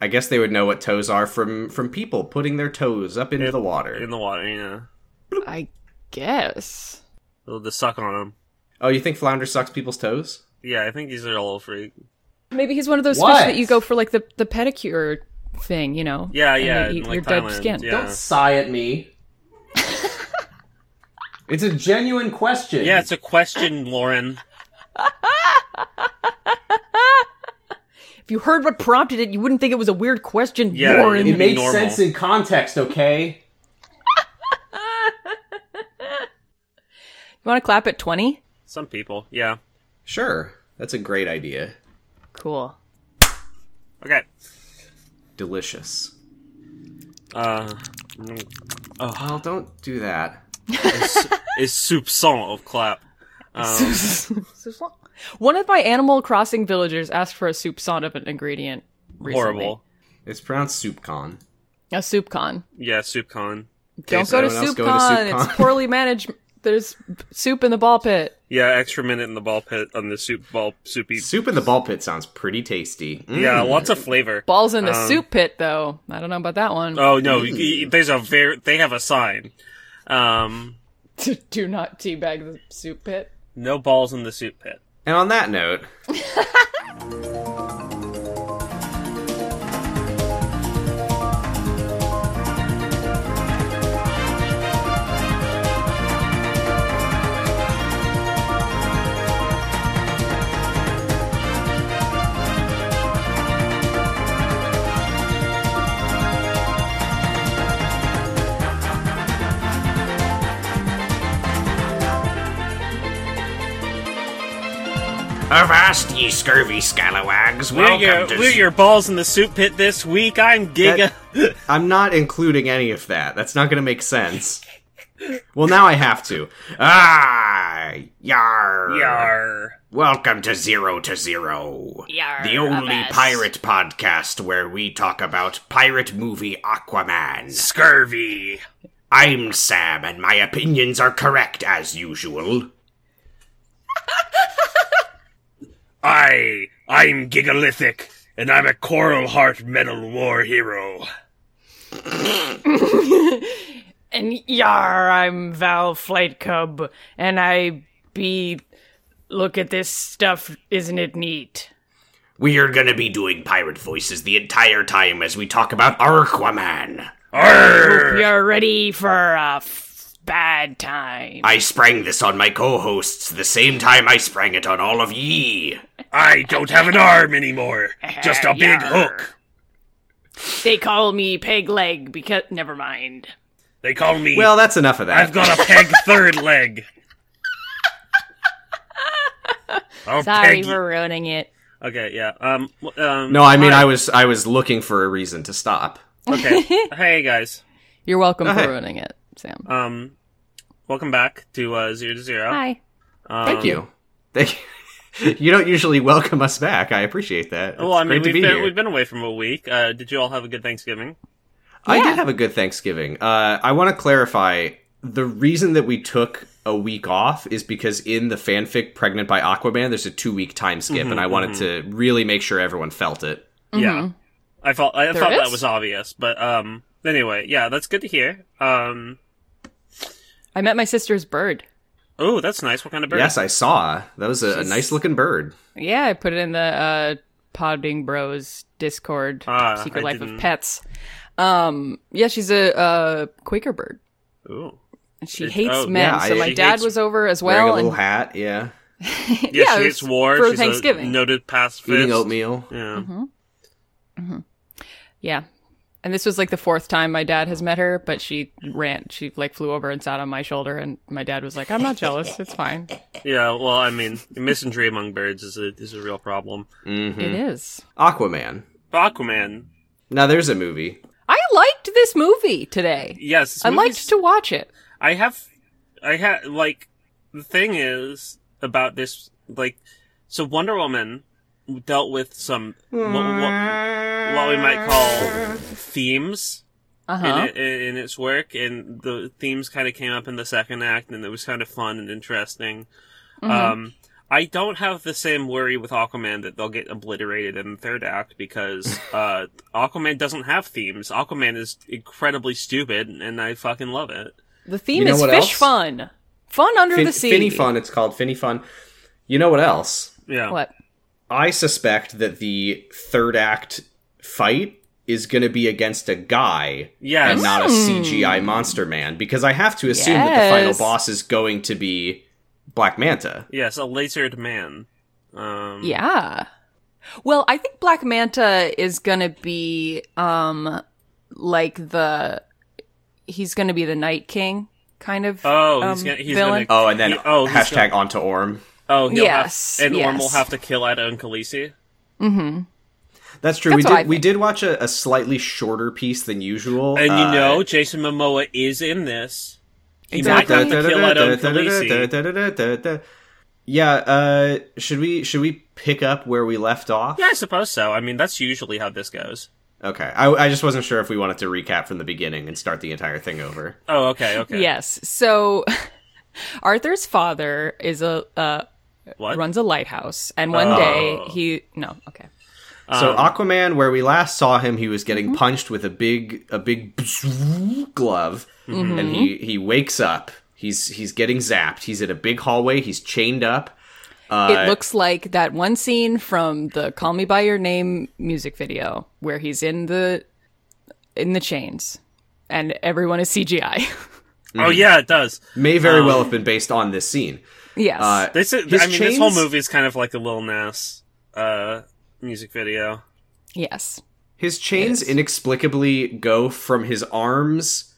I guess they would know what toes are from from people putting their toes up into In- the water. in the water. Yeah, I guess. the, the suck on him. oh, you think flounder sucks people's toes? Yeah, I think he's a little freak. Maybe he's one of those What? fish that you go for like the the pedicure thing, you know? Yeah, and yeah, They eat in, like, your Thailand, dead skin. yeah. Don't sigh at me. it's a genuine question. Yeah, it's a question, Lauren. If you heard what prompted it, you wouldn't think it was a weird question, Yeah, Warren. it- it makes normal. sense in context, okay? You want to clap at twenty? Some people, yeah. Sure, that's a great idea. Cool. Okay. Delicious. Uh, Oh, don't do that. is soup song of clap? Um, One of my Animal Crossing villagers asked for a soup son of an ingredient. Recently. horrible. It's pronounced soup con. A soup con. Yeah, soup con. Don't so go to, everyone else soup go to con. SoupCon. It's poorly managed. There's soup in the ball pit. Yeah, extra minute in the ball pit on the soup ball soupy. Soup in the ball pit sounds pretty tasty. Mm. Yeah, lots of flavor. Balls in the Um, soup pit, though. I don't know about that one. Oh no, you- you- there's a very they have a sign. Um, Do not teabag the soup pit. no balls in the soup pit. And on that note, Avast, ye scurvy scalawags! We're Welcome your, to we're your balls in the soup pit this week. I'm Giga. I'm not including any of that. That's not going to make sense. Well, now I have to. Ah, yar. Yar. Welcome to Zero to Zero. Yar, the only Avast. pirate podcast where we talk about pirate movie Aquaman. Scurvy. I'm Sam, and my opinions are correct as usual. I I'm Gigalithic, and I'm a Coral Heart Metal War hero. And yar, I'm Val Flight Cub, and I be. Look at this stuff, isn't it neat? We are gonna be doing pirate voices the entire time as we talk about Aquaman. You're ready for a f- bad time. I sprang this on my co-hosts the same time I sprang it on all of ye. I don't have an arm anymore, just a big hook. They call me Peg Leg because. Never mind. They call me. Well, that's enough of that. I've got a peg third leg. I'll Oh, Sorry peg you- for ruining it. Okay, yeah. Um. w- um no, I mean, I was I was looking for a reason to stop. Okay. hey guys. You're welcome Okay. Uh-huh. for ruining it, Sam. Um. Welcome back to uh, Zero to Zero. Hi. Um, Thank you. Thank you. you don't usually welcome us back. I appreciate that. It's Well, I mean, great to we've be been, here. we've been away from a week. Uh, did you all have a good Thanksgiving? I Yeah. did have a good Thanksgiving. Uh, I want to clarify the reason that we took a week off is because in the fanfic Pregnant by Aquaman, there's a two week time skip, Mm-hmm, and I wanted to really make sure everyone felt it. Yeah. I thought I Mm-hmm. There thought that is? was obvious, but um. Anyway, yeah, that's good to hear. Um. I met my sister's bird. Oh, that's nice. What kind of bird? Yes, I saw. That was a, a nice looking bird. Yeah, I put it in the uh, Podding Bros Discord, Ah, Secret I Life didn't- of Pets. Um, yeah, she's a, uh Quaker bird, Ooh. and she It- hates oh, men. yeah, so I- my she dad hates was over as Wearing a well, little and hat, yeah. Yeah, Yeah, she it hates was war. for She's a Thanksgiving. Mm-hmm. noted pacifist. Eating oatmeal. Yeah. yeah. And this was like the fourth time my dad has met her, but she ran. She like flew over and sat on my shoulder, and my dad was like, "I'm not jealous. It's fine. Mm-hmm. Yeah, well, I mean, misandry among birds is a is a real problem. It is." Aquaman. Aquaman, Now there's a movie. I liked this movie today. yes, this I movie's- liked to watch it. I have, I had like the thing is about this like, so Wonder Woman dealt with some what, what, what we might call themes Uh in, huh. it, in its work, and Mm-hmm. the themes kind of came up in the second act, and it was kind of fun and interesting. Um, I don't have the same worry with Aquaman that they'll get obliterated in the third act because uh, Aquaman doesn't have themes. Aquaman is incredibly stupid, and I fucking love it. The theme You know is what fish else? fun. Fun under Fin- the sea. Finny Fun, it's called Finny Fun. You know what else? Yeah, What? I suspect that the third act fight is going to be against a guy yes, and not a CGI monster man because I have to assume that the final Yes. boss is going to be Black Manta. yes, a lasered man. Um, Yeah. Well, I think Black Manta is going to be um like the he's going to be the Night King kind of. Oh, he's um, gonna, he's villain. gonna. Oh, and then he- oh, he's hashtag onto Orm. Oh, he'll Yes, have, and Orm will yes. have to kill Ida and Khaleesi. Mhm. That's true. That's we what did I we think. did watch a, a slightly shorter piece than usual. And uh, you know, Jason Momoa is in this. He Exactly. might have to kill Ida and Khaleesi. Yeah, uh, should we should we pick up where we left off? Yeah, I suppose so. I mean, that's usually how this goes. Okay, I, I just wasn't sure if we wanted to recap from the beginning and start the entire thing over. Oh, okay, okay. Yes. So Arthur's father is a uh, What? Oh. runs a lighthouse and one day he no, okay. so Aquaman, where we last saw him, he was getting punched with a big a big glove, and he he wakes up. He's he's getting zapped. He's in a big hallway. He's chained up. Uh, it looks like that one scene from the Call Me by Your Name music video where he's in the in the chains and everyone is CGI. Oh, yeah, it does. May very well have been based on this scene. yes. Uh, This is, His I mean, this whole chains- movie is kind of like a Lil Nas uh, music video. yes. His chains inexplicably go from his arms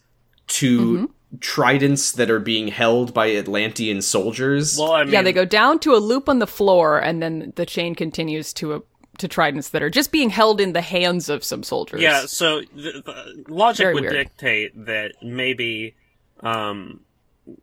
to tridents that are being held by Atlantean soldiers. Well, I mean, yeah, they go down to a loop on the floor, and then the chain continues to a to tridents that are just being held in the hands of some soldiers. Yeah, so the, the logic Very would weird. dictate that maybe um,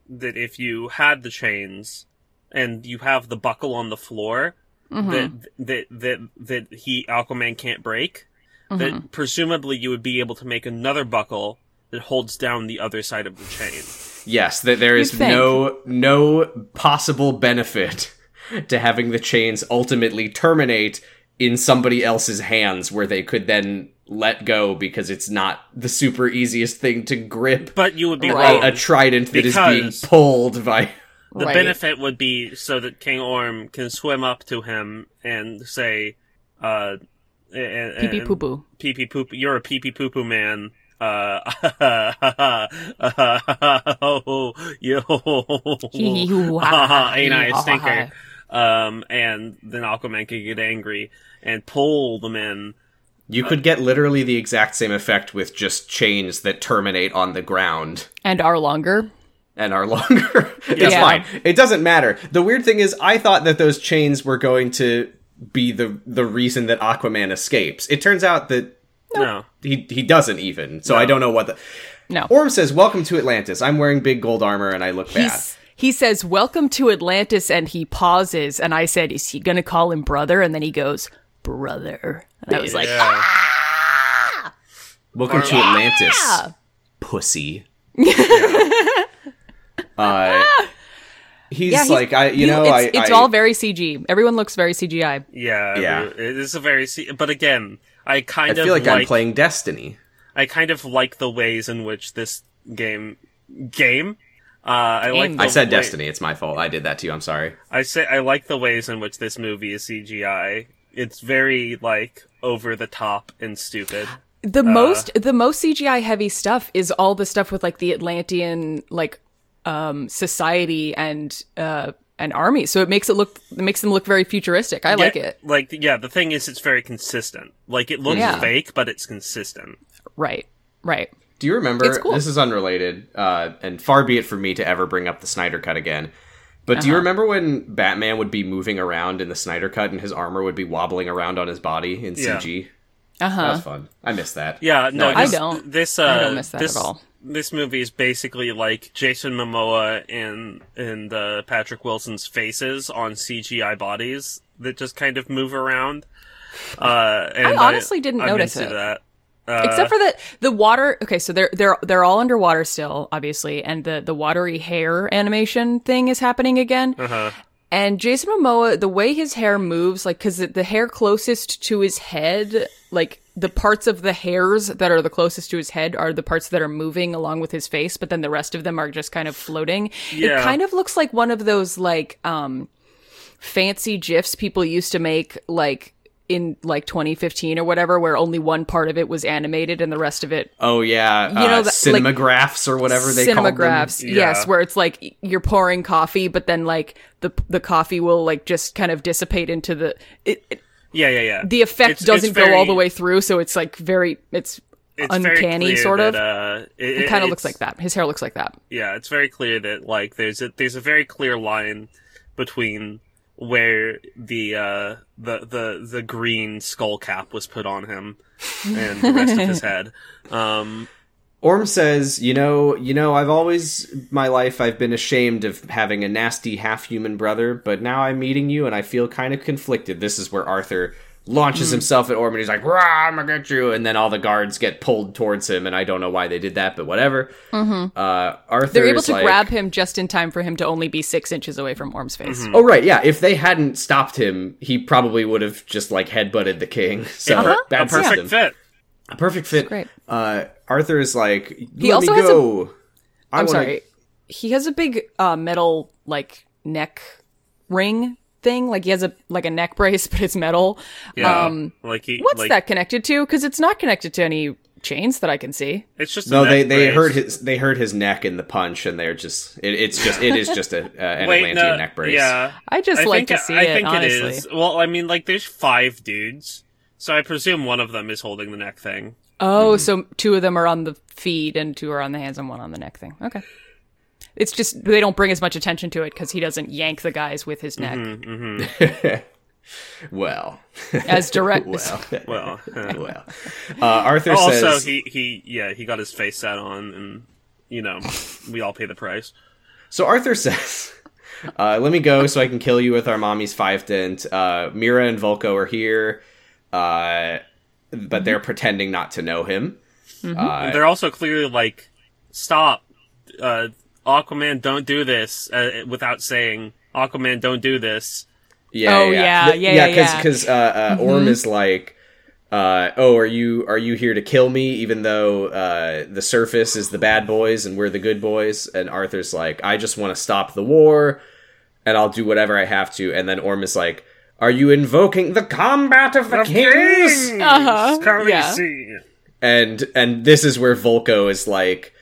that if you had the chains and you have the buckle on the floor, Mm-hmm. that that that that he Aquaman can't break. Mm-hmm. That presumably you would be able to make another buckle that holds down the other side of the chain. yes, that there is You'd think. no no possible benefit to having the chains ultimately terminate in somebody else's hands where they could then let go because it's not the super easiest thing to grip But you would be Right. right. a trident that is Because- being pulled by The right. benefit would be so that King Orm can swim up to him and say, uh, Pee pee poo poo. pee pee poop. You're a pee pee poo poo man. Uh, oh, yo, Hee hee hoo ha ha, ain't I hee a ha ha stinker? Um, and then Aquaman could get angry and pull them in. You could get literally the exact same effect with just chains that terminate on the ground And are longer. and are longer. it's Yeah. fine. It doesn't matter. The weird thing is I thought that those chains were going to be the the reason that Aquaman escapes. It turns out that No, he he doesn't even. So I don't know what the No. Orm says, "Welcome to Atlantis. I'm wearing big gold armor and I look bad." He's, he says, "Welcome to Atlantis," and he pauses. And I said, "Is he gonna call him brother?" And then he goes, "Brother." And I was like, Yeah. Welcome to Atlantis, pussy. uh, he's, Yeah, he's- like I, you "You- know, it's, I, it's I- all very CG. Everyone looks very CGI." yeah, Yeah. It is a very, se- but again, I I kind of feel like, I'm like playing Destiny. I kind of like the ways in which this game game. Uh, I like. Game. the I said way- Destiny. It's my fault. I did that to you. I'm sorry. I say I like the ways in which this movie is CGI. It's very like over the top and stupid. The most the most CGI heavy stuff is all the stuff with like the Atlantean like um society and uh and army. So it makes it look it makes them look very futuristic. I like Yeah, it. Like yeah, the thing is, it's very consistent. Like it looks Yeah. fake, but it's consistent. Right. Right. Do you remember? It's cool. This is unrelated, uh, and far be it from me to ever bring up the Snyder Cut again. But do you Uh-huh. remember when Batman would be moving around in the Snyder Cut and his armor would be wobbling around on his body in Yeah. CG? That Uh-huh. was fun. I missed that. Yeah, no, I this, don't. This uh, don't miss that at this, all. This movie is basically like Jason Momoa and and uh, Patrick Wilson's faces on CGI bodies that just kind of move around. Uh, and honestly didn't I'm notice into it. That. Uh, Except for that the water okay, so they're they're they're all underwater still, obviously, and the the watery hair animation thing is happening again. uh And Jason Momoa, the way his hair moves, like, cause the hair closest to his head, like, the parts of the hairs that are the closest to his head are the parts that are moving along with his face, but then the rest of them are just kind of floating. Yeah. It kind of looks like one of those, like, um, fancy gifs people used to make, like, in like 2015 or whatever, where only one part of it was animated and the rest of it Oh yeah, uh, know, that- like, cinemagraphs or whatever they call them. cinemagraphs Yeah. yes where it's like you're pouring coffee but then like the the coffee will like just kind of dissipate into the it, it- Yeah, yeah, yeah. the effect It's- it's doesn't go all very- the way through so it's like very it's it's very uncanny clear sort that, of uh, it, it kind it's- of looks like that his hair looks like that Yeah, it's very clear that like there's a there's a very clear line between where the uh the the the green skull cap was put on him and the rest of his head. Um Orm says, "You know, you know, I've always my life I've been ashamed of having a nasty half-human brother, but now I'm meeting you and I feel kind of conflicted." This is where Arthur Hmm. launches himself at Orm and he's like, "Rah, I'm gonna get you!" And then all the guards get pulled towards him, and I don't know why they did that, but whatever. Uh, Arthur, Mm-hmm. they're able is to like- grab him just in time for him to only be six inches away from orm's face Oh right, yeah. If they hadn't stopped him, he probably would have just like headbutted the king. So a per- bad a perfect system. fit. A perfect fit. Uh-huh. great. Uh, Arthur is like, "Let me also has a- go." I i'm wanna- sorry he has a big uh metal like neck ring thing like he has a like a neck brace but it's metal Yeah. um like he what's like, that connected to because it's not connected to any chains that i can see It's just a No, they neck they brace. hurt his they hurt his neck in the punch, and they're just it, it's just it is just a, uh, an Wait, Atlantean no, neck brace. Yeah. I just like to see I it, think honestly. it is. Well, I mean, like, there's five dudes, so I presume one of them is holding the neck thing. Oh, so two of them are on the feet and two are on the hands and one on the neck thing. Okay. It's just they don't bring as much attention to it because he doesn't yank the guys with his neck Mm-hmm. Well, as direct. well, Well, uh, well. Uh, Arthur also says. he he yeah he got his face set on, and you know we all pay the price. so Arthur says. Uh, let me go so I can kill you with our mommy's five dent. Uh, Mira and Volko are here, uh, but Mm-hmm. they're pretending not to know him. Uh, They're also clearly like, stop, uh, Aquaman, don't do this uh, without saying Aquaman, don't do this. Yeah. Oh, yeah, Th- yeah, yeah, yeah. Mm-hmm. Because uh, uh, Orm is like, uh, "Oh, are you are you here to kill me? Even though uh, the surface is the bad boys and we're the good boys." And Arthur's like, "I just want to stop the war, and I'll do whatever I have to." And then Orm is like, "Are you invoking the combat of the, kings? Uh-huh, Come yeah. see. and and this is where Volko is like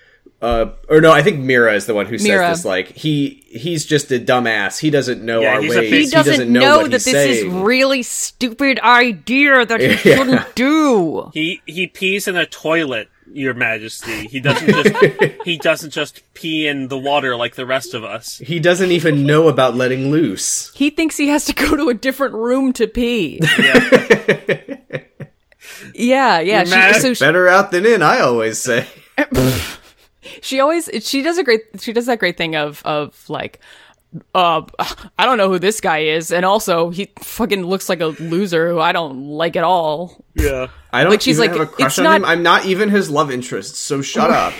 uh or no, I think Mira is the one who Mira. says this like he he's just a dumbass. He doesn't know Yeah, our he's ways. a he piece- doesn't know, what he's saying. really stupid idea that you shouldn't do. He he pees in a toilet, Your Majesty. He doesn't just he doesn't just pee in the water like the rest of us. He doesn't even know about letting loose. He thinks he has to go to a different room to pee. Yeah, yeah. mad? She, so she, Better out than in, I always say. she always she does a great she does that great thing of of like uh i don't know who this guy is and also he fucking looks like a loser who i don't like at all Yeah. I don't Like, she's even like, have a crush "It's on not- him. I'm not even his love interest, so shut up.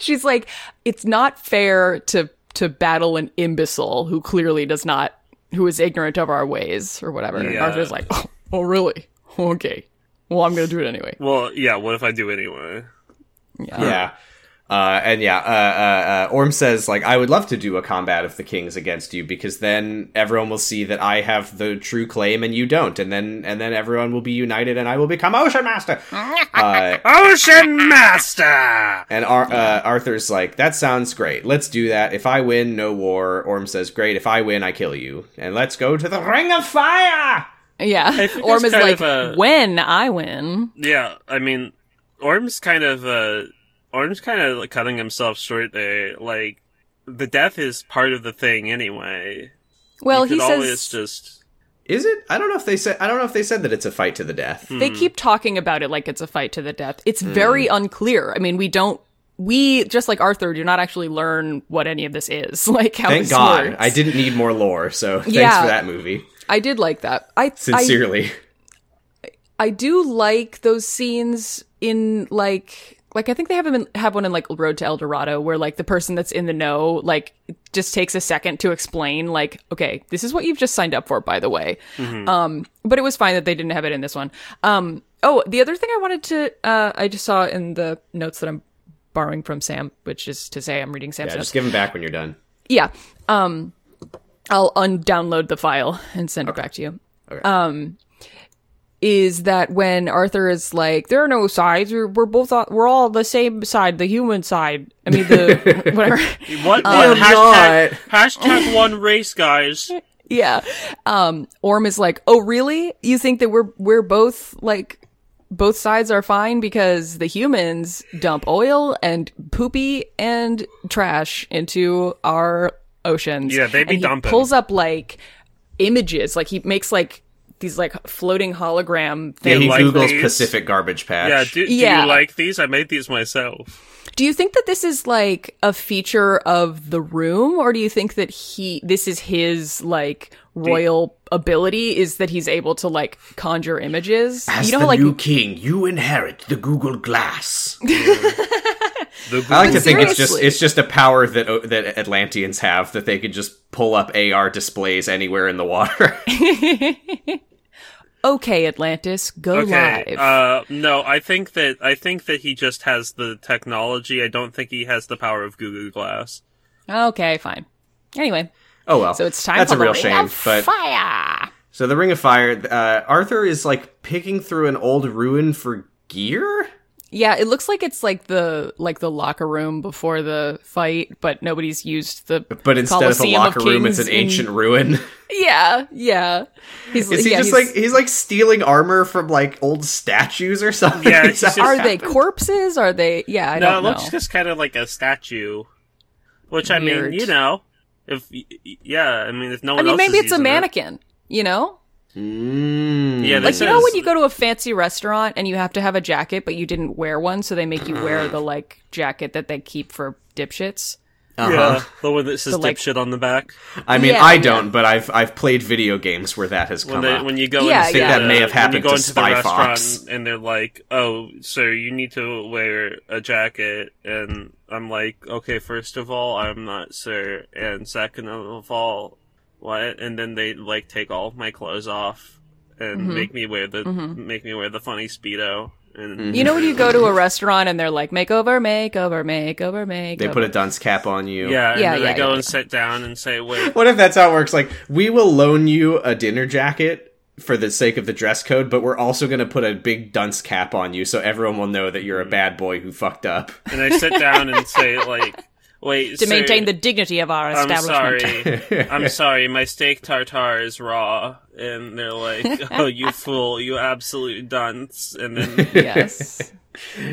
she's like it's not fair to to battle an imbecile who clearly does not who is ignorant of our ways or whatever And Yeah. arthur's like oh, oh really okay well i'm gonna do it anyway Well, yeah, what if I do anyway? yeah. Uh, and yeah, uh, uh, uh, Orm says like I would love to do a combat of the kings against you because then everyone will see that I have the true claim and you don't, and then and then everyone will be united and I will become Ocean Master. uh, Ocean Master! and Ar- uh, Arthur's like that sounds great. Let's do that. If I win, no war. Orm says great. If I win, I kill you, and let's go to the Ring of Fire. yeah think orm is it's kind like of a- when i win Yeah, I mean, Orm's kind of, uh, Orm's kind of like, cutting himself short there. Like, the death is part of the thing anyway. well you could he always says just. Is it? I don't know if they said. I don't know if they said that it's a fight to the death. They hmm. keep talking about it like it's a fight to the death. It's very unclear. I mean, we don't. We just like Arthur do not actually learn what any of this is. Like how Thank this God, works. I didn't need more lore. So thanks Yeah. for that movie. I did like that. I I, Sincerely. I do like those scenes in like like I think they have them in, have one in like Road to El Dorado where like the person that's in the know like just takes a second to explain like okay this is what you've just signed up for by the way Mm-hmm. um but it was fine that they didn't have it in this one um oh the other thing I wanted to uh I just saw in the notes that I'm borrowing from Sam which is to say I'm reading Sam's Yeah, notes just give them back when you're done. yeah um I'll undownload the file and send it back to you Um, Okay. is that when Arthur is like, there are no sides. We're, we're both on, we're all the same side, the human side. I mean, the whatever. What, We're what hashtag, hashtag one race, guys. yeah. Um, Orm is like, oh really? You think that we're we're both like both sides are fine because the humans dump oil and poopy and trash into our oceans. Yeah, they be and he dumping. Pulls up like images, like he makes like these like floating hologram yeah, things. he like Googles these? Pacific garbage patch. Yeah, do, do Yeah. you like these? I made these myself. Do you think that this is like a feature of the room, or do you think that he this is his like royal ability is that he's able to like conjure images? As you know, the how, like new king, you inherit the Google Glass. The I like But to think it's just seriously. it's just a power that uh, that Atlanteans have that they could just pull up AR displays anywhere in the water. okay, Atlantis, go okay. live. Uh, no, I think that I think that he just has the technology. I don't think he has the power of Google Glass. okay, fine. Anyway, oh well, so it's time. That's for a real the Ring shame. of But fire. so the Ring of Fire, uh, Arthur is like picking through an old ruin for gear. Yeah, it looks like it's like the like the locker room before the fight, but nobody's used the But instead Colosseum of a locker room, it's Kings an in- ancient ruin. Yeah, yeah. He's, Is he yeah, just he's- like he's like stealing armor from like old statues or something? Yeah, Is that he's just- what are they happened? corpses? Are they? Yeah, I no, it don't know. looks just kind of like a statue. Which I Weird. mean, you know, if y- y- yeah, I mean, if no I one mean, else maybe is it's a using it- mannequin. You know, Mm. Yeah, like this you know is- when you go to a fancy restaurant and you have to have a jacket, but you didn't wear one, so they make you wear the like jacket that they keep for dipshits. Uh-huh. Yeah, the one that says The, like- dipshit on the back. I mean, Yeah, I yeah. don't, but I've I've played video games where that has When come they, up. when you go, into Yeah, I think the- that may have when happened you go to into Spy the restaurant Fox. And they're like, "Oh, sir, you need to wear a jacket." And I'm like, "Okay, first of all, I'm not sir, and second of all, what?" And then they like take all of my clothes off and Mm-hmm. make me wear the make me wear the funny speedo. And You know when you go to a restaurant and they're like makeover, makeover, makeover, makeover. they put a dunce cap on you. Yeah, and Yeah, then yeah, I go yeah, yeah. and sit down and say, "Wait, What if that's how it works? Like, we will loan you a dinner jacket for the sake of the dress code, but we're also going to put a big dunce cap on you so everyone will know that you're Mm-hmm. a bad boy who fucked up. and I sit down and say, like, "Wait, sir, to maintain the dignity of our I'm establishment. sorry. I'm sorry. My steak tartare is raw, and they're like, "Oh, you fool! You absolute dunce!" And then Yes.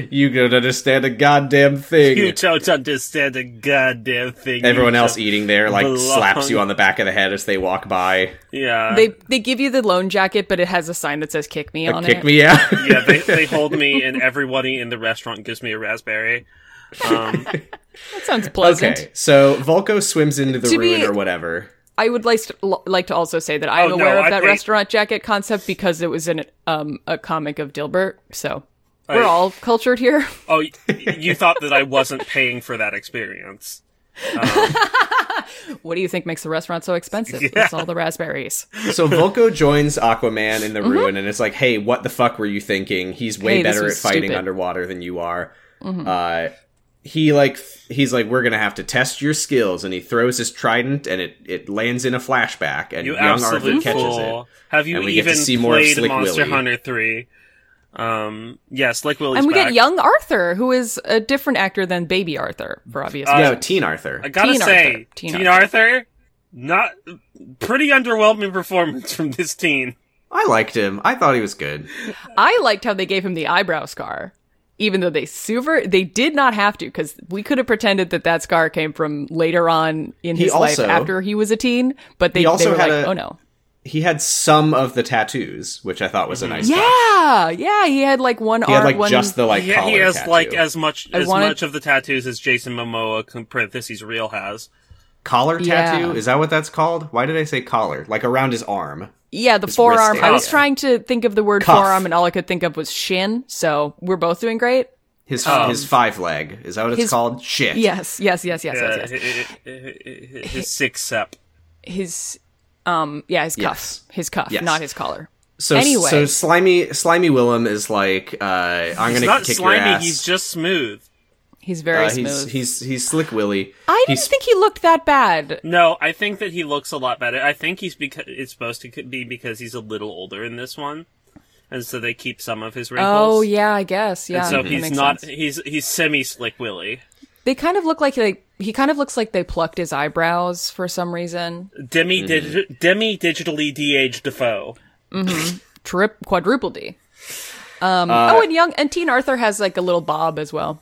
You don't understand a goddamn thing. you don't understand a goddamn thing. Everyone you else don't- eating there, like, belong. slaps you on the back of the head as they walk by. yeah, they they give you the loan jacket, but it has a sign that says "kick me" on Kick it. me out. yeah. They, they hold me, and everybody in the restaurant gives me a raspberry. Um, That sounds pleasant. okay, so Volko swims into the To be- ruin or whatever. I would like to, l- like to also say that I am Oh, no, aware of I that think- restaurant jacket concept because it was in um, a comic of Dilbert. So we're I- all cultured here. oh, y- you thought that I wasn't paying for that experience? What do you think makes the restaurant so expensive? It's all the raspberries. So Volko joins Aquaman in the ruin and it's like, hey, what the fuck were you thinking? He's way Mm-hmm. Hey, this better at was fighting stupid. Mm-hmm. underwater than you are. Uh, he like th- he's like, we're gonna have to test your skills, and he throws his trident and it it lands in a flashback, and You young Arthur absolute catches fool! Have you And we get to even see more of played Slick Monster Willy. Hunter Three? Um, yeah, Slick Willie's and we back. get young Arthur, who is a different actor than Baby Arthur, for obvious Uh, it. reasons. No, Teen Arthur. I gotta Teen say, Arthur. Teen Teen, Arthur. not pretty underwhelming performance from this teen. I liked him. I thought he was good. I liked how they gave him the eyebrow scar, even though they super they did not have to because we could have pretended that that scar came from later on in He his also- life after he was a teen. But they, He also they were had like, a- oh no, He had some of the tattoos, which I thought was a Mm-hmm. nice. touch. yeah, yeah, he had like one he arm, had like one just the like Yeah, he collar has tattoo. like as much I as wanted- much of the tattoos as Jason Momoa com- parentheses real has. collar Yeah. tattoo. Is that what that's called? Why did I say collar? Like around his arm. Yeah, the forearm. wrist I was area. trying to think of the word Oh. Cuff. forearm, and all I could think of was shin. So we're both doing great. His Um, his five leg is that what it's his- called? Shit. Yes, yes, yes, yes, Uh, yes, yes. his six sep. His, um, yeah, his cuff, his cuff, Yes. not his collar. So Anyway. so slimy slimy Willem is like uh, I'm He's gonna not kick your slimy. ass. He's just smooth. He's Uh, very smooth. he's, he's he's slick Willy. I didn't he's- think he looked that bad. No, I think that he looks a lot better. I think he's because it's supposed to be because he's a little older in this one, and so they keep some of his wrinkles. Oh yeah, I guess yeah. And so that he's makes not. sense. He's he's semi slick Willy. They kind of look like they. He kind of looks like they plucked his eyebrows for some reason. Demi digi- demi digitally de-aged Defoe. Trip quadruple D. Um, Uh, oh, and young and Teen Arthur has like a little bob as well.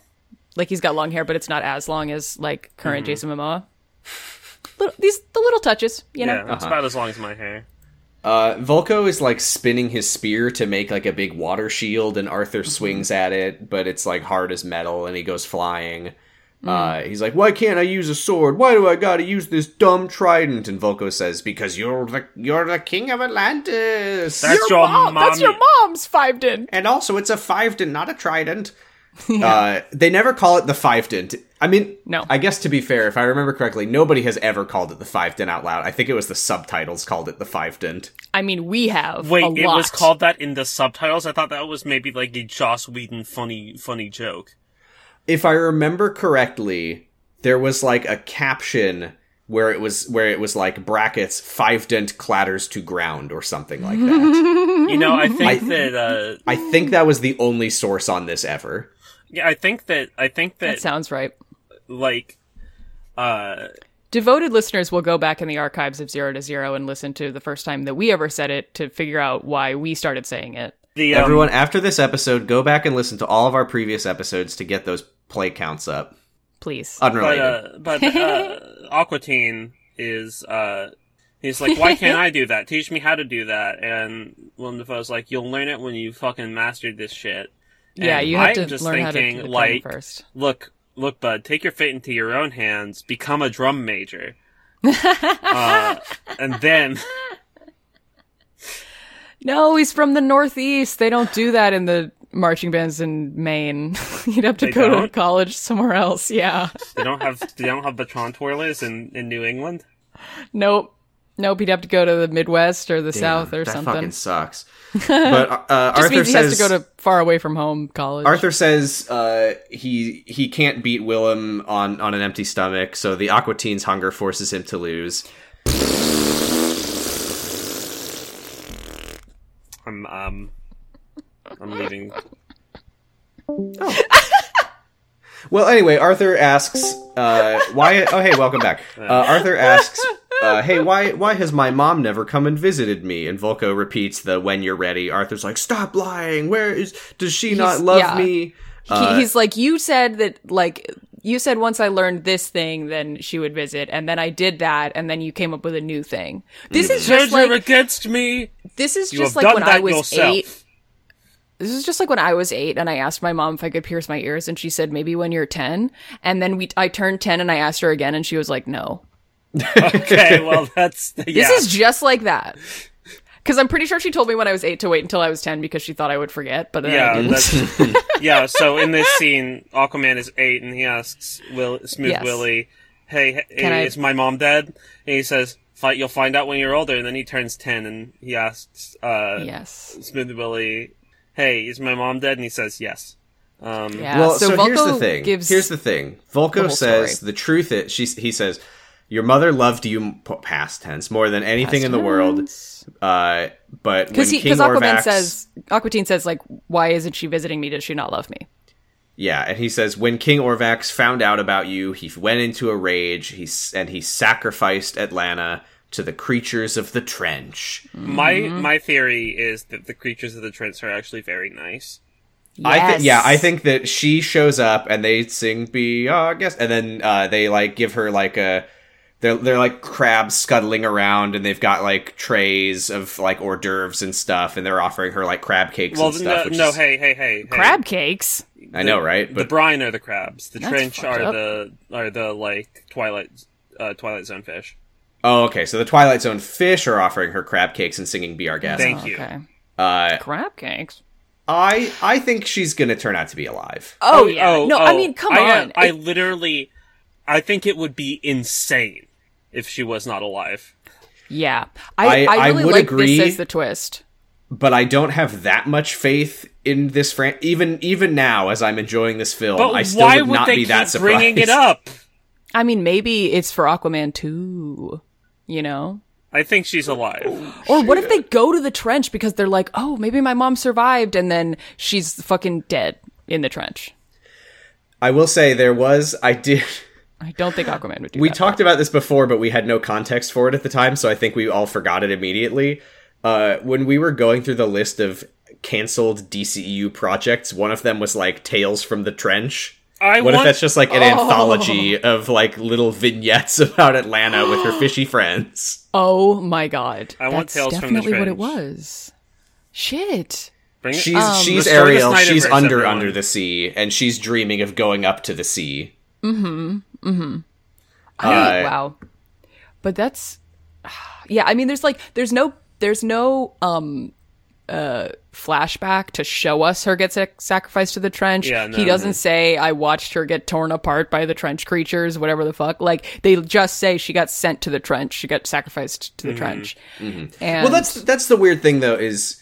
Like he's got long hair, but it's not as long as like Mm-hmm. current Jason Momoa. Little, these the little touches, you know. Yeah, it's about as long as my hair. Uh, Volko is like spinning his spear to make like a big water shield, and Arthur Mm-hmm. swings at it, but it's like hard as metal, and he goes flying. Mm. Uh, he's like, "Why can't I use a sword? Why do I gotta use this dumb trident?" And Volko says, "Because you're the you're the king of Atlantis, That's your, mom. That's your mom's five in. and also it's a fivedent, not a trident." Uh, they never call it the fivedent. I mean, No. I guess to be fair, if I remember correctly, nobody has ever called it the fivedent out loud. I think it was the subtitles called it the fivedent. I mean, we have. Wait, a it lot. was called that in the subtitles. I thought that was maybe like the Joss Whedon funny funny joke. if I remember correctly, there was like a caption where it was where it was like brackets five dent clatters to ground or something like that. Mm-hmm. You know, I think that uh, I think that was the only source on this ever. yeah, I think that I think That that sounds right. like uh Devoted listeners will go back in the archives of Zero to Zero and listen to the first time that we ever said it to figure out why we started saying it. the um, Everyone, after this episode, go back and listen to all of our previous episodes to get those play counts up. Please. but Unrelated. uh, but uh, Aquatine is uh he's like, why can't I do that? Teach me how to do that. And Willem Dafoe's like, you'll learn it when you fucking mastered this shit. yeah, and you have I'm to just learn how to thinking, do the like- like, first. Look, look, bud, take your fate into your own hands. Become a drum major. uh, and then No, he's from the Northeast. They don't do that in the marching bands in Maine. You'd have to They go to don't? college somewhere else. Yeah. they don't have they don't have baton twirlers in in New England. Nope. Nope. He'd have to go to the Midwest or the South or that something. fucking sucks. But uh, Just Arthur means he says has to go to far away from home college. Arthur says uh, he he can't beat Willem on, on an empty stomach, so the Aqua Teen's hunger forces him to lose. I'm um I'm leaving. Well, anyway, Arthur asks, uh, "Why?" Oh, hey, welcome back. Uh, Arthur asks, uh, "Hey, why? Why has my mom never come and visited me?" And Volko repeats the "When you're ready." Arthur's like, "Stop lying. Where is? Does she not love yeah. me?" He- uh, he's like, you said that, like, you said once I learned this thing, then she would visit, and then I did that, and then you came up with a new thing. This is Judge just her like against me. this is You just have like done when that I was yourself. eight. This is just like when I was eight, and I asked my mom if I could pierce my ears, and she said maybe when you're ten. And then we, I turned ten, and I asked her again, and she was like, no. Okay, well that's yeah. This is just like that. Because I'm pretty sure she told me when I was eight to wait until I was ten because she thought I would forget. But then I yeah, didn't. that's, yeah. So in this scene, Aquaman is eight, and he asks Will Smooth Yes. Willie, "Hey, h- Can I- is my mom dead?" And he says, "Fight, you'll find out when you're older." And then he turns ten, and he asks uh, yes, Smooth Willie, "Hey, is my mom dead?" And he says, "Yes." Um, yeah. Mm-hmm. Well, so, here's the Uh, Volko thing. gives- here's the thing. the Volko whole says story. the truth is she. He says your mother loved you m- p- past tense more than anything Past in the world. tense. Uh, but when because King because Aquaman Orvax- says Aquatine says like why isn't she visiting me? Does she not love me? Yeah, and he says when King Orvax found out about you, he went into a rage. He s- and he sacrificed Atlanta to the creatures of the trench. Mm-hmm. My my theory is that the creatures of the trench are actually very nice. I Yes. th- yeah, I think that she shows up and they sing "Be Our Guest," and then uh, they like give her like a they're they're like crabs scuttling around, and they've got like trays of like hors d'oeuvres and stuff, and they're offering her like crab cakes Well, and stuff. no, which no is- hey, hey, hey, hey. crab cakes. I know, right? the But brine are the crabs. The That's trench fucked are up. the are the like Twilight uh, Twilight Zone fish. oh, okay. So the Twilight Zone fish are offering her crab cakes and singing "Be Our Guest." Thank you. Okay, Uh, crab cakes. I I think she's gonna turn out to be alive. Oh, yeah. no, I oh, mean, come I, on. I It- literally, I think it would be insane if she was not alive. yeah. I, I- I, I really would like agree. this as the twist. But I don't have that much faith in this fran even even now as I'm enjoying this film, But Oh, I still why would would not they be keep that surprised. bringing it up? I mean, maybe it's for Aquaman 2, you know? I think she's alive. Or what if they go to the trench because they're like, oh, maybe my mom survived, and then she's fucking dead in the trench. I will say there was I did I don't think Aquaman would do we that. talked about this before, but we had no context for it at the time, so I think we all forgot it immediately. Uh, when we were going through the list of canceled DCEU projects, one of them was like Tales from the Trench. I What if want Oh. that's just like an anthology of like little vignettes about Atlanta with her fishy friends? oh my god. I want That's Tales from the definitely what Trench. it was. Shit. bring it. She's she's Restore the Ariel, she's Snyderverse, under everyone. under the sea, and she's dreaming of going up to the sea. I- Uh, wow. But that's yeah, I mean there's like there's no there's no um uh flashback to show us her get sac- sacrificed to the trench. Yeah, no. he doesn't say I watched her get torn apart by the trench creatures, whatever the fuck. Like they just say she got sent to the trench, she got sacrificed to the trench. And Mm-hmm. Well, that's that's the weird thing though is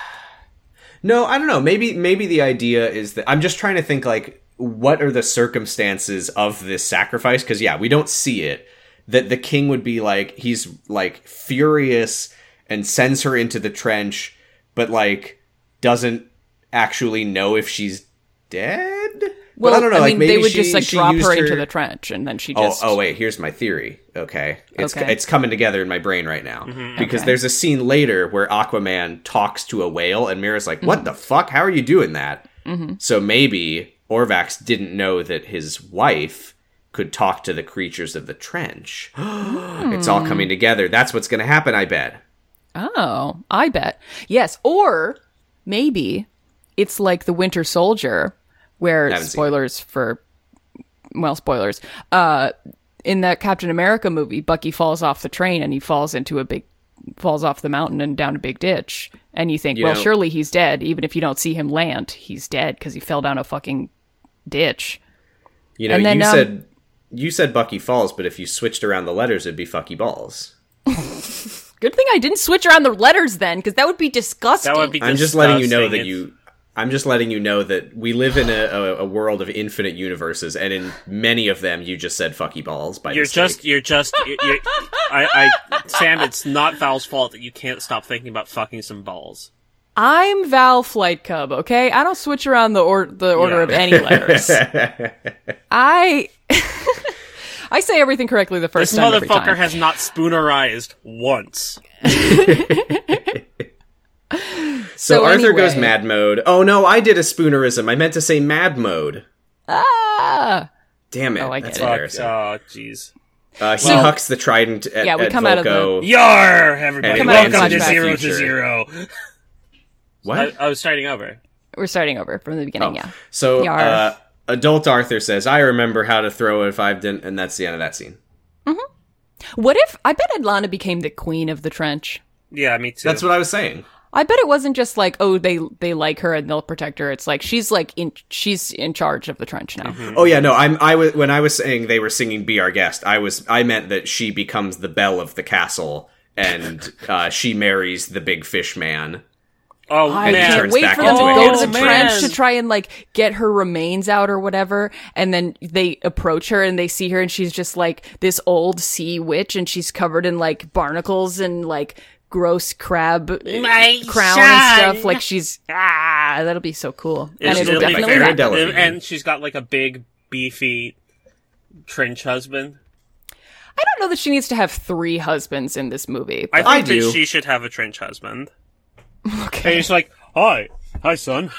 No, I don't know. Maybe maybe the idea is that I'm just trying to think like what are the circumstances of this sacrifice cuz yeah, we don't see it that the king would be like he's like furious and sends her into the trench but like doesn't actually know if she's dead. but well, I don't know like mean, maybe they would she- just like she drop used her, into the trench and then she Oh, just oh wait, here's my theory. Okay. It's Okay. Mm-hmm. it's coming together in my brain right now. Because there's a scene later where Aquaman talks to a whale and Mira's like, "What Mm-hmm. the fuck? How are you doing that?" So maybe Orvax didn't know that his wife could talk to the creatures of the trench. it's all coming Hmm. together. That's what's going to happen, I bet. Oh, I bet. Yes. Or maybe it's like the Winter Soldier, where Haven't seen spoilers for well, spoilers. Uh in that Captain America movie, Bucky falls off the train and he falls into a big falls off the mountain and down a big ditch. And you think, You well, know- surely he's dead. Even if you don't see him land, he's dead because he fell down a fucking ditch. You know, And then, you um, said you said Bucky Falls, but if you switched around the letters it'd be Fucky Balls. Good thing I didn't switch around the letters then, because that would be disgusting. That would be. I'm just letting you know disgusting. that It's- you. I'm just letting you know that we live in a, a, a world of infinite universes, and in many of them, you just said "fucky balls" by You're mistake. just. You're just. You're, you're, I, I, Sam, it's not Val's fault that you can't stop thinking about fucking some balls. I'm Val Flight Cub, okay? I don't switch around the or- the order Yeah. of any letters. I I say everything correctly the first This time every motherfucker time. has not spoonerized once. so, so Arthur anyway- goes mad mode. Oh no, I did a spoonerism. I meant to say mad mode. ah! Damn it! Oh, I get That's it. Fuck. embarrassing. Oh, jeez. Uh, he Well- hucks the trident at, Yeah, we at come out of Volko. Yar, everybody. Come on, Welcome to flashback. Zero to Future. Zero. I, What? I um, was starting over. We're starting over from the Oh. beginning, yeah. so Yar. uh, adult Arthur says, "I remember how to throw it if I didn't," and that's the end of that scene. What if I bet Atlanta became the queen of the trench? Yeah, me too. That's what I was saying. I bet it wasn't just like, oh, they they like her and they'll protect her. It's like she's like in she's in charge of the trench now. Mm-hmm. Oh yeah, no. I'm. I was when I was saying they were singing "Be Our Guest." I was. I meant that she becomes the belle of the castle, and uh, she marries the big fish man. oh I And he man, can't turns wait back for them to into a go to handsome the man. trench to try and like get her remains out or whatever. And then they approach her and they see her and she's just like this old sea witch and she's covered in like barnacles and like gross crab My crown son. and stuff. Like she's ah, that'll be so cool. It's and it'll really definitely very happen. delicate. And, and she's got like a big, beefy trench husband. I don't know that she needs to have three husbands in this movie. I think I that do. she should have a trench husband. And okay. he's like, "Hi, hi, son."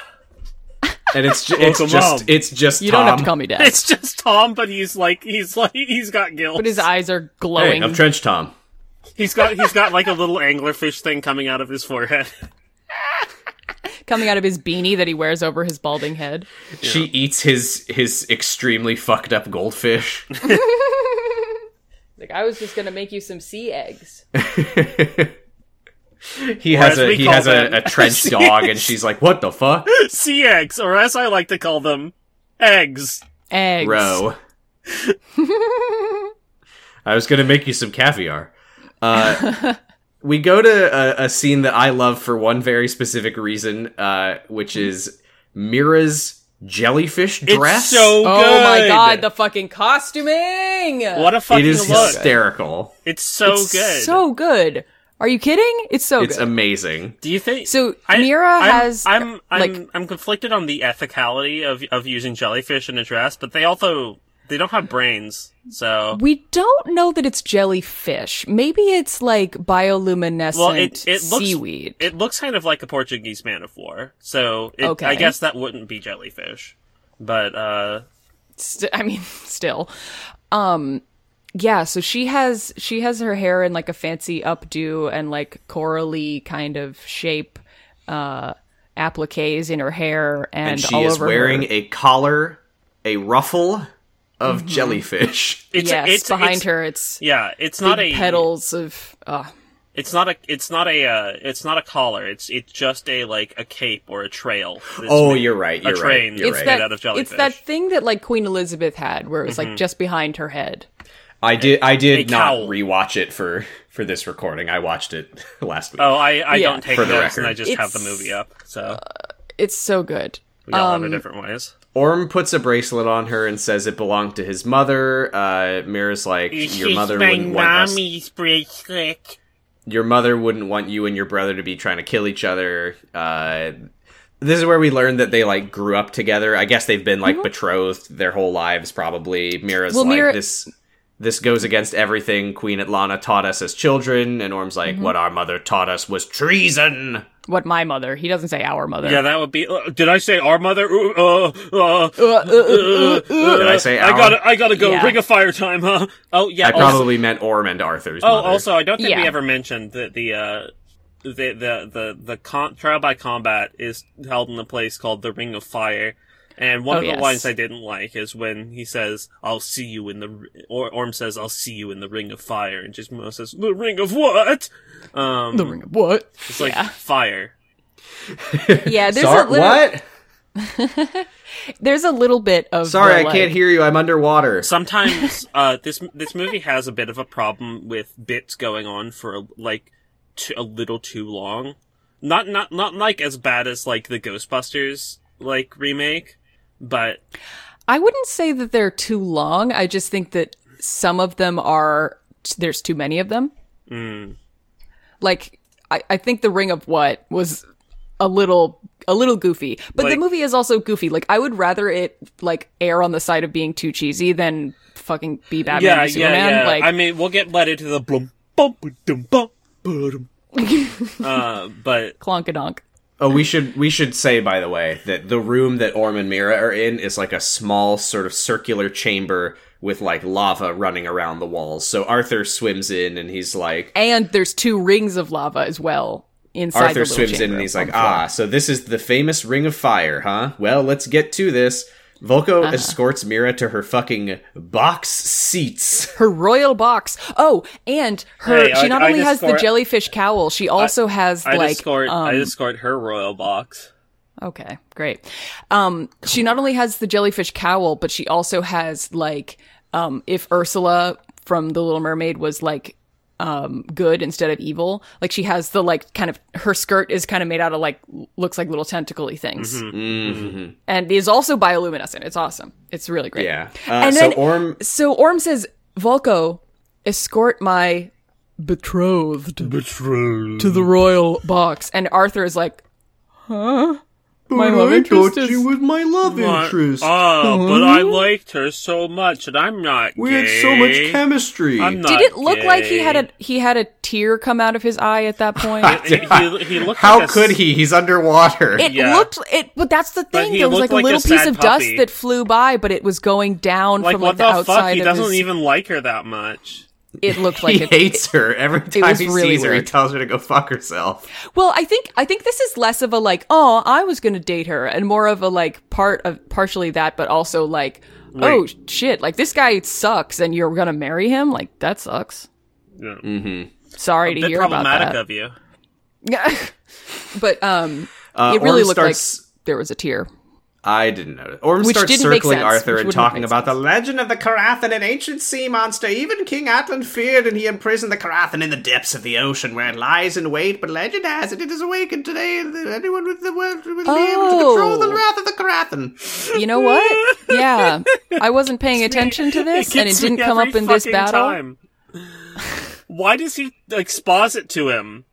And it's ju- it's Welcome just home. it's just You Tom. don't have to call me dad. It's just Tom, but he's like, he's like, he's got gills. But his eyes are glowing. Hey, I'm Trench Tom. He's got he's got like a little anglerfish thing coming out of his forehead. coming out of his beanie that he wears over his balding head. She eats his his extremely fucked up goldfish. Like I was just gonna make you some sea eggs. He Or has as a we he call has a, them, a trench dog, and she's like, "What the fuck, CX, or as I like to call them, eggs. Eggs. bro?" I was gonna make you some caviar. Uh, we go to a, a scene that I love for one very specific reason, uh, which is Mira's jellyfish dress. It's so Oh my good. god, the fucking costuming! what a it fucking is look! hysterical. It's so It's good. So good. Are you kidding? It's so It's good. amazing. Do you think So, I- Mira I'm- has, I'm I'm, like- I'm conflicted on the ethicality of of using jellyfish in a dress, but they also they don't have brains, so we don't know that it's jellyfish. Maybe it's like bioluminescent well it it looks seaweed. it looks kind of like a Portuguese man of war. So it, Okay. I guess that wouldn't be jellyfish, but uh st- I mean, still. Um yeah, so she has she has her hair in like a fancy updo and like corally kind of shape uh appliques in her hair and, And, she all is over wearing her. Mm-hmm. a collar, a ruffle of jellyfish. it's yes, it's behind it's- her it's Yeah, it's not a big petals of uh It's not a it's not a uh, it's not a collar. It's it's just a like a cape or a trail. It's Oh, made- you're right. You're a train. right. You're it's right. made that out of it's jellyfish. Mm-hmm. that thing that like Queen Elizabeth had where it was like just behind her head. I did. I did a not cowl. rewatch it for for this recording. I watched it last week. Oh, I, I Yeah. don't take For the notes, and record. I just have the It's- um, movie up. So It's so good. we all have it different ways. Orm puts a bracelet on her and says it belonged to his mother. Uh, Mira's like, your mother wouldn't want us. bracelet. Your mother wouldn't want you and your brother to be trying to kill each other. Uh, this is where we learn that they like grew up together. I guess they've been like betrothed their whole lives, probably. Mira's Mm-hmm. Well, like Mira- this. This goes against everything Queen Atlana taught us as children, and Orm's like, Mm-hmm. "What our mother taught us was treason." What my mother. He doesn't say our mother. Yeah, that would be. Uh, did I say our mother? Ooh, uh, uh, Uh, uh, uh, uh, uh. Did I say I our? gotta I gotta go. Yeah. Ring of fire time, huh? Oh yeah. I also- probably meant Orm and Arthur's. oh, mother. also, I don't think we Yeah. ever mentioned that the. Uh, the the the the con- trial by combat is held in a place called the Ring of Fire, and one Oh, of the yes. lines I didn't like is when he says, "I'll see you in the," r- or Orm says, "I'll see you in the Ring of Fire," and Gizmo says, "The Ring of what?" Um, The ring of what? it's like yeah. fire. Yeah, there's Sorry, a little what? there's a little bit of Sorry, the, I like- can't hear you. I'm underwater. Sometimes uh, this this movie has a bit of a problem with bits going on for like t- a little too long. Not not not like as bad as like the Ghostbusters like remake, but I wouldn't say that they're too long. I just think that some of them are there's too many of them. mm, Like I, I think the Ring of What was a little a little goofy, but Like- the movie is also goofy. Like I would rather it like err on the side of being too cheesy than fucking be Batman yeah, v Superman. yeah, yeah. Like I mean, we'll get led into the blum bum ba, dum bum ba, dum. uh, but clonkadonk. Oh, we should we should say by the way that the room that Orm and Mira are in is like a small sort of circular chamber with like lava running around the walls. So Arthur swims in and he's like And there's two rings of lava as well inside the Arthur little swims in chamber. and he's like, "Ah, so this is the famous Ring of Fire, huh? Well, let's get to this." Volko Uh-huh. escorts Mira to her fucking box seats. her royal box. Oh, and her Hey, she I- not I only has the escort- jellyfish cowl, she also has I like escort I um, escort her royal box. Okay, great. Um, she not only has the jellyfish cowl, but she also has like, um, if Ursula from The Little Mermaid was like, um, good instead of evil, like she has the like kind of her skirt is kind of made out of like looks like little tentacly things, and is also bioluminescent. It's awesome. It's really great. Yeah. Uh, And so then- Orm So Orm says, Volko, escort my betrothed, to the royal box, and Arthur is like, huh. My love interest is was my love Oh, but I liked her so much, and I'm not. gay. chemistry. I'm not Did it look gay. like he had a he had a tear come out of his eye at that point? He, he, he looked How like a could he? He's underwater. it Yeah. looked it, but that's the thing. he There was looked like a like a little piece sad of puppy. dust that flew by, but it was going down Like, from what like the, the, fuck? outside He of doesn't his. even like her that much. it looked he like it. hates her. Every time was he really sees her, he weird. tells her to go fuck herself. Well, I think I think this is less of a like, oh, I was going to date her, and more of a like part of partially that, but also like, oh shit, like this guy sucks, and you're going to marry him, like that sucks. Yeah. Mm-hmm. Sorry to Bit hear about problematic that. of you. Yeah. but um, Uh, it really Orm looked starts. like there was a tear. I didn't notice. Orm Which starts didn't make circling sense, Arthur which and wouldn't have talking made about the sense. legend of the Carathan, an ancient sea monster. Even King Atlan feared, and he imprisoned the Carathan in the depths of the ocean, where it lies in wait. But legend has it it is awakened today, and that anyone with the world will be able to control the Oh. wrath of the Carathan. You know what? Yeah, I wasn't paying attention to this, and it gets me didn't come every up in this fucking battle. time. Why does he expose it to him?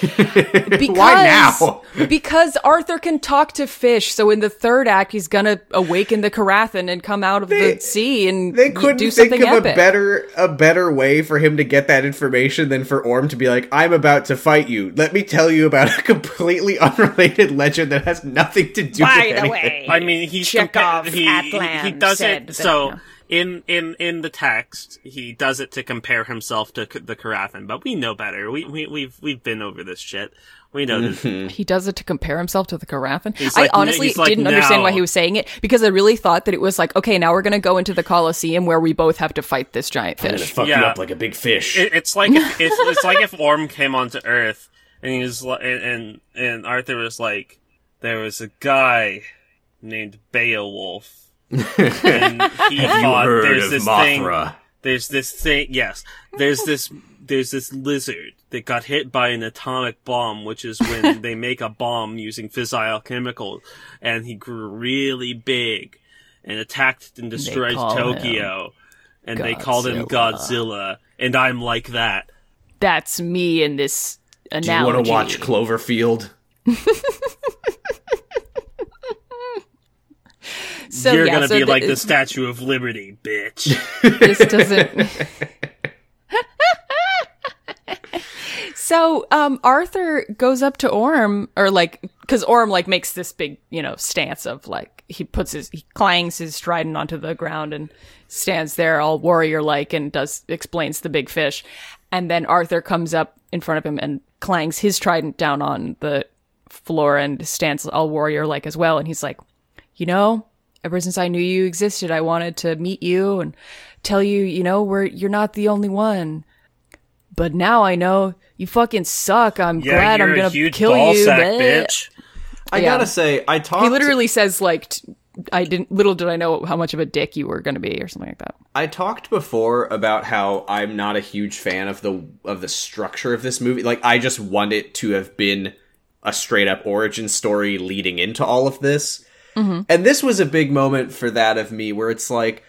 Because, Why now? because Arthur can talk to fish, so in the third act, he's gonna awaken the Carathan and come out of They- the sea and They y- couldn't do think something of epic. a better a better way for him to get that information than for Orm to be like, "I'm about to fight you. Let me tell you about a completely unrelated legend that has nothing to do with anything." I mean, he's Chekhov compa- he, Atlan he, he does said it that- so in in in the text he does it to compare himself to K- the Carathan, but we know better. We, we we've we've been over this shit. We know this. He does it to compare himself to the Carathan. like, I honestly he's like, didn't understand why no. he was saying it because I really thought that it was like, okay, now we're going to go into the Colosseum where we both have to fight this giant fish. Fuck you Yeah. up like a big fish. It, it's like if, it's, it's like if Orm came onto Earth and he was like, and, and and Arthur was like, there was a guy named Beowulf. and he thought there's this thing. There's this thing. Yes, there's this. There's this lizard that got hit by an atomic bomb, which is when they make a bomb using fissile chemicals, and he grew really big and attacked and destroyed call him Tokyo, and they called him Godzilla, and I'm like that. That's me in this analogy. You want to watch Cloverfield? So, You're yeah, gonna so be th- like the Statue of Liberty, bitch. this doesn't. so um, Arthur goes up to Orm, or like, because Orm like makes this big, you know, stance of like he puts his he clangs his trident onto the ground and stands there all warrior like and does explains the big fish, and then Arthur comes up in front of him and clangs his trident down on the floor and stands all warrior like as well, and he's like, you know, ever since I knew you existed, I wanted to meet you and tell you, you know, we're you're not the only one. But now I know you fucking suck. I'm Yeah, glad you're I'm a gonna huge kill ball you, sack, bleh." bitch. I Yeah. gotta say, I talked. He literally says like, t- "I didn't. Little did I know how much of a dick you were gonna be, or something like that." I talked before about how I'm not a huge fan of the of the structure of this movie. Like I just want it to have been a straight up origin story leading into all of this. And this was a big moment for that of me where it's like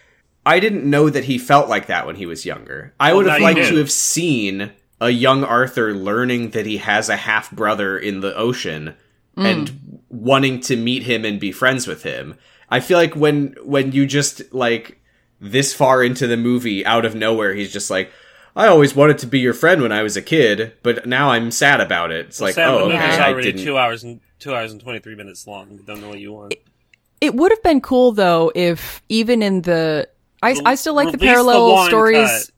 I didn't know that he felt like that when he was younger. I would now have you liked do. to have seen a young Arthur learning that he has a half brother in the ocean and wanting to meet him and be friends with him. I feel like when when you just like this far into the movie out of nowhere he's just like I always wanted to be your friend when I was a kid, but now I'm sad about it. It's like, Sam, the oh, okay, movie's I already didn't. two hours and two hours and twenty three minutes long. We don't know what you want. It would have been cool though if even in the I, I still like the Release the parallel line stories cut.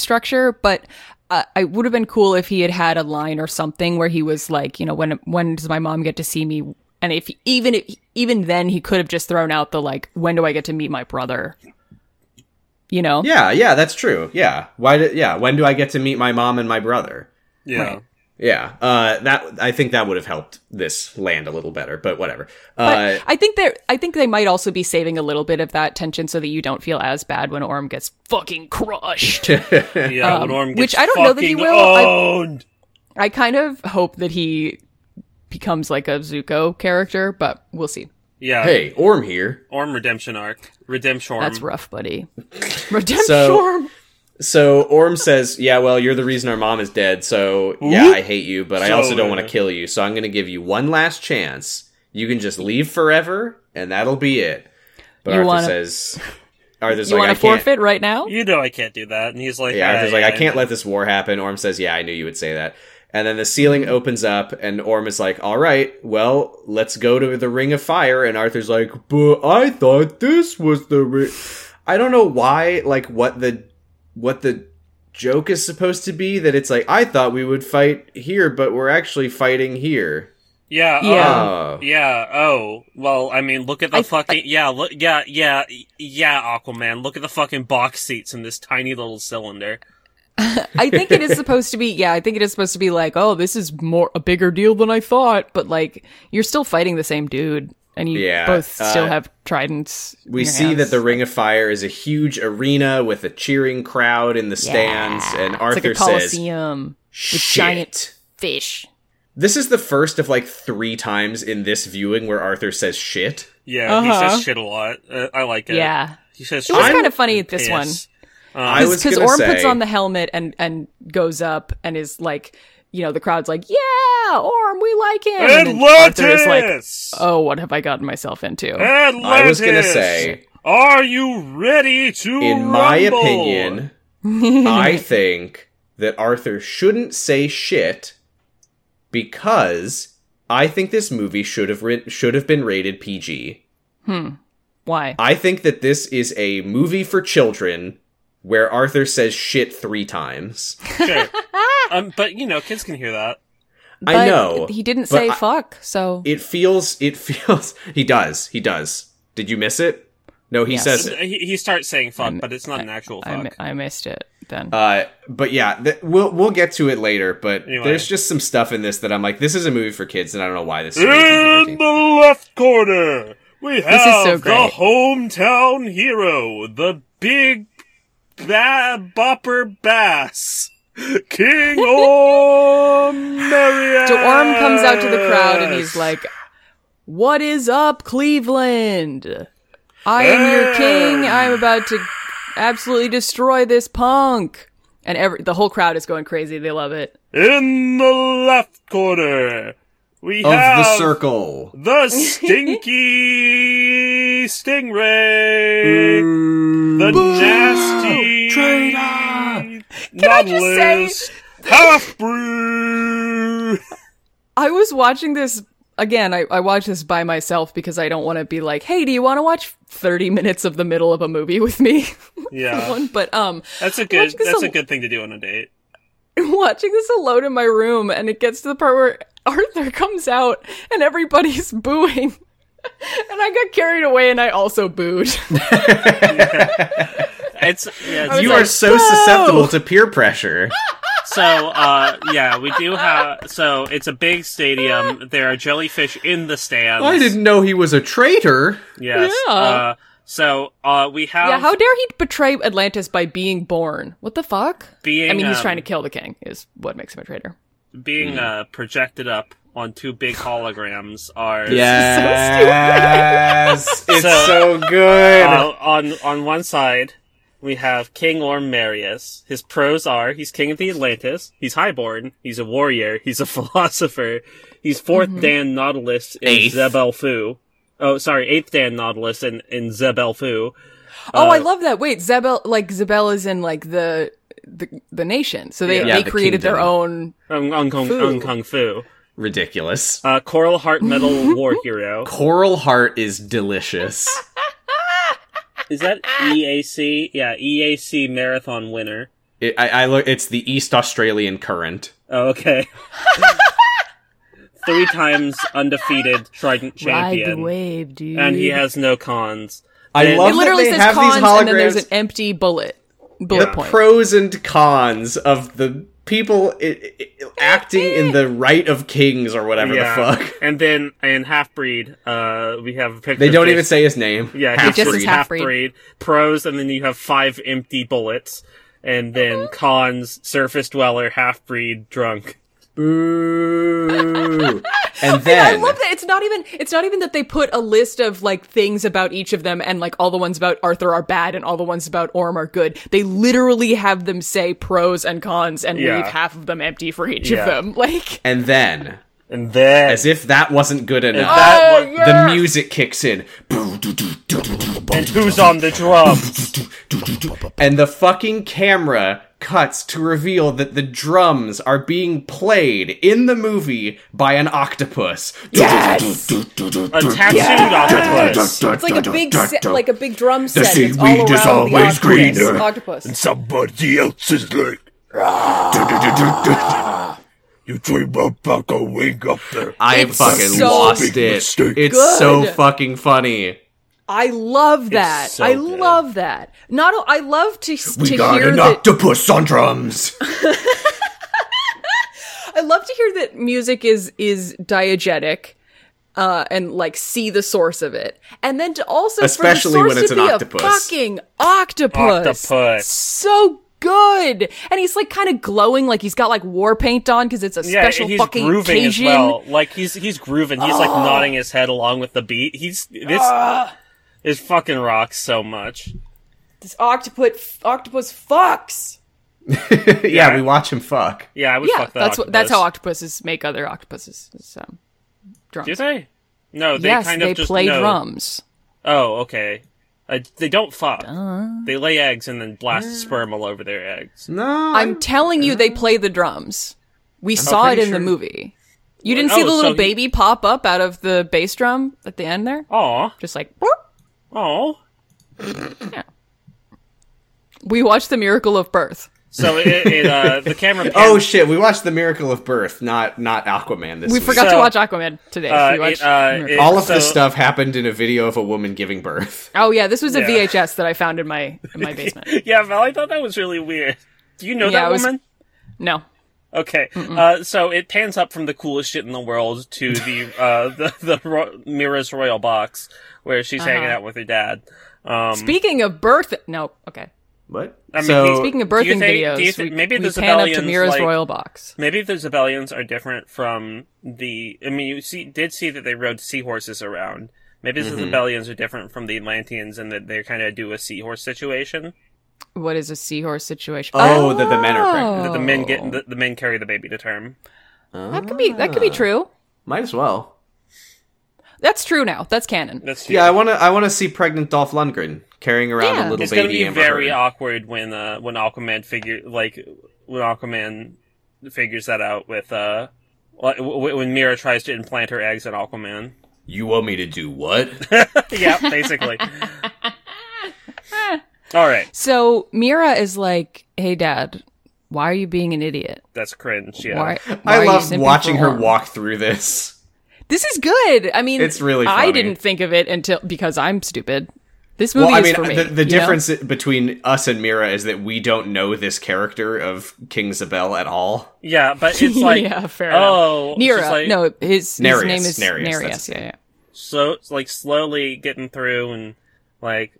structure, but uh, I would have been cool if he had had a line or something where he was like, you know, when when does my mom get to see me? And if even if, even then he could have just thrown out the like, when do I get to meet my brother? You know, Yeah, yeah, that's true. Yeah, why? Did, yeah, when do I get to meet my mom and my brother? Yeah. Yeah, uh, that I think that would have helped this land a little better, but whatever. Uh, But I think they I think they might also be saving a little bit of that tension so that you don't feel as bad when Orm gets fucking crushed. Yeah, when Orm Um, which gets I don't know that he fucking will. I- Owned. I kind of hope that he becomes like a Zuko character, but we'll see. Yeah. hey, Orm here. Orm redemption arc. Redemption. Um, That's rough, buddy. Redemption. So Orm says, "Yeah, well, you're the reason our mom is dead. So yeah, I hate you, but I also don't want to kill you. So I'm going to give you one last chance. You can just leave forever, and that'll be it." But You Arthur wanna- says, "Arthur's You like, want I to can't." forfeit right now? You know I can't do that. And he's like, Yeah, Arthur's like, yeah, I can't let this war happen. Orm says, Yeah, I knew you would say that. And then the ceiling opens up, and Orm is like, All right, well, let's go to the Ring of Fire. And Arthur's like, But I thought this was the ring. I don't know why, like, what the what the joke is supposed to be that it's like I thought we would fight here, but we're actually fighting here. Yeah. Yeah. Oh. Oh. Yeah. Oh. Well, I mean, look at the I- fucking yeah. Look. Yeah. Yeah. Yeah. Aquaman. Look at the fucking box seats in this tiny little cylinder. I think it is supposed to be. Yeah, I think it is supposed to be like, oh, this is more a bigger deal than I thought. But like, you're still fighting the same dude, and you Yeah, both still uh, have tridents. in We your see hands. that the Ring of Fire is a huge arena with a cheering crowd in the stands, and it's like Arthur a says, coliseum with "Shit." giant fish. This is the first of like three times in this viewing where Arthur says shit. Yeah, he Uh-huh. says shit a lot. Uh, I like it. Yeah, he says. it was shit kind and of funny at this piss. one. I was because gonna Orm say, puts on the helmet and and goes up and is like, you know, the crowd's like, yeah, Orm, we like him. And then Arthur is like, Atlantis. oh, what have I gotten myself into? Atlantis. I was gonna say, Are you ready to? in my rumble? opinion, I think that Arthur shouldn't say shit because I think this movie should have ri- should have been rated PG. Why? I think that this is a movie for children where Arthur says shit three times. Sure. um, but you know, kids can hear that. I know he didn't but say I- fuck. So It feels. It feels. He does. He does. Did you miss it? No, he Yes. says it. He, he starts saying "fuck," but it's not an actual I, mi- fuck. I missed it then. Uh, but yeah, th- we'll we'll get to it later. But Anyway. there's just some stuff in this that I'm like, this is a movie for kids, and I don't know why this is. In rated PG-13. the left corner, we have is so the great. hometown hero, the big ba- bopper bass, King Orm Merriam. so Orm comes out to the crowd and he's like, "What is up, Cleveland? I am your king. I'm about to absolutely destroy this punk." And every the whole crowd is going crazy. They love it. In the left corner, we of have the circle. the stinky stingray, the nasty traitor. Can I just say- half brew? I was watching this again. I, I watched this by myself because I don't want to be like, "Hey, do you want to watch 30 minutes of the middle of a movie with me?" Yeah, but um, that's a good. Watch this That's al- a good thing to do on a date. watching this alone in my room, and it gets to the part where Arthur comes out and everybody's booing, and I got carried away, and I also booed. It's yeah. it's You like- are so susceptible to peer pressure. so uh yeah. We do have so it's a big stadium. There are jellyfish in the stands. I didn't know he was a traitor. Yes. Yeah. Uh, so uh, we have yeah, how dare he betray Atlantis by being born? What the fuck? being. I mean, he's um, trying to kill the king. Is what makes him a traitor. being uh, projected up on two big holograms are Yes, it's So- so good. uh, on on one side we have King Orm Marius. His pros are he's king of the Atlantis, he's highborn, he's a warrior, he's a philosopher, he's 4th Dan Nautilus in Eighth. Zebelfu. Oh, sorry, eighth Dan Nautilus in in Zebelfu. Oh, Uh, I love that. Wait, Zebel like Zebel is in like the the, the nation. So they, Yeah, they the created their kingdom. Um, own um, kung, Fu. um, kung fu. Ridiculous. Uh, Coral Heart Metal War Hero. Coral heart is delicious. Is that EAC? Yeah, EAC Marathon winner. It, I, I look. It's the East Australian current. Oh, okay. Three times undefeted Trident champion. wave, dude. and he has no cons. I It love it literally that they says have cons these and then holograms. there's an empty bullet bullet the point. pros and cons of the people i- i- acting in the right of kings or whatever the fuck. And then in half breed, uh, we have a picture. They of don't Jason- even say his name. Yeah, Half half It just breed. is half breed. Pros, and then you have five empty bullets, and Uh-huh. then cons: surface dweller, half breed, drunk. Boo. and I then love that it's not even it's not even that they put a list of like things about each of them and like all the ones about Arthur are bad and all the ones about Orm are good. They literally have them say pros and cons and Yeah. leave half of them empty for each Yeah. of them. Like and then And then as if that wasn't good enough. that Oh, was- yeah. the music kicks in, and who's on the drums? and the fucking camera cuts to reveal that the drums are being played in the movie by an octopus. Yes! A tattooed octopus. It's like a big se- like a big drum set. seaweed that's all around is the always octopus. greener. Octopus. Somebody else is like. you dream of fuck a wing up there. I It's fucking so lost big it. mistake. It's Good. so fucking funny. I love that. so I good. love that. Not o- I love to We to got hear an that octopus on drums. I love to hear that music is is diegetic. Uh, and like see the source of it, and then to also Especially for the when source it's to an be octopus. a fucking octopus, Octopus. so good. And he's like kind of glowing, like he's got like war paint on because it's a Yeah, special he's fucking grooving Cajun. Oh. as well. Like he's he's grooving. He's like nodding his head along with the beat. He's this Ah. is fucking rocks so much. This octopus, octopus fucks. yeah, we watch him fuck. Yeah, I would Yeah, fuck that. that's what that's how octopus. octopuses make other octopuses. So, drums. Do they? No, they yes, kind they of just play no. drums. Oh, okay. Uh, they don't fuck. They lay eggs and then blast sperm all over their eggs. No, I'm telling you, they play the drums. We saw it pretty in the sure- movie. You didn't see oh, the so little he- baby pop up out of the bass drum at the end there? Aw, Just like, boop. aw. we watched the miracle of birth. So it, it uh, the camera. Oh pans- shit! We watched the Miracle of Birth, not not Aquaman. This We week. forgot to So, watch Aquaman today. uh, we watched it, uh, Miracle. it- all of this so- stuff happened in a video of a woman giving birth. oh yeah, this was a Yeah. VHS that I found in my in my basement. yeah, Val, I thought that was really weird. Do you know Yeah, that it was- woman? No, Okay, uh, so it pans up from the coolest shit in the world to the uh, the, the ro- Mira's royal box where she's Uh-huh. hanging out with her dad. Um, speaking of birth, no, okay. What? I mean, so he's Speaking of Do you birthing think- do you videos, think- we, maybe we the pan up to Zebellians, Mira's like- royal box. Maybe the Zebellians are different from the. I mean, you see, did see that they rode seahorses around. Maybe the Mm-hmm. Zebellians are different from the Atlanteans in that they kind of do a seahorse situation. What is a seahorse situation? Oh, that the men are pregnant. That the men Oh. get the, the men carry the baby to term. That could be that could be true. might as well. That's true now. That's canon. That's Yeah, I want to. I want to see pregnant Dolph Lundgren carrying around a Yeah. little it's baby. gonna be Amber very Heard. awkward when uh, when Aquaman figure like when Aquaman figures that out with uh like, w- w- when Mira tries to implant her eggs in Aquaman. You want me to do what? yeah, basically. All right, So Mira is like, "Hey, Dad, why are you being an idiot? that's cringe. Yeah, Why, why are I you love simping watching for her Orm?" walk through this. This is good. I mean, It's really I funny. didn't think of it until because I'm stupid. This movie Well, I is mean, uh, for me. the, the you know? difference between us and Mira is that we don't know this character of King Zabel at all. yeah, but it's like yeah, fair oh, enough. Nera, she's like- no, his, his Nereus, name is Nereus, Nereus. that's- yeah, yeah. so it's like slowly getting through and like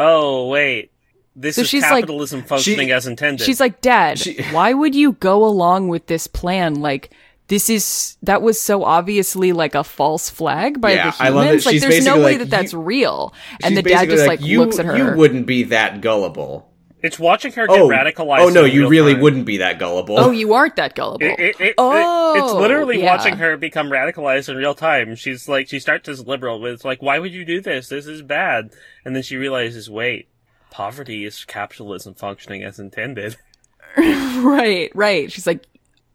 oh wait, this So is she's like- capitalism functioning as intended. She's like, Dad, She- why would you go along with this plan? Like, this is that was so obviously like a false flag by Yeah, the humans. I love it. Like, She's there's no basically way like, that that's you- real. And She's the dad basically just like, you, looks at her. You wouldn't be that gullible. it's watching her get Oh, radicalized. oh no, in you real really time. wouldn't be that gullible. Oh, you aren't that gullible. It- it- it- oh, it- it's literally yeah. watching her become radicalized in real time. She's like, she starts as liberal, but it's like, why would you do this? This is bad. And then she realizes, wait, poverty is capitalism functioning as intended. Right, right. She's like,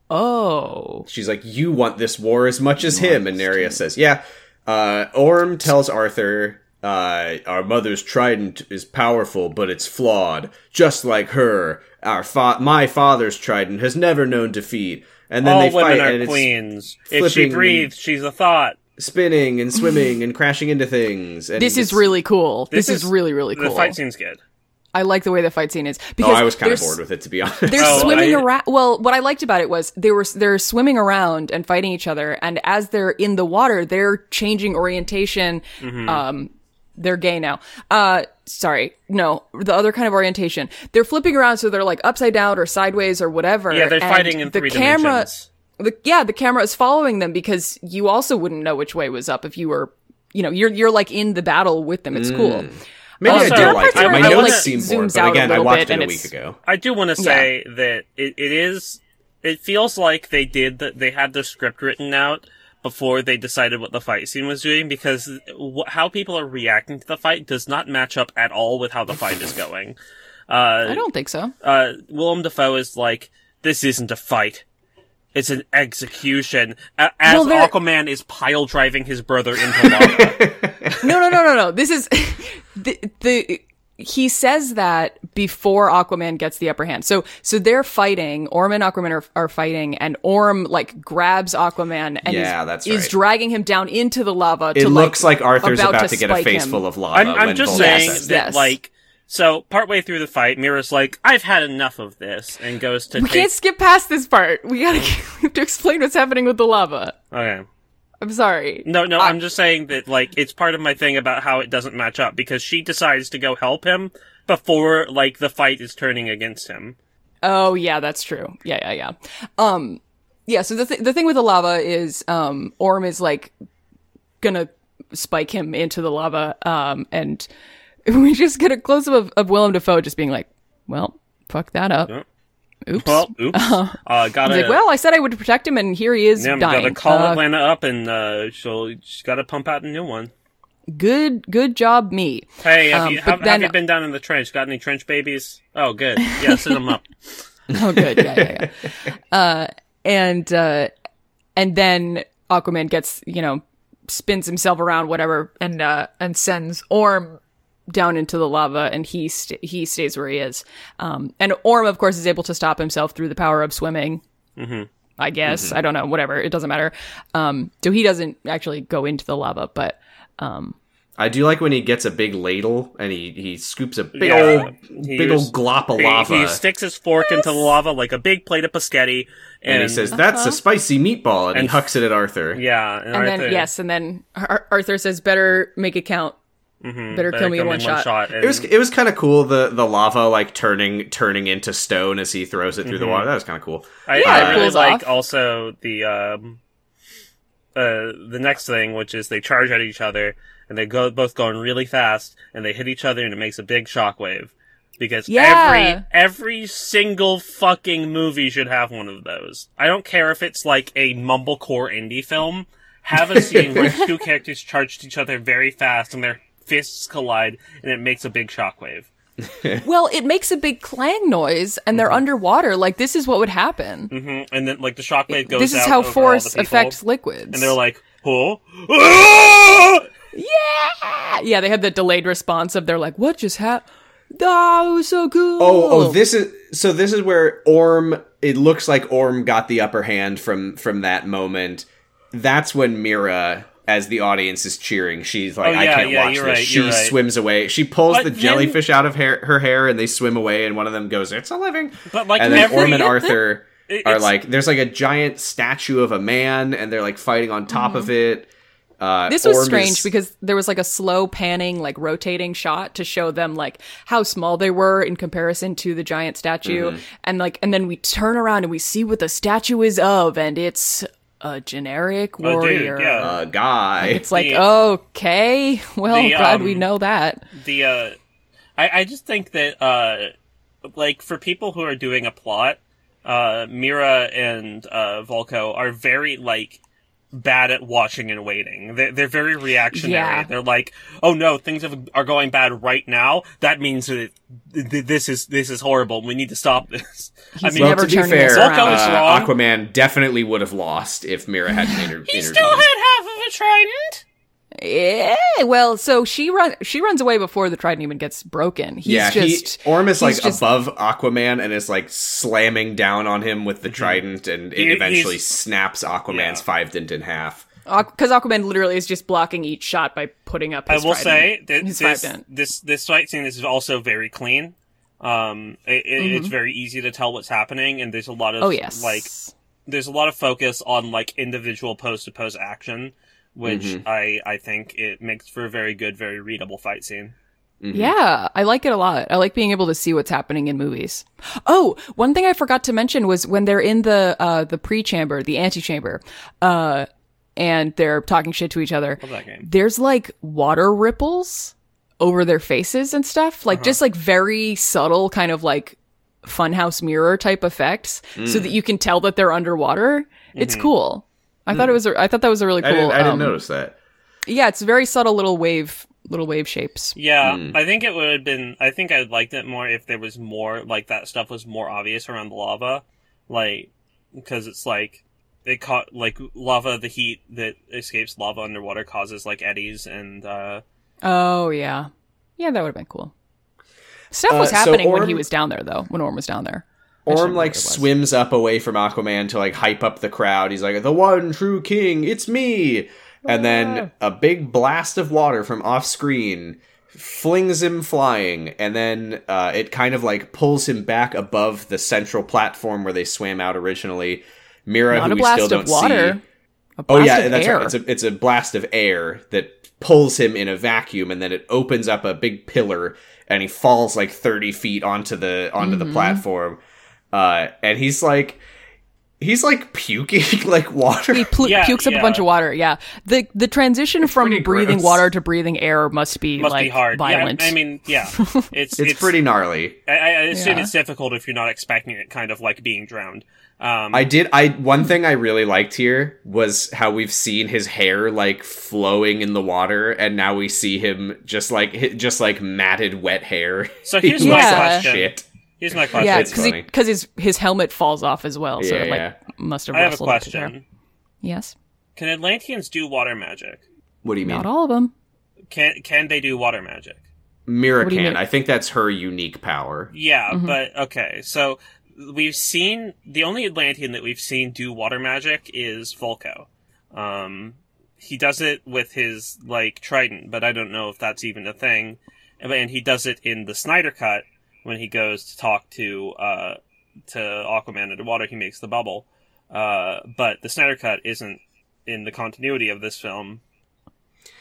oh, She's like, "You want this war as much as him," and Neria says, "Yeah." Uh, Orm tells Arthur, uh, "Our mother's trident is powerful, but it's flawed, just like her. Our fa- my father's trident has never known defeat." And then All they women fight, and are it's queens. If she flipping- breathes, she's a thought. spinning and swimming and crashing into things. And this is it's- really cool. This, is- is, really, really cool. The fight scene's good. I like the way the fight scene is Oh, because I was kind of there's- bored with it to be honest. They're Oh, swimming I- around. Well, what I liked about it was they were they're swimming around and fighting each other, and as they're in the water, they're changing orientation. Mm-hmm. Um, they're gay now. Uh, sorry, no, the other kind of orientation. They're flipping around, so they're like upside down or sideways or whatever. Yeah, they're and fighting in the three camera, dimensions. The, yeah, the camera is following them because you also wouldn't know which way was up if you were, you know, you're you're like in the battle with them. It's cool. Mm. Um, Maybe Also, I there do are like parts where it. My it, notes like, seem bored, zooms but out a again, I little watched bit it and a week it's- ago. I do want to say that it, it is. It feels like they did that. They had the script written out before they decided what the fight scene was doing because wh- how people are reacting to the fight does not match up at all with how the fight is going. I Uh, don't think so. uh, Willem Dafoe is like, "This isn't a fight." It's an execution a- as Well, there- Aquaman is pile driving his brother into lava. No, no, no, no, no. This is the the he says that before Aquaman gets the upper hand. So so they're fighting. Orm and Aquaman are, are fighting, and Orm like grabs Aquaman and Yeah, is, that's is right. dragging him down into the lava. It to, looks like, Arthur's about, to, get a spike face him. full of lava. I'm, I'm when just Volga saying says that, Yes. like, so partway through the fight, Mira's like, "I've had enough of this," and goes to We take. can't skip past this part. We gotta we have to explain what's happening with the lava. Okay, I'm sorry. no, no, I'm just saying that, like, it's part of my thing about how it doesn't match up because she decides to go help him before, like, the fight is turning against him. Oh yeah, that's true. Yeah, yeah, yeah. Um, yeah. So the th- the thing with the lava is, um, Orm is like gonna spike him into the lava. Um, and we just get a close up of, of Willem Dafoe just being like, "Well, fuck that up." Yep. Oops. Well, oops, uh, gotta He's Uh-huh. like, well, I said I would protect him, and here he is yeah, dying. gotta call Uh, Atlanta up, and uh, she'll she's gotta pump out a new one. good, good job, me. Hey, have, Um, you, but have, have then- you been down in the trench? Got any trench babies? Oh, good. Yeah, send them up. Oh, good. Yeah, yeah, yeah. uh, and uh, and then Aquaman gets you know spins himself around, whatever, and uh, and sends Orm down into the lava, and he st- he stays where he is. Um, and Orm, of course, is able to stop himself through the power of swimming. I guess I don't know. Whatever, it doesn't matter. Um, so he doesn't actually go into the lava, but I do like when he gets a big ladle and he, he scoops a big Yeah. old He big was- old glop of He- lava. He, sticks his fork into the lava like a big plate of paschetti, and, and he says, "That's a spicy meatball," and, And- he hucks it at Arthur. "Yeah." And, and Arthur- then yes, and then Ar- Arthur says, "Better make it count. mhm, better kill me in one shot." and- It was it was kind of cool the the lava like turning turning into stone as he throws it through Mm-hmm. the water. That was kind of cool. I, Yeah, I it really cools like off. also the um, uh, the next thing, which is they charge at each other, and they go both going really fast, and they hit each other, and it makes a big shockwave. Because Yeah. every every single fucking movie should have one of those. I don't care if it's like a mumblecore indie film. Have a scene where two characters charge each other very fast, and their fists collide, and it makes a big shockwave. Well, it makes a big clang noise, and Mm-hmm. they're underwater. Like this is what would happen. hmm And then like the shockwave goes. this is out how over all the force people, affects liquids. And they're like, oh. yeah, yeah. They have the delayed response of they're like, "What just happened? That was so cool." Oh, oh, this is so. This is where Orm. It looks like Orm got the upper hand from from that moment. That's when Mira, as the audience is cheering, she's like, Oh, "I yeah, can't yeah, watch you're this." right, she you're right. swims away. She pulls But the then- jellyfish out of her, her hair, and they swim away. And one of them goes, "It's a living." But, like, and then every- Orm and Arthur It- are it's- like, "There's like a giant statue of a man, and they're like fighting on top of Mm-hmm. it." Uh, this was Orm strange is- because there was like a slow panning, like rotating shot to show them like how small they were in comparison to the giant statue, Mm-hmm. and like, and then we turn around and we see what the statue is of, and it's a generic Oh, dude, warrior. yeah. a guy. It's like, The- okay, well, the, glad we um, know that. the uh I, I just think that uh like for people who are doing a plot, uh Mira and uh Volko are very like bad at watching and waiting. They're, they're very reactionary. Yeah. They're like, "Oh no, things have, are going bad right now. That means that th- th- this is this is horrible. We need to stop this." I He's mean, never- well, to be turning this fair, around. Volko is uh, wrong. Aquaman definitely would have lost if Mira hadn't inter- he intervened. still had half of a trident. Yeah, well, so she run she runs away before the trident even gets broken. He's yeah, just he, Orm is like just- above Aquaman and is like slamming down on him with the trident, and it He- eventually he's- snaps Aquaman's Yeah. five dent in half. because Aquaman literally is just blocking each shot by putting up. I His will trident. say that his this, trident. this this fight scene is also very clean. Um, it, it, it's very easy to tell what's happening, and there's a lot of Mm-hmm. oh yes, like there's a lot of focus on like individual pose to pose action, which Mm-hmm. I I think it makes for a very good, very readable fight scene. Mm-hmm. Yeah, I like it a lot. I like being able to see what's happening in movies. Oh, one thing I forgot to mention was when they're in the uh the pre-chamber, the antechamber, uh and they're talking shit to each other. that game. There's like water ripples over their faces and stuff, Uh-huh. like just like very subtle kind of like funhouse mirror type effects so Mm. that you can tell that they're underwater. It's cool. I thought it was a, I thought that was a really cool Mm-hmm. Mm. I didn't, I didn't um, notice that. Yeah, it's very subtle little wave little wave shapes. Yeah, Hmm. I think it would have been. I think I'd liked it more if there was more like that stuff was more obvious around the lava, like because it's like it caught like lava. The heat that escapes lava underwater causes like eddies and uh Oh yeah. Yeah, that would have been cool. Stuff was Uh, so happening when he Orm- was down there, though. When Orm was down there, I Orm should remember like what it was. swims up away from Aquaman to like hype up the crowd. He's like, "The one true king, it's me!" And then Ah. a big blast of water from off screen flings him flying, and then uh, it kind of like pulls him back above the central platform where they swam out originally. Mira, Not who a we blast still don't of water. see. A Oh blast yeah, of that's air. right. It's a it's a blast of air that pulls him in a vacuum, and then it opens up a big pillar, and he falls like thirty feet onto the onto Mm-hmm. the platform, uh, and he's like. He's like puking like water. he plu- Yeah, pukes up yeah. a bunch of water. Yeah, the the transition from pretty breathing gross. water to breathing air must be Must like be hard. violent. Yeah, I mean, yeah, it's it's, pretty gnarly. I, I assume Yeah. it's difficult if you're not expecting it, kind of like being drowned. Um, I did I one thing I really liked here was how we've seen his hair like flowing in the water and now we see him just like hi- just like matted wet hair. So He here's looks my like question. Shit. here's my question. yeah, it's because funny. because his his helmet falls off as well, so Yeah, it, like yeah. must have. I have a rustled up his hair. question. Yes, Can Atlanteans do water magic? What do you mean? not all of them. Can can they do water magic? Mira What do you can. mean? I think that's her unique power. Yeah, but okay. So we've seen the only Atlantean that we've seen do water magic is Volko. Um, he does it with his like trident, but I don't know if that's even a thing. And he does it in the Snyder Cut when he goes to talk to uh, to Aquaman underwater. He makes the bubble, uh, but the Snyder Cut isn't in the continuity of this film.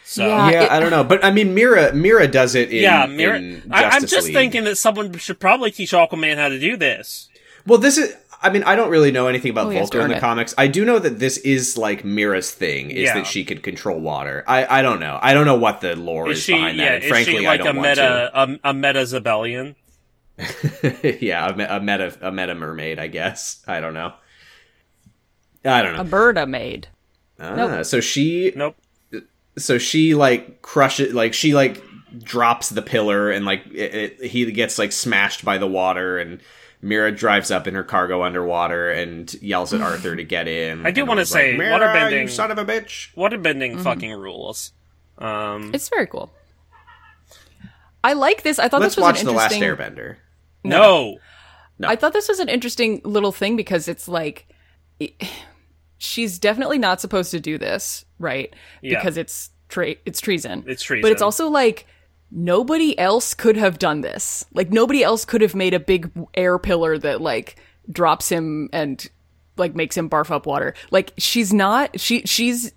So Yeah, yeah, it- I don't know, but I mean, Mira, Mira does it in. Uh, yeah, Mira- in I, I'm Justice just League. thinking that someone should probably teach Aquaman how to do this. Well, this is. I mean, I don't really know anything about Oh, he has to Volko in earn the it. comics. I do know that this is like Mira's thing is Yeah. that she could control water. I, I don't know. I don't know what the lore is, Is she? behind that. Yeah, and is frankly, she like I don't a want meta, um, a, a meta Zebellion? to. yeah, a, me- a meta a meta mermaid, I guess. I don't know. I don't A know. bird I made. Um, Ah, nope. So she Nope. so she like crushes like she like drops the pillar and like it, it, he gets like smashed by the water and mira drives up in her cargo underwater and yells at arthur to get in I do And wanna Orm's like, say, "Mira, waterbending- you son of a bitch Waterbending fucking rules. Um, Mm-hmm. It's very cool. I like this. I thought let's this was watch an the last interesting. airbender no. No. I thought this was an interesting little thing because it's like it- she's definitely not supposed to do this, right? Yeah. Because it's tra- it's treason. It's treason. But it's also like nobody else could have done this. Like nobody else could have made a big air pillar that like drops him and like makes him barf up water. Like she's not she she's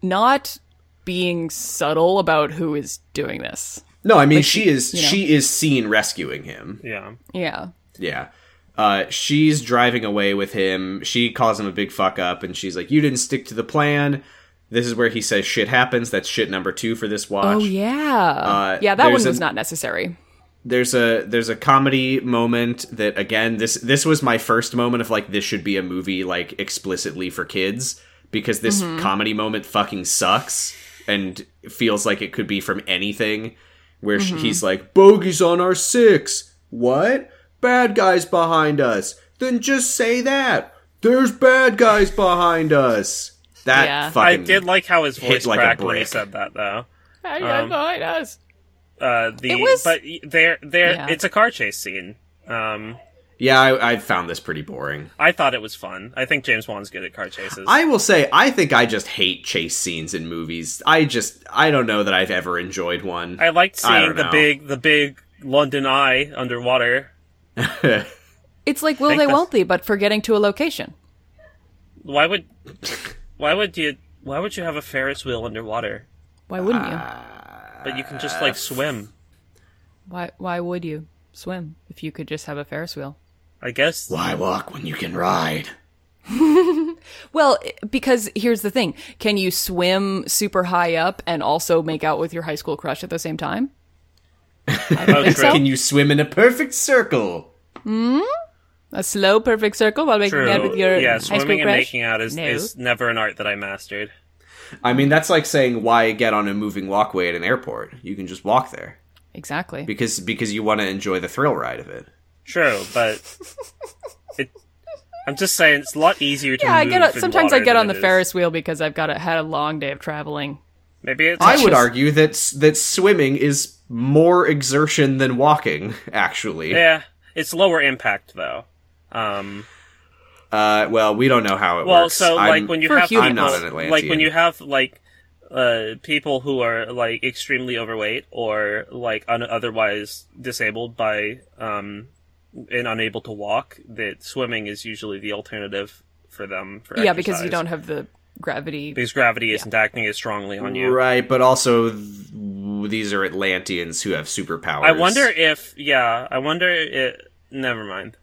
not being subtle about who is doing this. no i mean she is know. she is seen rescuing him yeah. Yeah. Yeah. Uh, she's driving away with him. She calls him a big fuck up, and she's like, "You didn't stick to the plan." This is where he says shit happens. That's shit number two for this watch. Oh yeah. Uh, yeah, that one there's was an- not necessary. There's a there's a comedy moment that again this this was my first moment of like this should be a movie like explicitly for kids because this comedy moment fucking sucks and feels like it could be from anything. Where sh he's like, "Bogey's on our six. What? Bad guys behind us? Then just say that. There's bad guys behind us." That Yeah. I fucking did like how his voice hit like a cracked when he brick. said that, though. Um, behind us. Uh, the It was- but there there Yeah. it's a car chase scene. Um, yeah. I, I found this pretty boring. I thought it was fun. I think James Wan's good at car chases. I will say, I think I just hate chase scenes in movies. I just, I don't know that I've ever enjoyed one. I liked I seeing don't the know. big the big London Eye underwater. It's like will think they that's- won't they, but for getting to a location. Why would why would you why would you have a Ferris wheel underwater? Why wouldn't you? Uh, But you can just like swim. Why why would you swim if you could just have a Ferris wheel? I guess Why walk when you can ride? Well, i- because here's the thing. Can you swim super high up and also make out with your high school crush at the same time? I don't think true. so. Can you swim in a perfect circle? A slow perfect circle while making True. out with your yeah, high school swimming and crush? making out is, No. is never an art that I mastered. I mean, that's like saying why get on a moving walkway at an airport? You can just walk there Exactly. because because you want to enjoy the thrill ride of it. True, but it, I'm just saying it's a lot easier to. yeah, I move get in on, sometimes I water get than on it the is. Ferris wheel because I've got a, had a long day of traveling. Maybe it's I would just- argue that s- that swimming is more exertion than walking, actually. Yeah, it's lower impact though. Um, Uh, well, we don't know how it well, works. so I'm- like when you For have humans. people- I'm not an Atlantean. like when you have like uh, people who are like extremely overweight or like un- otherwise disabled by um, and unable to walk, that swimming is usually the alternative for them. For yeah, because you exercise. don't have the gravity. because gravity isn't acting as strongly on you. Right, but also th- these are Atlanteans who have superpowers. I wonder if yeah, I wonder it. Never mind.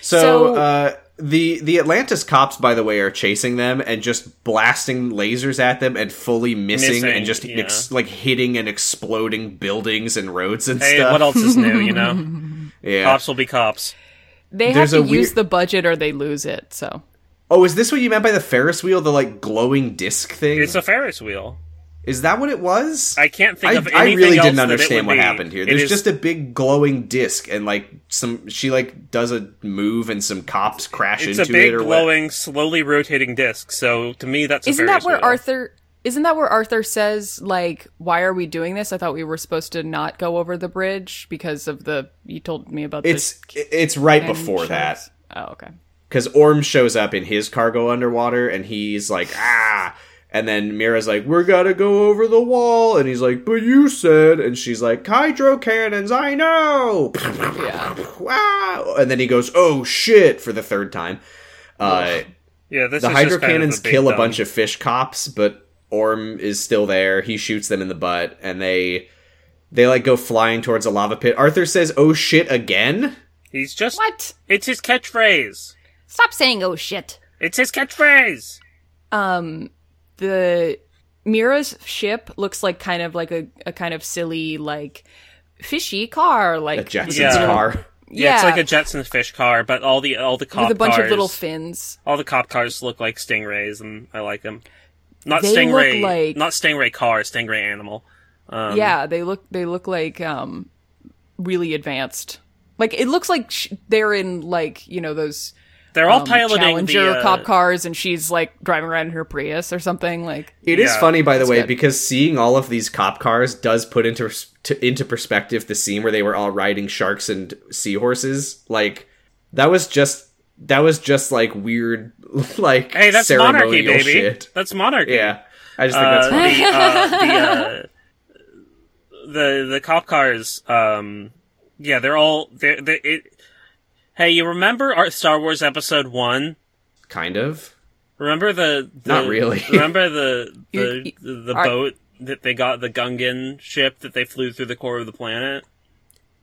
So, So- uh, the the Atlantis cops, by the way, are chasing them and just blasting lasers at them and fully missing, Missing, and just ex- like hitting and exploding buildings and roads and Hey, stuff. what else is new? You know, yeah. cops will be cops. They have There's to a weird- use the budget or they lose it. So Oh, is this what you meant by the Ferris wheel, the like glowing disc thing? It's a Ferris wheel. is that what it was? I can't think I, of I anything really else didn't that it understand would what be. happened here. It There's is- just a big glowing disc, and like some she like does a move, and some cops crash it's a into big it or what? glowing, slowly rotating disc. So to me, that's a isn't Ferris that where wheel. Arthur? Isn't that where Arthur says like, "Why are we doing this? I thought we were supposed to not go over the bridge because of the." You told me about the It's it's right cannon before shells." that Oh, okay. because Orm shows up in his cargo underwater, and he's like ah, and then Mira's like we're gonna go over the wall, and he's like but you said, and she's like hydro cannons, I know, Yeah. wow, and then he goes oh shit for the third time. Uh, Yeah, this the is just hydro kind of cannons big kill a dumb- bunch of fish cops, but Orm is still there. He shoots them in the butt, and they they like go flying towards a lava pit. Arthur says, "Oh shit!" again. He's just What? It's his catchphrase. Stop saying "oh shit." It's his catchphrase. um the mira's ship looks like kind of like a, a kind of silly like fishy car like At Jetson's Yeah. car. Yeah, it's Yeah. like a Jetsons fish car, but all the all the cop with a bunch cars, of little fins all the cop cars look like stingrays, and I like them. Not They look stingray, like- not stingray car, stingray animal. Um, yeah they look they look like um really advanced like it looks like sh- they're in like you know those they're all um, piloting challenger the, uh, cop cars and she's like driving around in her prius or something like It is Yeah, funny, by the way, good. because seeing all of these cop cars does put into to, into perspective the scene where they were all riding sharks and seahorses. Like that was just that was just like weird, like Hey, that's ceremonial monarchy, baby. shit. That's monarchy. Yeah, I just think Uh, that's funny. the, uh, the, uh, the the cop cars. Um, yeah, they're all they're, they it, Hey, you remember our Star Wars Episode One? kind of. Remember the, the Not really. Remember the the You- the, the are- boat that they got the Gungan ship that they flew through the core of the planet.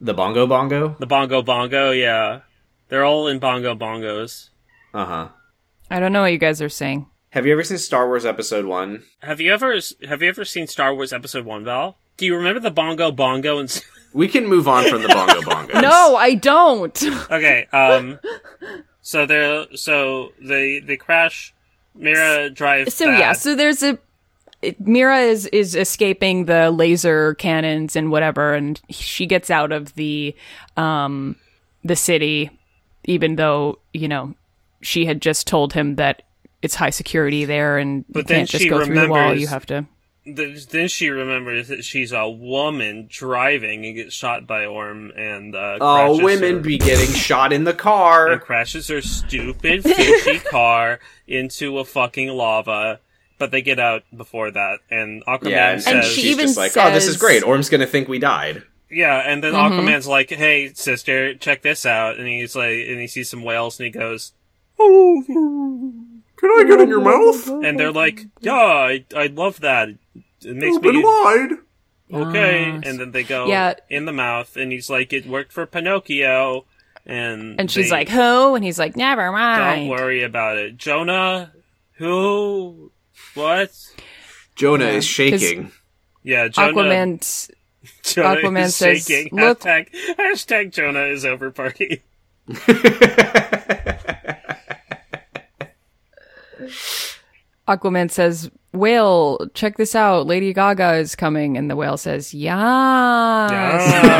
The bongo bongo. The Bongo Bongo. Yeah, they're all in Bongo Bongos. Uh huh. i don't know what you guys are saying Have you ever seen Star Wars Episode One? Have you ever have you ever seen Star Wars Episode One, Val? Do you remember the Bongo Bongo and? We can move on from the bongo bongo. no i don't Okay. Um. so they're so they they crash. Mira drives. so back. yeah so there's a it- mira is is escaping the laser cannons and whatever and she gets out of the um the city even though you know she had just told him that it's high security there and But you then can't just she go through the wall remembers- you have to Th- then she remembers that she's a woman driving and gets shot by Orm and uh, Oh, crashes her, women be getting shot in the and car. crashes her stupid fishy car into a fucking lava. But they get out before that, and Aquaman Yeah, and, says, and she she's even just like, "Oh, this is says- great. Orm's gonna think we died." Yeah, and then Mm-hmm. Aquaman's like, "Hey, sister, check this out," and he's like, and he sees some whales, and he goes, Can I get in your mouth? and they're like, "Yeah, I, I love that. It makes me wide. okay." Yes. And then they go Yeah. in the mouth, and he's like, "It worked for Pinocchio," and and she's they like who and he's like never "Don't mind worry about it, Jonah. Who? What? Jonah is 'cause- shaking. Yeah, Jonah. aquaman s- Jonah Aquaman is says, shaking. "Look- hashtag, hashtag Jonah is over party." aquaman says whale check this out lady gaga is coming and the whale says yeah Ah.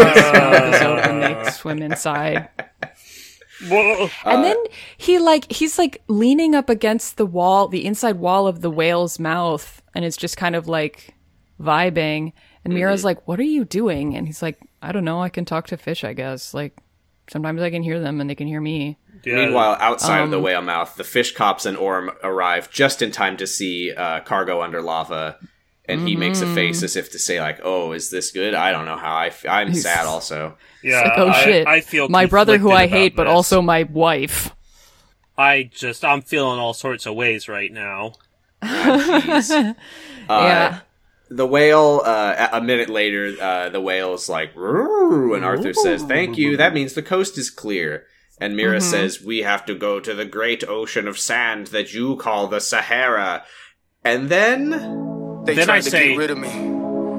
and they swim inside Whoa. and then he like he's like leaning up against the wall the inside wall of the whale's mouth and it's just kind of like vibing and And Mira's like, "What are you doing?" And he's like, "I don't know. I can talk to fish, I guess. Like sometimes I can hear them and they can hear me." Yeah. Meanwhile, outside Um, of the whale mouth, the fish cops and Orm arrive just in time to see uh, cargo under lava, and he makes a face as if to say, like, "Oh, is this good? I don't know how I. F- I'm Mm-hmm. He's- sad also." yeah, like, "Oh I, shit. I feel my brother who conflicted I hate about but this. also my wife." I just I'm feeling all sorts of ways right now. Jeez. Uh, yeah. The whale. Uh, a a minute later, uh, the whale's like, "Roo," and Arthur says, "Thank you. That means the coast is clear." And Mira Mm-hmm. says, "We have to go to the great ocean of sand that you call the Sahara." And then, They Then tried I to say- get rid of me.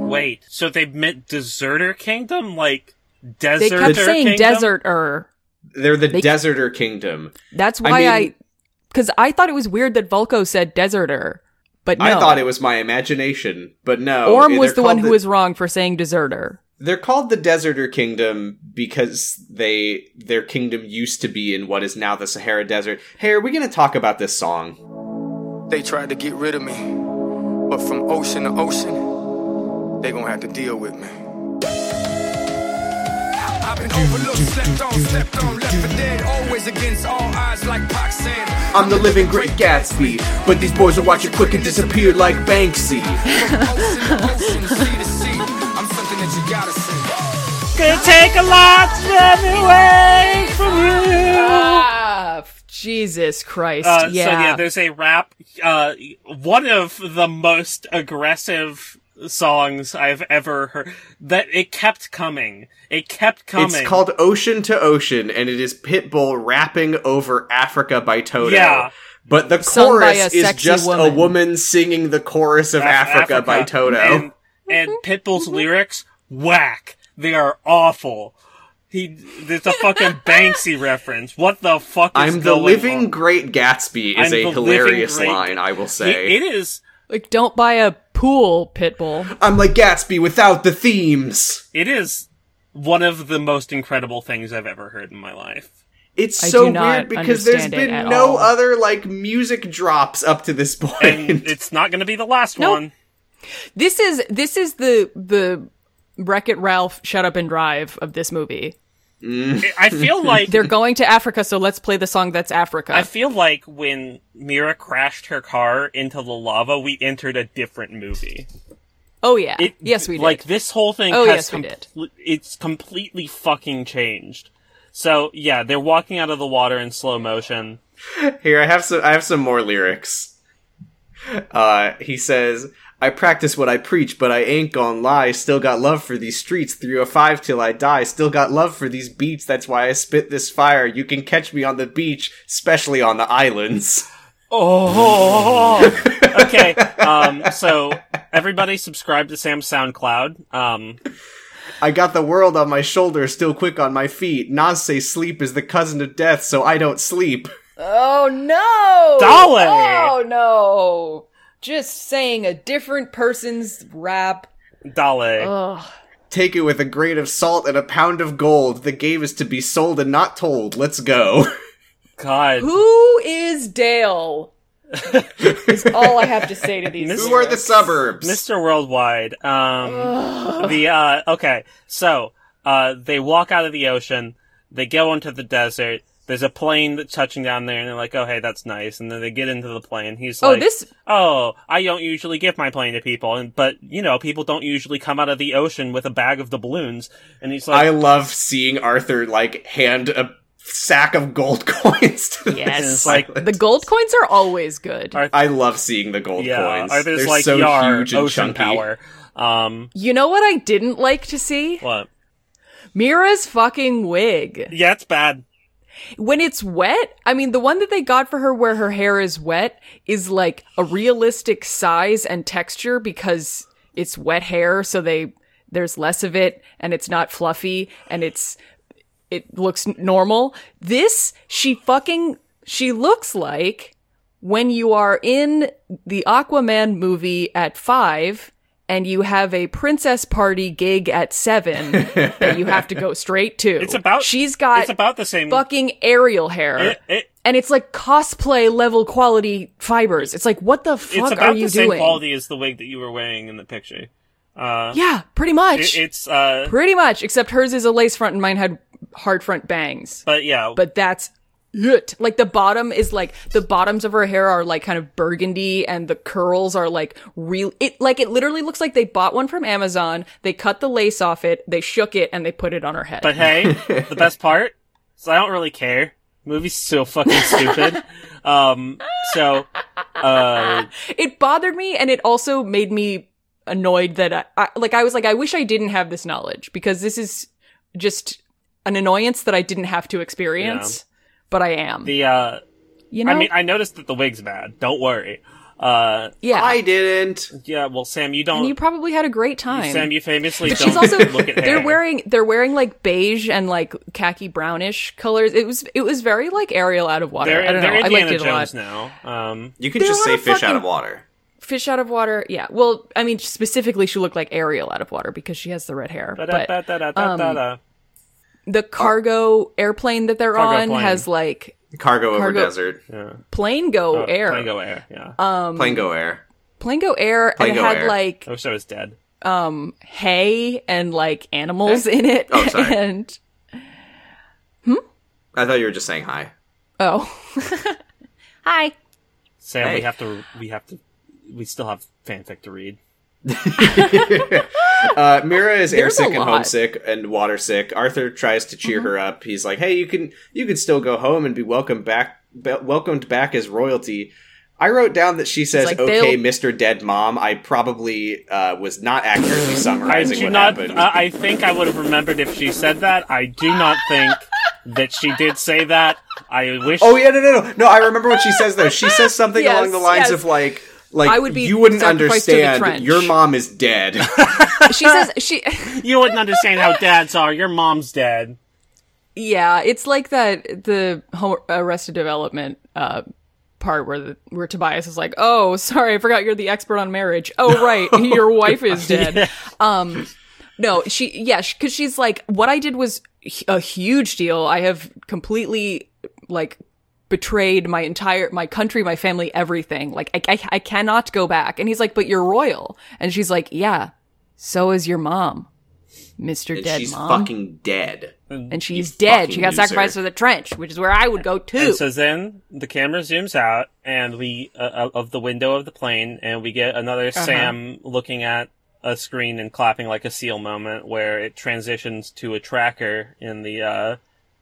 Wait, so they meant deserter kingdom, like deserter They kept saying kingdom? deserter. they're the They- Deserter Kingdom. That's I why mean- I cuz I thought it was weird that Volko said deserter, but no. I thought it was my imagination, but no. Orm was they're the one called who was wrong for saying deserter. They're called the Deserter Kingdom because they their kingdom used to be in what is now the Sahara Desert. Hey, are we going to talk about this song? They tried to get rid of me. But from ocean to ocean, they gonna have to deal with me. I've been overlooked, slept on, stepped on, left for dead. Always against all odds, like Pac said. I'm the living great Gatsby, but these boys will watch it quick and disappear like Banksy. From ocean to ocean, sea to sea. I'm something that you gotta see. Gonna take a lot to let me away from you. Ah, f- Jesus Christ. Uh, yeah. So yeah, there's a rap. Uh, one of the most aggressive songs I've ever heard. That it kept coming. It kept coming. It's called Ocean to Ocean and it is Pitbull rapping over Africa by Toto. Yeah. But the Sung by chorus a is sexy just a woman. woman singing the chorus of Af- Africa, by Toto. And, and Pitbull's Mm-hmm. lyrics whack. They are awful. He there's a fucking Banksy reference. What the fuck? Is I'm the going living on? great Gatsby is I'm a the living hilarious great- line, I will say. it is. like don't buy a pool pitbull. I'm like Gatsby without the themes. It is one of the most incredible things I've ever heard in my life. It's I so do weird not because there's understand it at been no all. other like music drops up to this point. And it's not going to be the last Nope. one. This is this is the the Wreck It Ralph Shut Up and Drive of this movie. I feel like They're going to Africa, so let's play the song that's Africa. I feel like when Mira crashed her car into the lava, we entered a different movie. oh yeah. It- yes we did. Like this whole thing Oh, has yes, we comple- it's completely fucking changed. So yeah, they're walking out of the water in slow motion. Here I have some I have some more lyrics. Uh he says, I practice what I preach, but I ain't gon' lie. Still got love for these streets, 305 till I die. Still got love for these beats, that's why I spit this fire. You can catch me on the beach, especially on the islands. Oh, okay. Um, so everybody subscribe to Sam's SoundCloud. Um, I got the world on my shoulders, still quick on my feet. Nas say sleep is the cousin of death, so I don't sleep. oh no. Dolly! Oh no. Just saying a different person's rap. Dale. Ugh. Take it with a grain of salt and a pound of gold. The game is to be sold and not told. Let's go. God. Who is Dale? is all I have to say to these. Who are the suburbs? Mr. Worldwide. Um, the uh, okay, so uh, they walk out of the ocean. They go into the desert. There's a plane that's touching down there, and they're like, "Oh, hey, that's nice." And then they get into the plane. He's Oh, like, this "Oh, I don't usually give my plane to people, and but you know, people don't usually come out of the ocean with a bag of doubloons." And he's I like, love seeing Arthur like hand a sack of gold coins to Yes. this It's like- the gold coins are always good. Are- I love seeing the gold "Yeah, coins. or They're there's like so yar huge and ocean chunky. power." Um, You know what I didn't like to see? what? Mira's fucking wig. Yeah, it's bad. When it's wet, I mean, the one that they got for her where her hair is wet is like a realistic size and texture because it's wet hair, so they there's less of it and it's not fluffy and it's it looks n- normal. This she fucking she looks like when you are in the Aquaman movie at 5 and you have a princess party gig at 7 that you have to go straight to. It's about- She's got It's about the same. fucking aerial hair. it- it, and it's like cosplay level quality fibers. It's like, what the it's fuck are about you the same doing? quality as the wig that you were wearing in the picture. Uh, Yeah, pretty much. it- it's uh, pretty much, except hers is a lace front and mine had hard front bangs. but yeah, but that's it. Like the bottom is like the bottoms of her hair are like kind of burgundy and the curls are like real it like it literally looks like they bought one from Amazon, they cut the lace off it, they shook it and they put it on her head. but hey, the best part is I don't really care. movie's so fucking stupid. um, so uh, it bothered me and it also made me annoyed that I, I like I was like I wish I didn't have this knowledge because this is just an annoyance that I didn't have to experience, but I am. the uh, you know? I mean, I noticed that the wig's bad. Don't worry. Uh, yeah. I didn't. yeah. Well, Sam, you don't. and you probably had a great time. Sam, you famously But don't she's also look at hair. they're wearing they're wearing like beige and like khaki brownish colors. It was it was very like Ariel out of water. They're, I don't they're know. I Indiana liked it a lot. Jones now. Um, You could They're just on say a fish out fucking- of water. Fish out of water. Yeah. Well, I mean specifically she looked like Ariel out of water because she has the red hair. But Da-da-da-da-da-da-da. the cargo airplane that they're Cargo on plane. has like Cargo, over Cargo- desert. plane go Uh, Oh, air. Tango air. Uh, Yeah. um, Plane go air. Plane go air Plane and it Go had Air. Oh. like I wish I was dead. hay and like animals in it. Oh, sorry. and I thought you were just saying hi. oh. Hi. Sam, Hey. we have to. We have to. We still have fanfic to read. Uh, Mira is There's a airsick and lot. Mm-hmm. homesick and water sick. Arthur tries to cheer her up. He's like, "Hey, you can you can still go home and be welcomed back be- welcomed back as royalty." I wrote down that she says, like, "Okay, they'll- Mister Dead Mom." I probably uh, was not accurately I summarizing do what not. uh, happened. I, I think I would have remembered if she said that. I do not think that she did say that. I wish. oh yeah, no, no, no, no. I remember what she says though. She says something Yes, along the lines yes. of like. Like I would be you wouldn't sacrificed to the understand. trench. Your mom is dead. She says she You wouldn't understand how dads are. Your mom's dead. Yeah, it's like that the Ho- Arrested Development uh, part where the, where Tobias is like, "Oh, sorry, I forgot you're the expert on marriage." Oh, right, your wife is dead. Um, no, she yeah, because she's like, "What I did was hu- a huge deal. I have completely like." betrayed my entire my country my family everything like I, I i cannot go back and he's like but you're royal and she's like yeah so is your mom mr and dead she's mom fucking dead. and she's You dead. fucking She got sacrificed loser. for the trench, which is where I would go too. And so then the camera zooms out, and we uh, uh, of the window of the plane, and we get another Uh-huh. Sam looking at a screen and clapping like a seal moment, where it transitions to a tracker in the uh,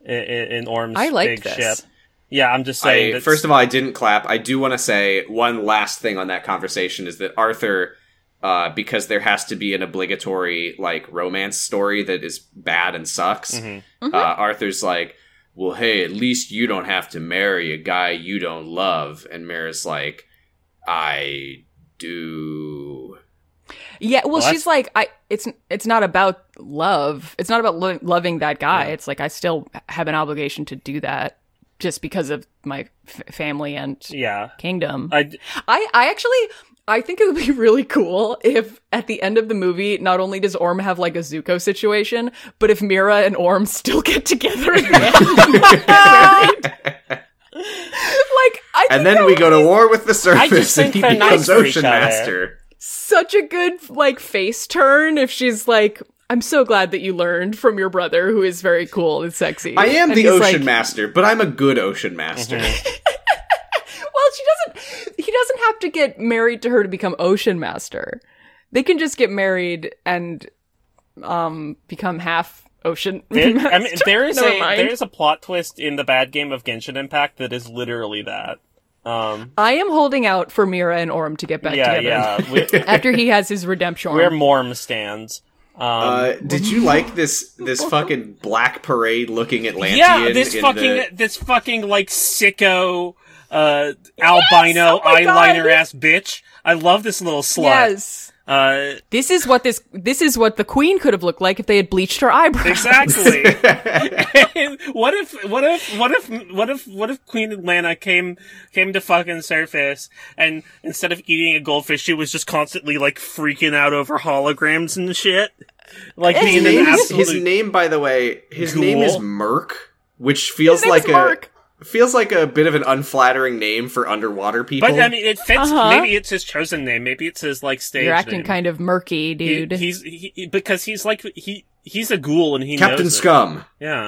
i- i- in Orm's I big liked this. ship. Yeah, I'm just saying. I, that first of all, I didn't clap. I do want to say one last thing on that conversation is that Arthur, uh, because there has to be an obligatory like romance story that is bad and sucks. Mm-hmm. Uh, Arthur's like, "Well, hey, at least you don't have to marry a guy you don't love," and Mira's like, "I do." Yeah, well, Well, that's- she's like, I. It's it's not about love. It's not about lo- loving that guy. It's like I still have an obligation to do that just because of my f- family and yeah, kingdom. I d- I I actually. I think it would be really cool if at the end of the movie, not only does Orm have like a Zuko situation, but if Mira and Orm still get together again. like, I think And then that we would go to war with the I just surface, and think he they're becomes nice for each ocean other. master. such a good like face turn if she's like I'm so glad that you learned from your brother who is very cool and sexy. I am And the he's ocean like- master, but I'm a good ocean master. Mm-hmm. Well, she doesn't he doesn't have to get married to her to become ocean master. They can just get married and um become half ocean there, master. I mean, there is Never a mind. there is a plot twist in the bad game of Genshin Impact that is literally that. Um, I am holding out for Mira and Orm to get back yeah, yeah, together we, after he has his redemption. where Morm stands. Um, Uh, did you like this this fucking black parade looking Atlantean? Yeah, this in fucking the- this fucking like sicko uh albino oh my God. eyeliner ass bitch. I love this little slut. yes. Uh This is what this this is what the queen could have looked like if they had bleached her eyebrows. exactly. And what if what if what if what if what if Queen Atlanta came came to fucking surface and instead of eating a goldfish she was just constantly like freaking out over holograms and shit? Like being an His, absolute his name, by the way, his name is Ghoul. Merc, which feels His name is like a Merc. feels like a bit of an unflattering name for underwater people. But I mean, it fits. Uh-huh. Maybe it's his chosen name. Maybe it's his like stage. You're acting name. kind of murky, He- dude. he's he, he- because he's like he he's a ghoul and he Captain knows it. Scum. Yeah,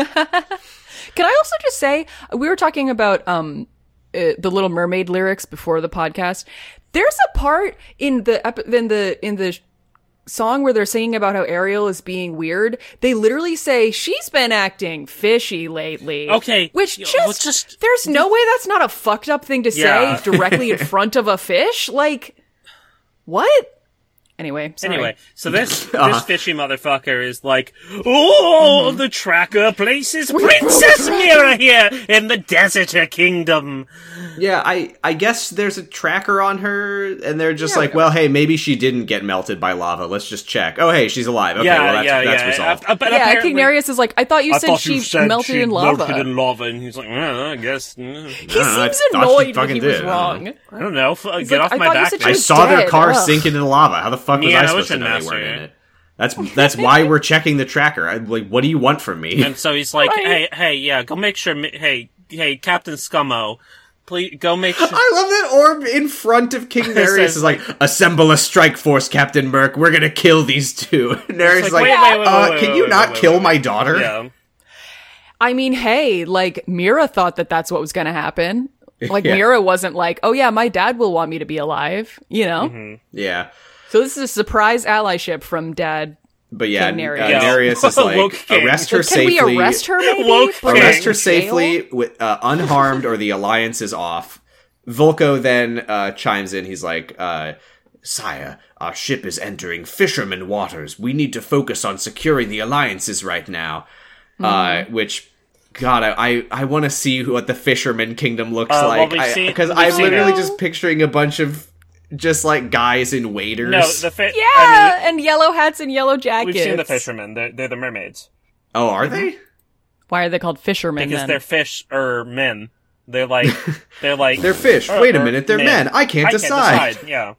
Can I also just say we were talking about um uh, the Little Mermaid lyrics before the podcast. There's a part in the ep- in the in the song where they're singing about how Ariel is being weird. They literally say she's been acting fishy lately. Okay, which yeah, just, well, just- there's no way that's not a fucked up thing to Yeah. say directly in front of a fish. Like what? Anyway, sorry. Anyway, so this Uh-huh. this fishy motherfucker is like, oh, Mm-hmm. the tracker places Princess Mira here in the deserter kingdom. Yeah, I I guess there's a tracker on her, and they're just like, well, hey, maybe she didn't get melted by lava. Let's just check. Oh, hey, she's alive. Okay, yeah, well, that's, yeah, that's yeah. resolved. Uh, but yeah, apparently- King Nereus is like, I thought you I said thought she you said melted she in lava. Melted in lava, and he's like, "Yeah, I guess. mm, He I thought seems she annoyed that fucking he was did. wrong. I don't know. F- uh, He's get like, off "I my thought you back." said then." I was saw their dead. car Ugh. sink into the lava. How the fuck was Yeah, I I supposed to wasn't know they master, were in yeah. it? That's that's why we're checking the tracker. I, like, what do you want from me? And so he's like, Right. "Hey, hey, yeah, go make sure. Mi- Hey, hey, Captain Scummo, please go make sure." I love that orb in front of King Nereus says, is like, assemble a strike force, Captain Merc. We're gonna kill these two. And Nereus is like, like, wait, wait, wait, uh, wait, wait, can wait, you wait, not wait, kill wait." my daughter? yeah. I mean, hey, like Mira thought that that's what was going to happen. Like Yeah. Mira wasn't like, oh yeah, my dad will want me to be alive, you know. Yeah. So this is a surprise allyship from dad. But yeah, King King Nereus. Nereus, Yeah. uh, Nereus is Woke like, King. arrest her Like, can safely. we arrest her? Maybe Woke Put king. arrest her in jail? safely with uh, unharmed or the alliance is off volko then uh, chimes in he's like uh, sire our ship is entering fisherman waters we need to focus on securing the alliances right now Hmm. uh, which god i i, I want to see what the fisherman kingdom looks Uh, well, like we've seen- because we've i'm seen literally it. just picturing a bunch of just like guys in waiters No, the fi- Yeah, I mean, and yellow hats and yellow jackets. We've seen the fishermen. They're, they're the mermaids oh are they Why are they called fishermen? because then? they're fish or men. They're like they're like they're fish or- wait a or minute they're men i can't, I decide. can't decide. Yeah,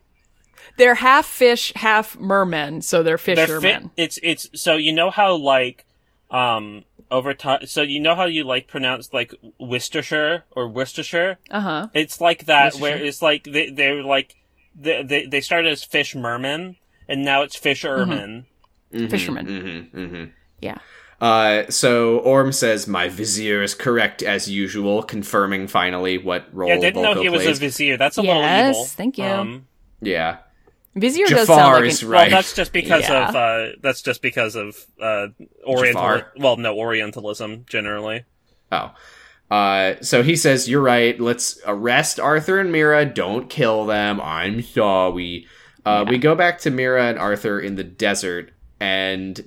They're half fish, half mermen, so they're they're fishermen. fi- It's it's so you know how like um over time. So you know how you like pronounce like Worcestershire or Worcestershire. uh huh. It's like that where Worcestershire. it's like they they're like they they, they started as fish mermen and now it's fish ermine. fishermen. Mm-hmm, mm-hmm. Yeah. Uh, so Orm says, "My vizier is correct as usual," confirming finally what role Yeah, I didn't Volko know he was plays. a vizier. That's a little Yes, evil. Um, thank you. yeah, Vizier does Jafar sound like is an- right. Well, that's just because Yeah. of uh, that's just because of uh, Oriental. Jafar. Well, no Orientalism generally. oh, uh, so he says, "You're right. Let's arrest Arthur and Mira. Don't kill them. I'm sorry." Uh, We go back to Mira and Arthur in the desert, and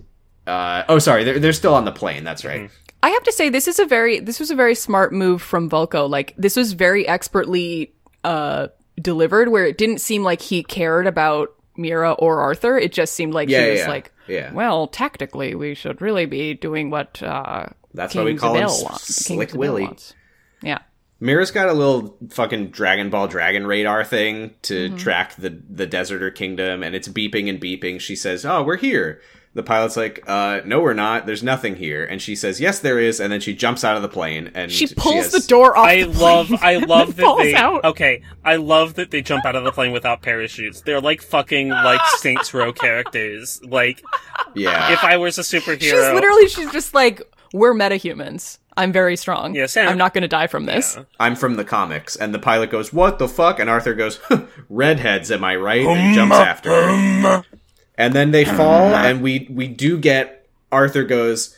uh, oh, sorry, they're they're still on the plane. That's right. I have to say this is a very this was a very smart move from Volko. Like this was very expertly uh delivered where it didn't seem like he cared about Mira or Arthur. It just seemed like Yeah, he yeah, was yeah. like Yeah. well, tactically we should really be doing what uh That's King why we call him Zabel S- wants- King Slick Zabel Willy. wants. Yeah. Mira's got a little fucking Dragon Ball Dragon radar thing to Mm-hmm. track the the Deserter Kingdom, and it's beeping and beeping. She says, "Oh, we're here." The pilot's like, "Uh, no, we're not. There's nothing here." And she says, "Yes, there is." And then she jumps out of the plane and She pulls has- the door off I the love, I love that falls they. out. Okay, I love that they jump out of the plane without parachutes. They're like fucking like Saints Row characters. Like Yeah, if I was a superhero, She's literally she's just like we're metahumans. I'm very strong. Yes, and- I'm not going to die from this. I'm from the comics. And the pilot goes, "What the fuck?" And Arthur goes, "Huh, "Redheads, am I right?" And jumps after her. And then they fall, and we we do get Arthur goes,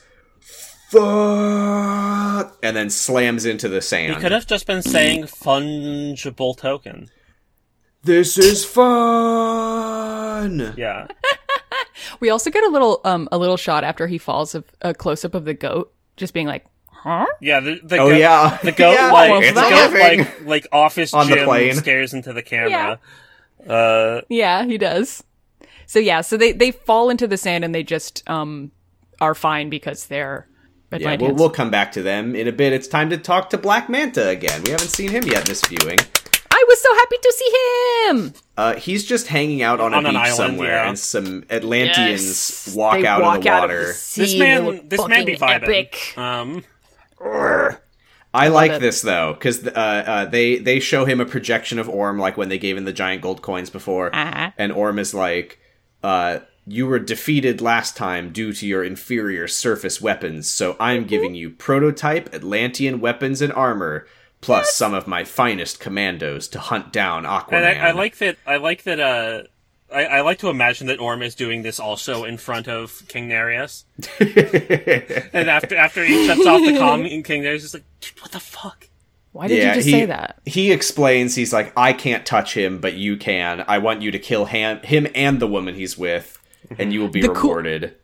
"Fuck," and then slams into the sand. he could have just been saying fungible token. This is fun. Yeah, We also get a little um a little shot after he falls of a close up of the goat just being like, "Huh?" yeah. The, the Oh goat, yeah, the goat yeah, like, it's the goat, laughing. like like office On the gym plane. stares into the camera. Uh, Yeah, he does. So yeah, so they they fall into the sand and they just um are fine because they're red Yeah, light we'll, hands. we'll come back to them in a bit. It's time to talk to Black Manta again. We haven't seen him yet this viewing. I was so happy to see him. Uh, he's just hanging out on, On a an beach island, somewhere, yeah. and some Atlanteans walk They out walk of the out water. sea. this They man, look this man be fucking vibing. epic. Um, I like it. this though because uh, uh, they they show him a projection of Orm like when they gave him the giant gold coins before, Uh-huh. and Orm is like, uh, "You were defeated last time due to your inferior surface weapons, so Mm-hmm. I'm giving you prototype Atlantean weapons and armor, plus some of my finest commandos to hunt down Aquaman." And I, I like that. I like that. Uh, I, I like to imagine that Orm is doing this also in front of King Nereus. and after after he shuts off the comm, King Nereus is like, "Dude, what the fuck?" Why did you just he, say that? He explains he's like, I can't touch him, but you can. I want you to kill him, him and the woman he's with, and you will be cool- rewarded.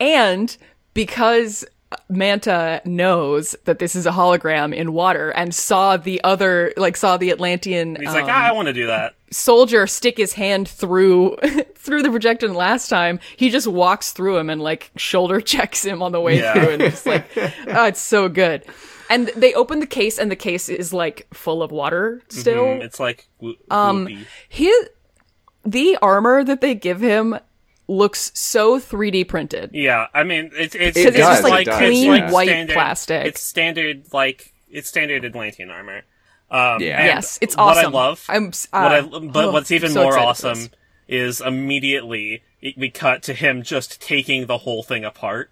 And because Manta knows that this is a hologram in water and saw the other, like saw the Atlantean He's um, like, ah, "I want to do that." soldier stick his hand through through the projection last time. He just walks through him and like shoulder checks him on the way Yeah. through, and it's like, oh, it's so good. And they open the case, and the case is like full of water still. Mm, It's like, wo- um, His the armor that they give him looks so 3D printed. yeah. I mean, it's it's, It does, it's just it like does, it's yeah. like clean white standard, plastic. It's standard like it's standard Atlantean armor. Um, Yeah. and Yes, it's awesome. What I love. I'm. s- what I, Uh, but oh, what's even so more excited for awesome this. is immediately it- we cut to him just taking the whole thing apart.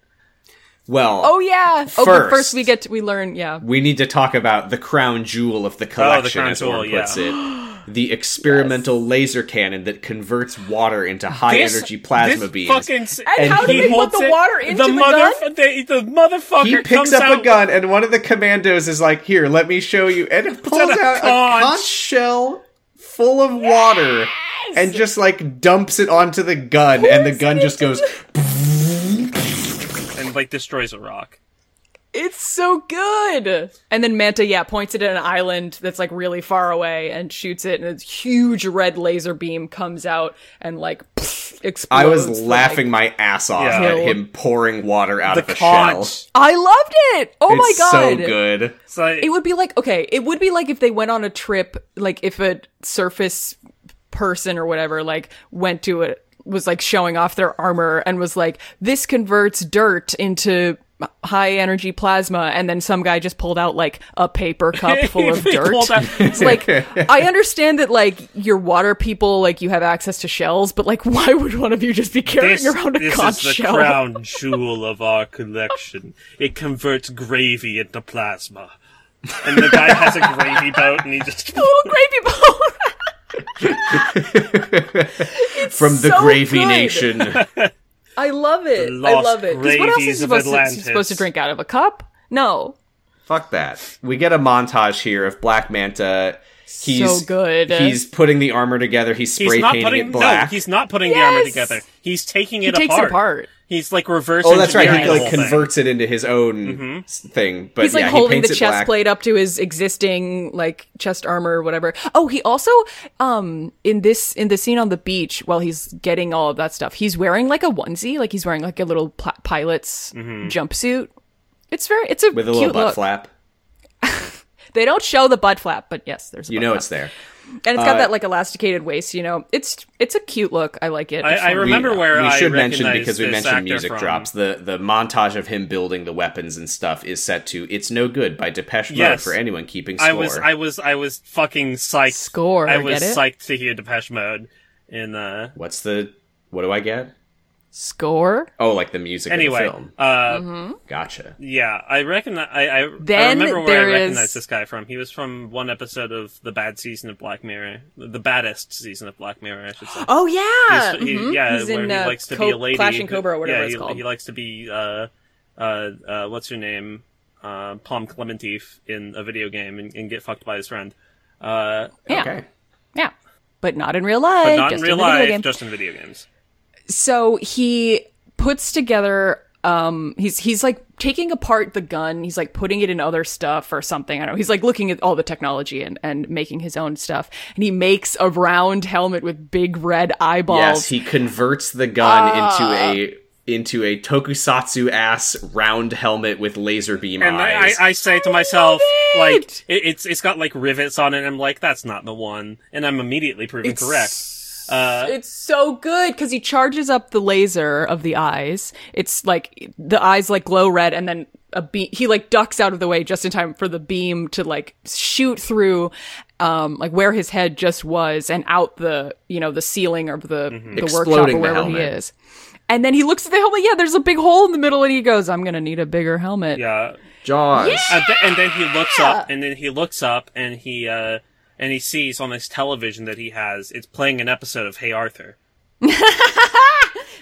Well, Oh yeah. Oh, but First. first we get to, we learn. Yeah. we need to talk about the crown jewel of the collection, Oh, crown as Orm jewel, puts it. The experimental laser cannon that converts water into high This- energy plasma this beams. Fucking, s- And how do he they put holds the it- water into the gun? they- the motherfucker he comes picks up out, a gun, and one of the commandos is like, "Here, let me show you," and it pulls out a out a conch. conch shell full of water and just like dumps it onto the gun, and the gun just goes. and like destroys a rock. It's so good. And then Manta, yeah, points it at an island that's like really far away and shoots it, and a huge red laser beam comes out and like explodes. I was for, like- laughing my ass off Yeah. at him pouring water out The of a conch. shell. I loved it. Oh my it's god. so good. So It would be like okay, it would be like if they went on a trip, like if a surface person or whatever like went to it was like showing off their armor and was like this converts dirt into high energy plasma and then some guy just pulled out like a paper cup full of He dirt pulled out- it's like i understand that like your water people like you have access to shells but like why would one of you just be carrying this, around a this conch is the shell crown jewel of our collection. It converts gravy into plasma. And the guy has a gravy boat, and he just little gravy boat From the so Gravy good. Nation. I love it. I Lost love it. 'Cause what else gravies is of supposed to, Atlantis. supposed to drink out of a cup? No. Fuck that. We get a montage here of Black Manta. He's So good. He's putting the armor together. He's spray he's not painting putting it black. no, he's not putting the armor Yes! together. He's taking it He takes apart. it apart. He's like reverse. Oh, that's right. He engineering like the whole thing. Mm-hmm. converts it into his own s- thing. But He's like yeah, he holding the paints chest it black. plate up to his existing like chest armor or whatever. Oh, he also um in this in the scene on the beach while he's getting all of that stuff, he's wearing like a onesie, like he's wearing like a little pl- pilot's jumpsuit. It's very it's a Mm-hmm. with a cute little butt look. flap. They don't show the butt flap, but yes, there's a You butt know flap. it's uh, there. and it's got that like elasticated waist. You know, it's it's a cute look. I like it. I, It's I fun. remember where we I should mention recognized because we this mentioned actor music from. drops. The the montage of him building the weapons and stuff is set to "It's No Good" by Depeche Mode Yes. for anyone keeping score. I was, I was, I was fucking psyched. Score, I was get it? psyched to hear Depeche Mode. In uh, What's the what do I get? score. Oh, like the music in the anyway, film. uh, Gotcha. yeah, I recognize. I, I, I Then remember where there I is- recognized this guy from. He was from one episode of the bad season of Black Mirror, the baddest season of Black Mirror, I should say. Oh yeah, Mm-hmm. He's- he- Mhm. yeah, He's where in he uh, likes to Co- be a lady. Clash and who- Cobra, or whatever yeah, it's he, called. He likes to be uh, uh, uh, what's her name, uh, Palm Clementif in a video game and, and get fucked by his friend. Uh, yeah, Okay. yeah, but not in real life. but not just in real the video life, game. just in video games. so he puts together. Um, he's he's like taking apart the gun. He's like putting it in other stuff or something. I don't know. He's like looking at all the technology and and making his own stuff. And he makes a round helmet with big red eyeballs. Yes, he converts the gun Uh, into a into a tokusatsu ass round helmet with laser beam And I, I, eyes. I say to myself, it! like it, it's it's got like rivets on it. and I'm like, that's not the one, and I'm immediately proven correct. It's so good because he charges up the laser of the eyes. It's like the eyes like glow red, and then a beam. He like ducks out of the way just in time for the beam to like shoot through, um, like where his head just was and out the you know the ceiling of the the workshop Exploding or the wherever he helmet. is. And then he looks at the helmet. Yeah, there's a big hole in the middle, and he goes, "I'm gonna need a bigger helmet." Yeah. Jaws. And, Uh, th- and then he looks up, and then he looks up, and he uh, and he sees on his television that he has it's playing an episode of Hey Arthur.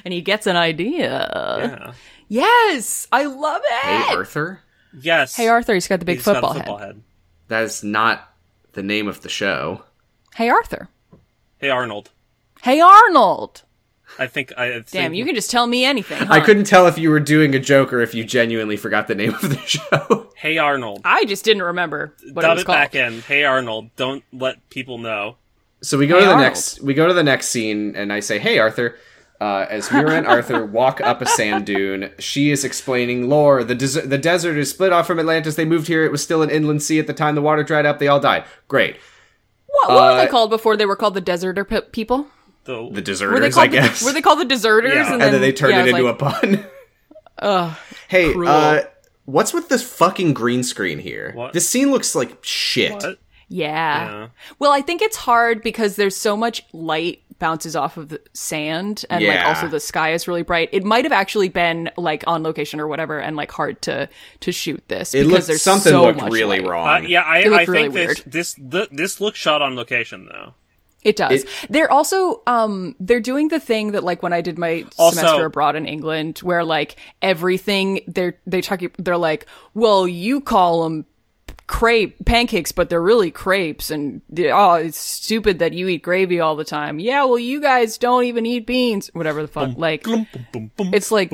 And he gets an idea. Yeah. Yes, I love it. Hey, Arthur? Yes. Hey Arthur, he's got the big He's got a football, football head. head. That is not the name of the show. Hey Arthur. Hey Arnold. Hey Arnold. I think I. I think- Damn, you can just tell me anything. I huh? couldn't tell if you were doing a joke or if you genuinely forgot the name of the show. Hey Arnold. I just didn't remember what it Dub was it called. back in. Hey Arnold. Don't let people know. So we go Hey, to the Arnold. next. We go to the next scene, and I say, "Hey, Arthur." Uh, as Mira and Arthur walk up a sand dune, she is explaining lore. The des- the desert is split off from Atlantis. They moved here. It was still an inland sea at the time. The water dried up. They all died. Great. What, what were Uh, they called before they were called the deserter pe- people? The, The Were they deserters, called I guess. The, were they called the deserters? Yeah. and then they turned yeah, it I was into like, a pun. Ugh. hey, Cruel. uh, what's with this fucking green screen here? What? This scene looks like shit. What? Yeah. Yeah. Well, I think it's hard because there's so much light bounces off of the sand and like Yeah. also the sky is really bright. It might have actually been like on location or whatever and like hard to to shoot this It because looked there's something so looked much really light. wrong. Uh, yeah, I, It looked I think really this this th- this looks shot on location though. It does. It- they're also um they're doing the thing that like when I did my Also- semester abroad in England where like everything they're they talk they're like, "Well, you call them crepe pancakes, but they're really crepes and oh, it's stupid that you eat gravy all the time." Yeah, well, you guys don't even eat beans, whatever the fuck. Like it's like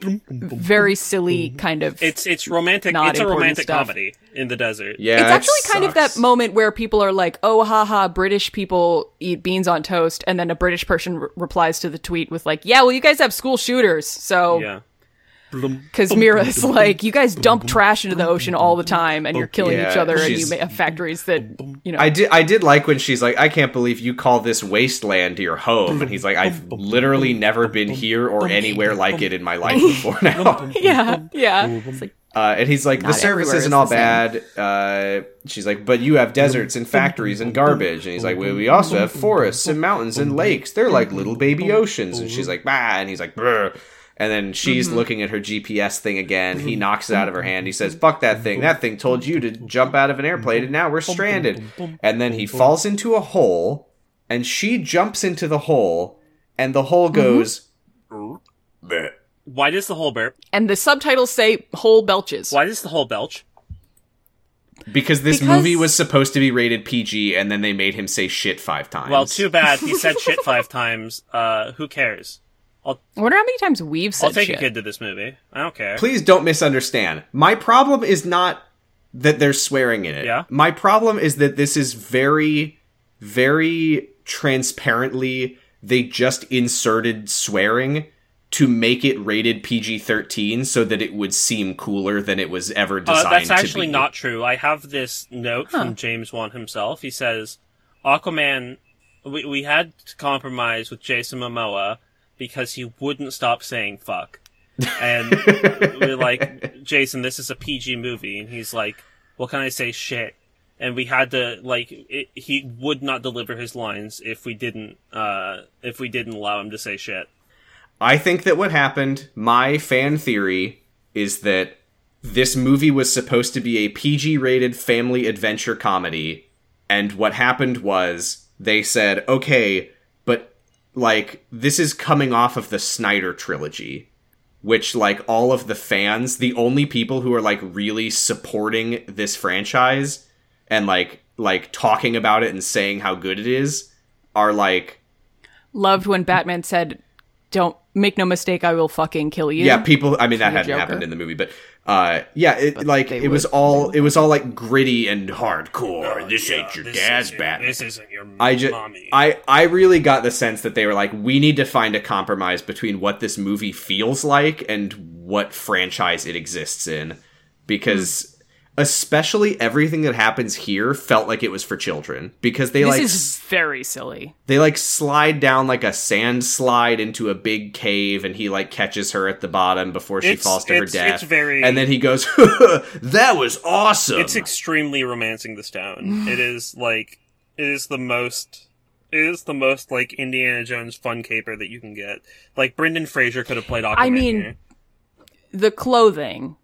very silly kind of It's it's romantic. Not it's a important romantic stuff. comedy in the desert. Yeah, it's it actually kind of sucks. that moment where people are like, "Oh, haha, British people eat beans on toast," and then a British person re- replies to the tweet with like, "Yeah, well, you guys have school shooters, so Yeah. because Mira's like, you guys dump trash into the ocean all the time, and you're killing each Yeah, other, and you she's- ma- have factories that you know." I did. I did like when she's like, "I can't believe you call this wasteland your home," and he's like, "I've literally never been here or anywhere like it in my life before now." yeah, yeah. It's like, Uh, and he's like, "The service everywhere isn't is all the same. bad." Uh, she's like, "But you have deserts and factories and garbage," and he's like, well, "We also have forests and mountains and lakes. They're like little baby oceans." And she's like, "Bah," and he's like, "Brr." And then she's Mm-hmm. looking at her GPS thing again. He knocks it out of her hand. He says, "Fuck that thing. That thing told you to jump out of an airplane, and now we're stranded." And then he falls into a hole, and she jumps into the hole, and the Mm-hmm. hole goes. Why does the whole burp? and the subtitles say "whole belches." Why does the whole belch? Because this Because- movie was supposed to be rated PG, and then they made him say shit five times. Well, too bad he said shit five times. Uh, who cares? I wonder how many times we've said I'll take shit. a kid to this movie. I don't care. Please don't misunderstand. My problem is not that they're swearing in it. Yeah. My problem is that this is very, very transparently, they just inserted swearing to make it rated PG 13 so that it would seem cooler than it was ever Uh, designed that's to actually be. not true. I have this note from James Wan himself. He says, "Aquaman, we we had to compromise with Jason Momoa because he wouldn't stop saying fuck." And we're like, "Jason, this is a PG movie," and he's like, "What can I say? Shit." And we had to like it, he would not deliver his lines if we didn't uh if we didn't allow him to say shit. I think that what happened, my fan theory, is that this movie was supposed to be a PG rated family adventure comedy. And what happened was they said, okay, but like, this is coming off of the Snyder trilogy, which, like, all of the fans, the only people who are like really supporting this franchise and like, like talking about it and saying how good it is are like, Loved when Batman said, "Don't make no mistake, I will fucking kill you." yeah people i mean that hadn't Joker. happened in the movie but uh yeah it like they it was would- all it was all like gritty and hardcore Or this ain't your This dad's isn't- Batman. This isn't your i just mommy. i i really got the sense that they were like we need to find a compromise between what this movie feels like and what franchise it exists in because Hmm. especially everything that happens here felt like it was for children because they This like is very silly. they like slide down like a sand slide into a big cave and he like catches her at the bottom before she It's- falls to her it's- death it's very- and then he goes that was awesome It's extremely romancing this down. it is like it is the most it is the most like Indiana Jones fun caper that you can get. Like Brendan Fraser could have played Aquaman. I mean- here. The clothing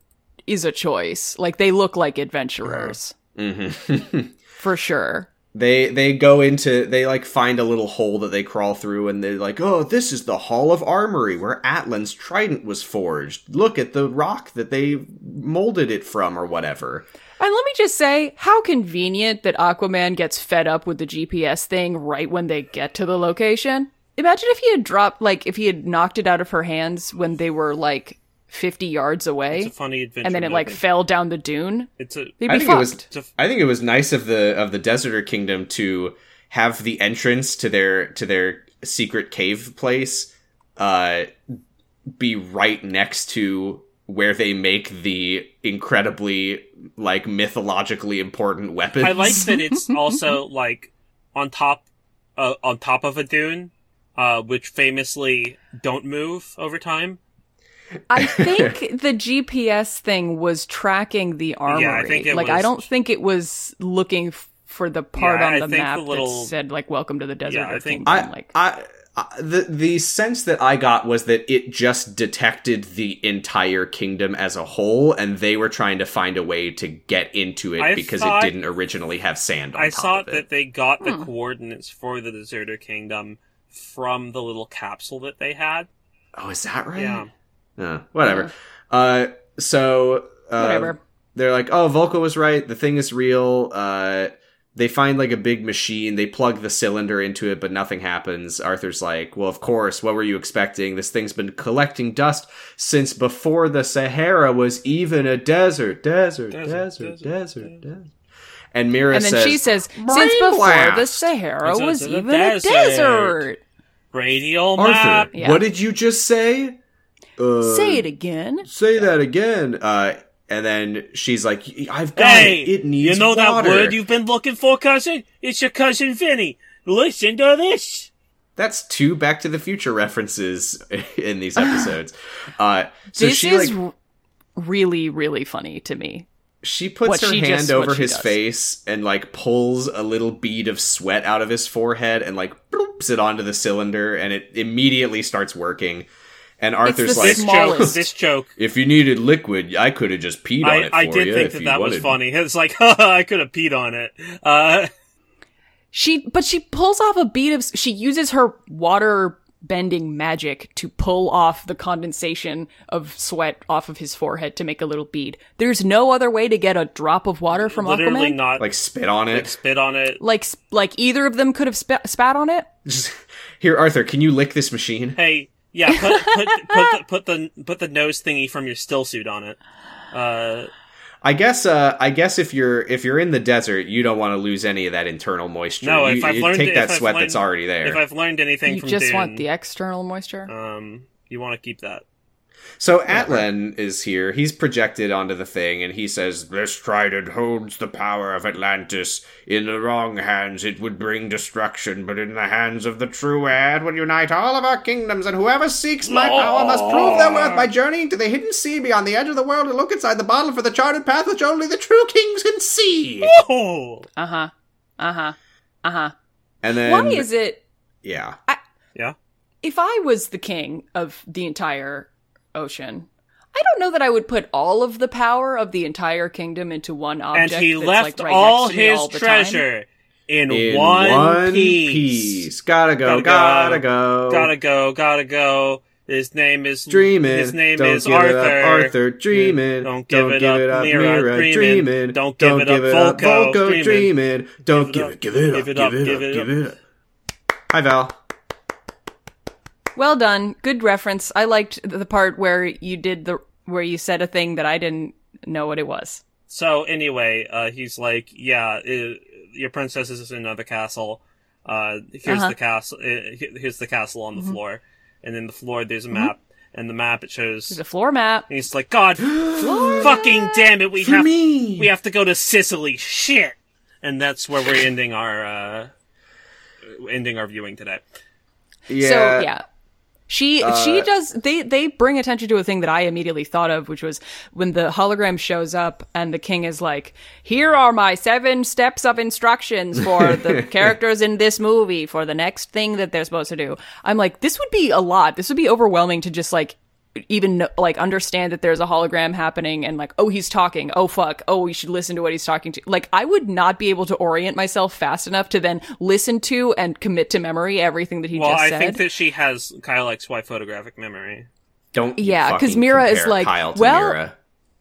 is a choice. Like they look like adventurers Mhm. for sure. they they go into they like find a little hole that they crawl through and they're like oh this is the hall of armory where atlan's trident was forged look at the rock that they molded it from or whatever And let me just say how convenient that Aquaman gets fed up with the GPS thing right when they get to the location. Imagine if he had dropped, like, if he had knocked it out of her hands when they were like 50 yards away, It's a funny adventure. and then it like movie. fell down the dune. it's a They'd be i think fucked. it was it's a i think it was nice of the of the deserter kingdom to have the entrance to their to their secret cave place uh be right next to where they make the incredibly like mythologically important weapons I like that it's also like on top uh, on top of a dune, uh, which famously don't move over time. I think the GPS thing was tracking the armory. I think it like, was- I don't think it was looking f- for the part Yeah, on I the think map the little- that said like "Welcome to the Desert." Yeah, I or think- Kingdom. I, like, I, I the the sense that I got was that it just detected the entire kingdom as a whole, and they were trying to find a way to get into it I because thought- it didn't originally have sand on I top saw of that it. Hmm. they got the coordinates for the Deserter Kingdom from the little capsule that they had. oh, is that right? Yeah. Uh, whatever. Uh, so uh, whatever. they're like, oh, Volko was right. The thing is real. Uh, they find like a big machine. They plug the cylinder into it, but nothing happens. Arthur's like, well, of course. What were you expecting? This thing's been collecting dust since before the Sahara was even a desert. Desert, desert, desert, desert, desert. And Mira And then says, she says, "Since before the "Brainblast." Sahara It's was also the even a desert." desert." Radial Arthur, map. Yeah. what did you just say? Uh, Say it again. Say that again. Uh, and then she's like, I've got Hey, it. It needs you know that water." word you've been looking for, cousin? It's your cousin Vinny. Listen to this. That's two Back to the Future references in these episodes. uh, so this she is like r- really, really funny to me. she puts what her she hand just- what over she his does. face and like pulls a little bead of sweat out of his forehead and like bloops it onto the cylinder and it immediately starts working. And Arthur's the like, This sm- Smallest. joke. This joke. "If you needed liquid, I could have just peed on I, it for I did you think if that you that wanted." was funny. It's like, I could have peed on it. Uh, She, but she pulls off a bead of. She uses her water bending magic to pull off the condensation of sweat off of his forehead to make a little bead. There's no other way to get a drop of water from literally Aquaman. not Like spit on it. spit on it. Like, s- like either of them could have spa- spat on it. Just, Here, Arthur, can you lick this machine? Hey, yeah, put put put the, put the put the nose thingy from your still suit on it. Uh, I guess uh, I guess if you're if you're in the desert, you don't want to lose any of that internal moisture. No, you, if I've you learned- take if that I've sweat learned- that's already if there. I've learned anything You from just Dune, want the external moisture. um, you want to keep that. So Atlan is here. He's projected onto the thing, and he says, This trident holds the power of Atlantis. In the wrong hands, it would bring destruction, but in the hands of the true heir, it would unite all of our kingdoms, and whoever seeks my power must prove their worth by journeying to the hidden sea beyond the edge of the world to look inside the bottle for the charted path which only the true kings can see. Oh, Uh huh. Uh huh. Uh huh. and then Why is it yeah? if I was the king of the entire ocean, I don't know that I would put all of the power of the entire kingdom into one and object. he that's, left like, right all next to me his all the time. treasure in, In one, one piece. Gotta go, gotta Gotta go, go, Gotta go, gotta go. His name is Dreaming. His name don't is give Arthur. It up, Arthur dreaming. Don't give it up, Mira, dreamin'. dreamin'. Don't give it up, Volko, dreamin'. dreaming. Don't Give give it it, give it up, give it up, give it up, give it up. Hi Val. Well done. Good reference. I liked the part where you did the where you said a thing that I didn't know what it was. So anyway, uh, he's like, "Yeah, uh your princess is in another castle. Uh, here's Uh-huh. Mm-hmm. the castle. Uh, he- here's the castle on the floor, and then the floor there's a map. and the map it shows. There's a floor map. And he's like, God, fucking damn it, we have we have to go to Sicily. Shit, and that's where we're ending our uh, ending our viewing today. Yeah. So yeah. She she does they they bring attention to a thing that I immediately thought of, which was when the hologram shows up and the king is like, Here are my seven steps of instructions for the characters in this movie for the next thing that they're supposed to do. I'm like, this would be a lot. This would be overwhelming to just like even know- like understand that there's a hologram happening and like oh he's talking oh fuck oh we should listen to what he's talking to like i would not be able to orient myself fast enough to then listen to and commit to memory everything that he Well, just I said think that she has Kyle XY photographic memory. Don't you Yeah, 'cause fucking Mira is compare like, Kyle to well- Mira.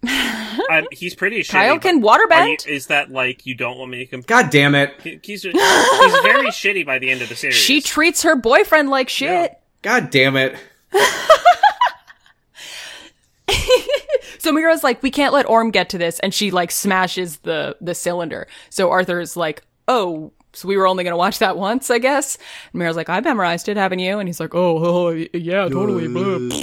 I, he's pretty. Shitty, Kyle but can are you- waterbend. Is that like you don't want me to compare? God damn it. He's, he's very shitty by the end of the series. She treats her boyfriend like shit. God damn it. So Mira's like, we can't let Orm get to this, and she like smashes the the cylinder. So Arthur's like, oh, so we were only gonna watch that once, I guess. And Mira's like, I memorized it, haven't you? And he's like, oh, oh yeah, totally. blah."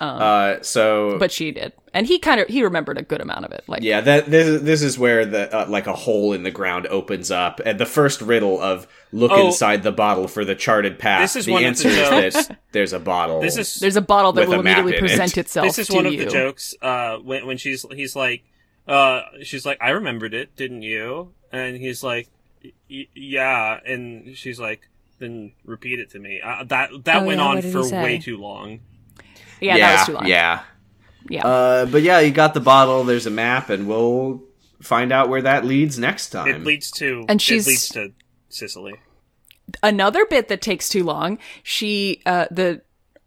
Uh, so But she did, and he kind of he remembered a good amount of it. Like, Yeah, that this this is where the uh, like a hole in the ground opens up, and the first riddle of look Oh. inside the bottle for the charted path. This is the one of the answer jokes. is that there's a bottle. This is there's a bottle that With will a map immediately in it. present itself. this is to one of you. the jokes uh when, when she's he's like uh she's like i remembered it didn't you and he's like "Y- y- yeah and she's like then repeat it to me uh, that that Oh, went yeah, on what did for he say? way too long Yeah, yeah, that was too long. yeah. Yeah. Uh, but yeah, you got the bottle. There's a map, and we'll find out where that leads next time. it leads to And it she's- leads to sicily another bit that takes too long she uh the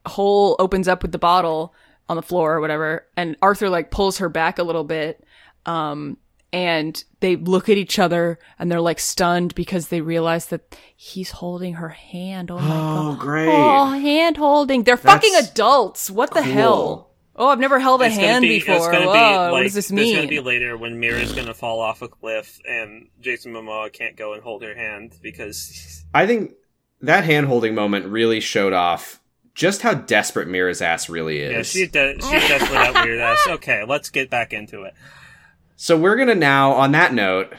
hole opens up with the bottle on the floor or whatever and arthur like pulls her back a little bit um and they look at each other and they're like stunned because they realize that he's holding her hand oh my oh, god great. oh hand holding they're fucking That's adults what the cool. hell oh i've never held a It's gonna hand be- it's before gonna be, Whoa, what like, does this there's gonna mean be later when mira's gonna fall off a cliff and jason momoa can't go and hold her hand because I think that hand holding moment really showed off just how desperate Mira's ass really is. yeah, she does she's definitely that weird ass okay let's get back into it So we're gonna now, on that note,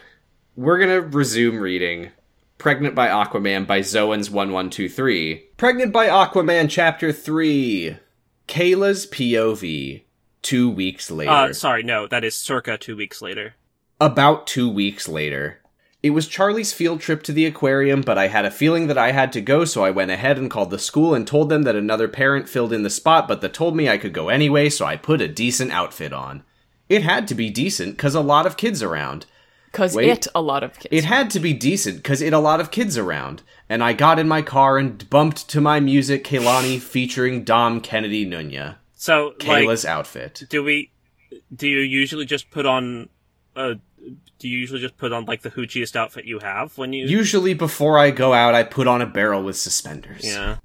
we're gonna resume reading "Pregnant by Aquaman" by Zoans one one two three. Pregnant by Aquaman, chapter three. Kayla's POV. Two weeks later. uh sorry no that is circa two weeks later About two weeks later. It was Charlie's field trip to the aquarium, but I had a feeling that I had to go, so I went ahead and called the school and told them that another parent filled in the spot, but that told me I could go anyway, so I put a decent outfit on. It had to be decent, cause a lot of kids around. because Wait. it a lot of kids It had to be decent because it a lot of kids around. And I got in my car and bumped to my music, Kaylani featuring Dom Kennedy Nunya. So, like, Kayla's outfit. do we? Do you usually just put on? Uh, do you usually just put on like the hoochiest outfit you have when you? Usually before I go out, I put on a barrel with suspenders. yeah,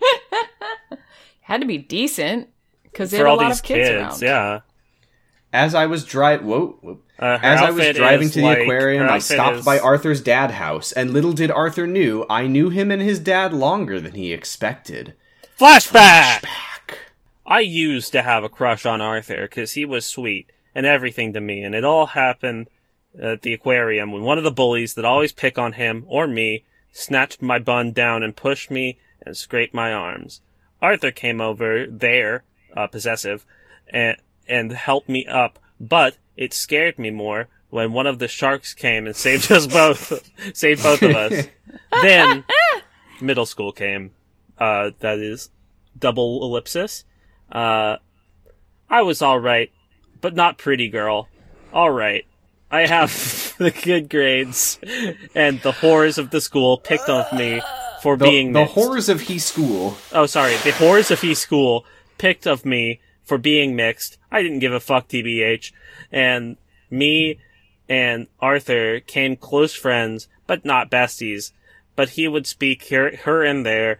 had to be decent because there for are a all lot these of kids, kids, around yeah. As I was driving, whoa, whoa. Uh, her as I was outfit driving is, to the like- aquarium, her I outfit stopped is- by Arthur's dad house, and little did Arthur knew I knew him and his dad longer than he expected. Flashback. I used to have a crush on Arthur because he was sweet and everything to me, and it all happened at the aquarium when one of the bullies that always pick on him or me snatched my bun down and pushed me and scraped my arms. Arthur came over there, uh, possessive, and and helped me up, but it scared me more when one of the sharks came and saved us both, saved both of us. then middle school came. Uh, that is double ellipsis. Uh, I was all right, but not pretty girl. All right. I have the good grades, and the whores of the school picked on me for The, being the mixed. horrors of he school. Oh, sorry. The horrors of E School picked of me for being mixed. I didn't give a fuck, TBH. And me and Arthur came close friends, but not besties. But he would speak here, her and there.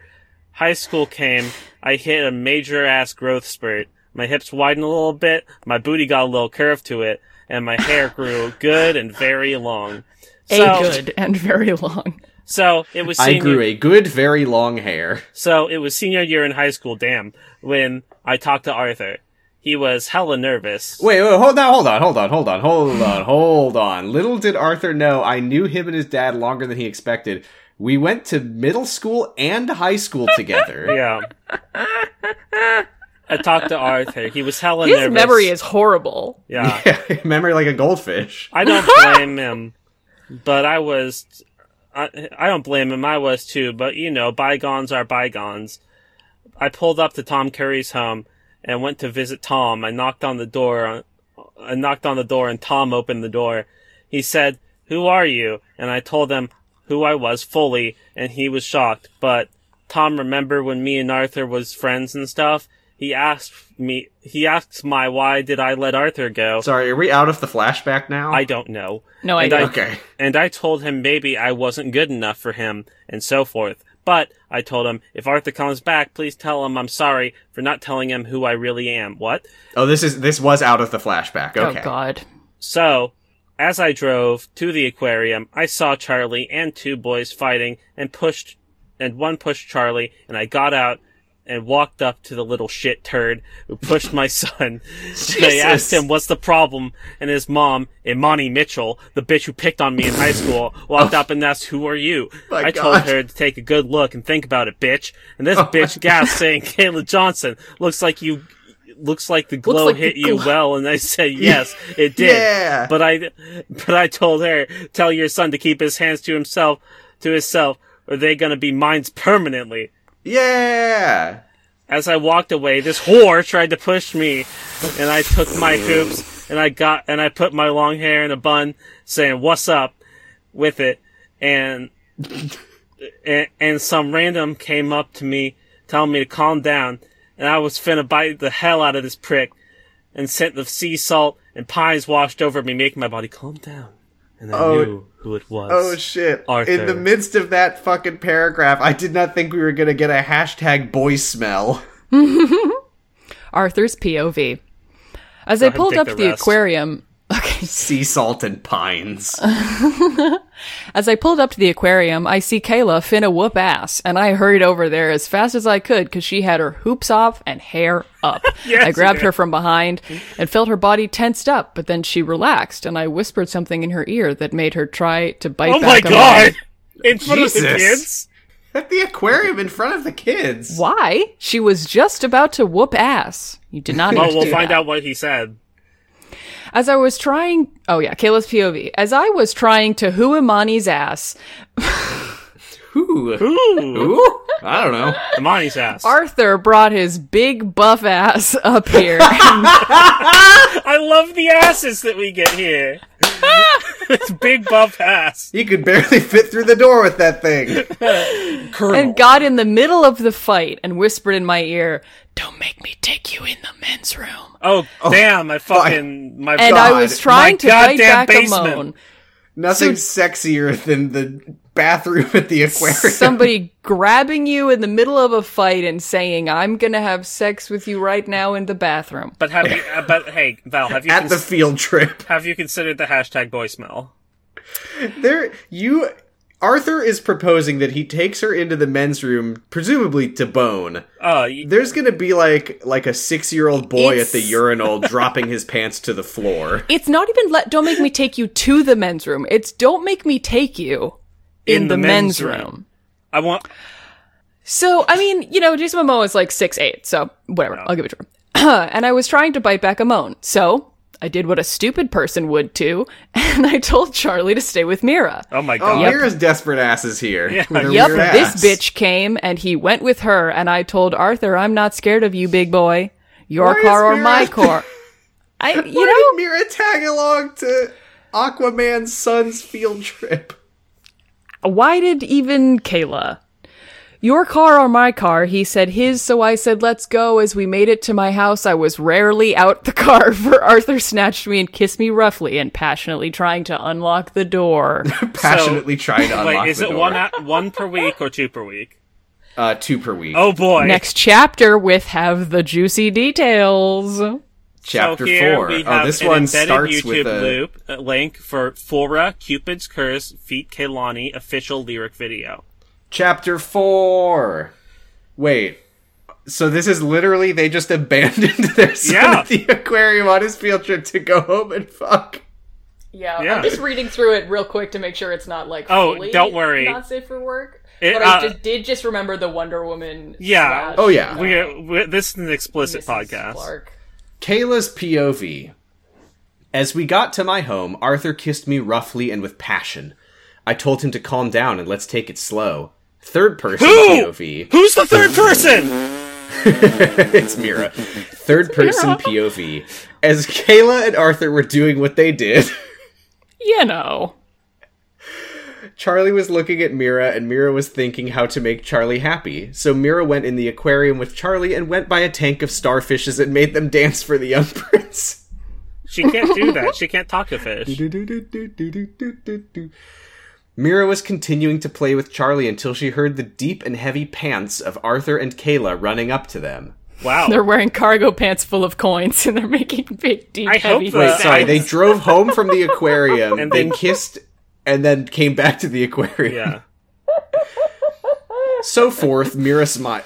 High school came. I hit a major ass growth spurt. My hips widened a little bit. My booty got a little curve to it. And my hair grew good and very long. a So- good and very long So it was. I Senior, grew a good, very long hair. So it was senior year in high school. Damn, when I talked to Arthur, he was hella nervous. Wait, wait, hold on, hold on, hold on, hold on, hold on, hold on. Little did Arthur know, I knew him and his dad longer than he expected. We went to middle school and high school together. Yeah. I talked to Arthur. He was hella His nervous. memory is horrible. yeah. yeah. Memory like a goldfish. I don't blame him, but I was. I, I don't blame him. I was too, but you know, bygones are bygones. I pulled up to Tom Curry's home and went to visit Tom. I knocked on the door. I knocked on the door, and Tom opened the door. He said, "Who are you?" And I told him who I was fully, and he was shocked. But Tom, remember when me and Arthur was friends and stuff? He asked me. He asked my why did I let Arthur go? Sorry, are we out of the flashback now? I don't know. No And idea. I- Okay. And I told him maybe I wasn't good enough for him, and so forth. But I told him, if Arthur comes back, please tell him I'm sorry for not telling him who I really am. What? Oh, this is this was out of the flashback. Okay. Oh God. So, as I drove to the aquarium, I saw Charlie and two boys fighting and pushed, and one pushed Charlie, and I got out and walked up to the little shit turd who pushed my son. They asked him, what's the problem? And his mom, Imani Mitchell, the bitch who picked on me in high school, walked up and asked, who are you? I told God. her to take a good look and think about it, bitch. And this bitch gasped saying, Kayla Johnson, looks like you, looks like the glow like the hit you glow." well. And I said, yes, it did. Yeah. But I, but I told her, tell your son to keep his hands to himself, to himself, or they're gonna be mines permanently. Yeah. As I walked away, this whore tried to push me, and I took my hoops and I got and I put my long hair in a bun, saying "What's up?" with it, and and, and some random came up to me, telling me to calm down, and I was finna bite the hell out of this prick, and scent of sea salt and pines washed over me, making my body calm down, and I Oh. knew who it was. Oh shit. Arthur. In the midst of that fucking paragraph, I did not think we were gonna get a hashtag boy smell. Arthur's POV. As ahead I and pulled take up the the, rest. aquarium, okay. Sea salt and pines. As I pulled up to the aquarium, I see Kayla finna whoop ass, and I hurried over there as fast as I could because she had her hoops off and hair up. I grabbed her from behind and felt her body tensed up, but then she relaxed, and I whispered something in her ear that made her try to bite Oh my back. on god! In front of the Jesus. kids. At the aquarium in front of the kids. Why? She was just about to whoop ass. You did not. Oh, need to we'll do find that. out what he said. As I was trying, oh yeah, Kayla's POV. As I was trying to who Imani's ass, Ooh. Ooh, Ooh? I don't know. Imani's ass. Arthur brought his big buff ass up here. I love the asses that we get here. it's big buff ass. He could barely fit through the door with that thing. and got in the middle of the fight and whispered in my ear, "Don't make me take you in the men's room." Oh, damn! I fucking my. And God. I was trying My to fight goddamn back basement. a moan. Nothing sexier than the bathroom at the aquarium. Somebody grabbing you in the middle of a fight and saying, "I'm gonna have sex with you right now in the bathroom." But have you? uh, But hey, Val, have you at the cons- field trip. have you considered the hashtag boy smell? There you Arthur is proposing that he takes her into the men's room, presumably to bone. Oh, y- There's gonna be like like a six year old boy It's- at the urinal dropping his pants to the floor. It's not even let. Don't make me take you to the men's room. It's don't make me take you in, the, men's, room. I want. So, I mean, you know, Jason Momoa is like six eight, so whatever, I'll give it to him. and I was trying to bite back a moan, so I did what a stupid person would too, and I told Charlie to stay with Mira. Oh my Oh, god! Mira's desperate ass is here. with her Yup, weird this ass. bitch came and he went with her, and I told Arthur, I'm not scared of you, big boy. Your Why car or is Mira- my car. I, Why you did know, Mira tag along to Aquaman's son's field trip? why did even Kayla? Your car or my car? He said his, so I said, let's go. As we made it to my house, I was rarely out the car, for Arthur snatched me and kissed me roughly and passionately trying to unlock the door. Passionately trying to Oh, unlock Wait, is the it door. one at, one per week or two per week? uh, two per week? Oh boy! Next chapter with have the juicy details. Chapter so here four. We Oh, have this an one embedded starts YouTube with a. loop uh, link for Fora Cupid's Curse Feet Kehlani official lyric video. Chapter four. Wait. So this is literally they just abandoned their son Yeah. at the aquarium on his field trip to go home and fuck. Yeah, Yeah. I'm just reading through it real quick to make sure it's not like Oh, fully don't worry. not safe for work. It, but I uh, just, did just remember the Wonder Woman. Yeah. slash, Oh, yeah. We, we, this is an explicit Mrs. podcast. Clark. Kayla's POV. As we got to my home, Arthur kissed me roughly and with passion. I told him to calm down and let's take it slow. Third person Who? POV. Who's the third person? It's Mira. Third person POV. As Kayla and Arthur were doing what they did. You know. Charlie was looking at Mira, and Mira was thinking how to make Charlie happy. So Mira went in the aquarium with Charlie and went by a tank of starfishes and made them dance for the young prince. She can't do that. She can't talk to fish. Mira was continuing to play with Charlie until she heard the deep and heavy pants of Arthur and Kayla running up to them. Wow. They're wearing cargo pants full of coins and they're making big, deep, I hope heavy the- Wait, Wait, sorry, I- they drove home from the aquarium, And they then- kissed, and then came back to the aquarium. Yeah. So forth, Mira smile.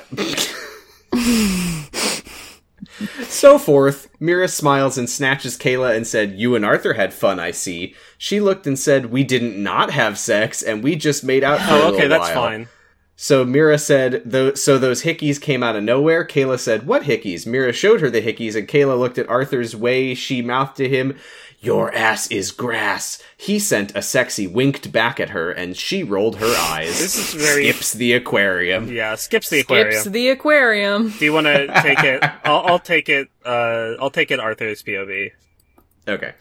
so forth, Mira smiles and snatches Kayla and said, "You and Arthur had fun, I see." She looked and said, "We didn't not have sex, and we just made out." For a Oh, little okay, that's while." fine. So Mira said, "Tho- "So those hickeys came out of nowhere." Kayla said, "What hickeys?" Mira showed her the hickeys, and Kayla looked at Arthur's way. She mouthed to him, "Your ass is grass." He sent a sexy winked back at her, and she rolled her eyes. This is very- skips the aquarium. Yeah, skips the Skips aquarium. the aquarium. Do you want to take it? I'll, I'll take it. Uh, I'll take it. Arthur's POV. Okay.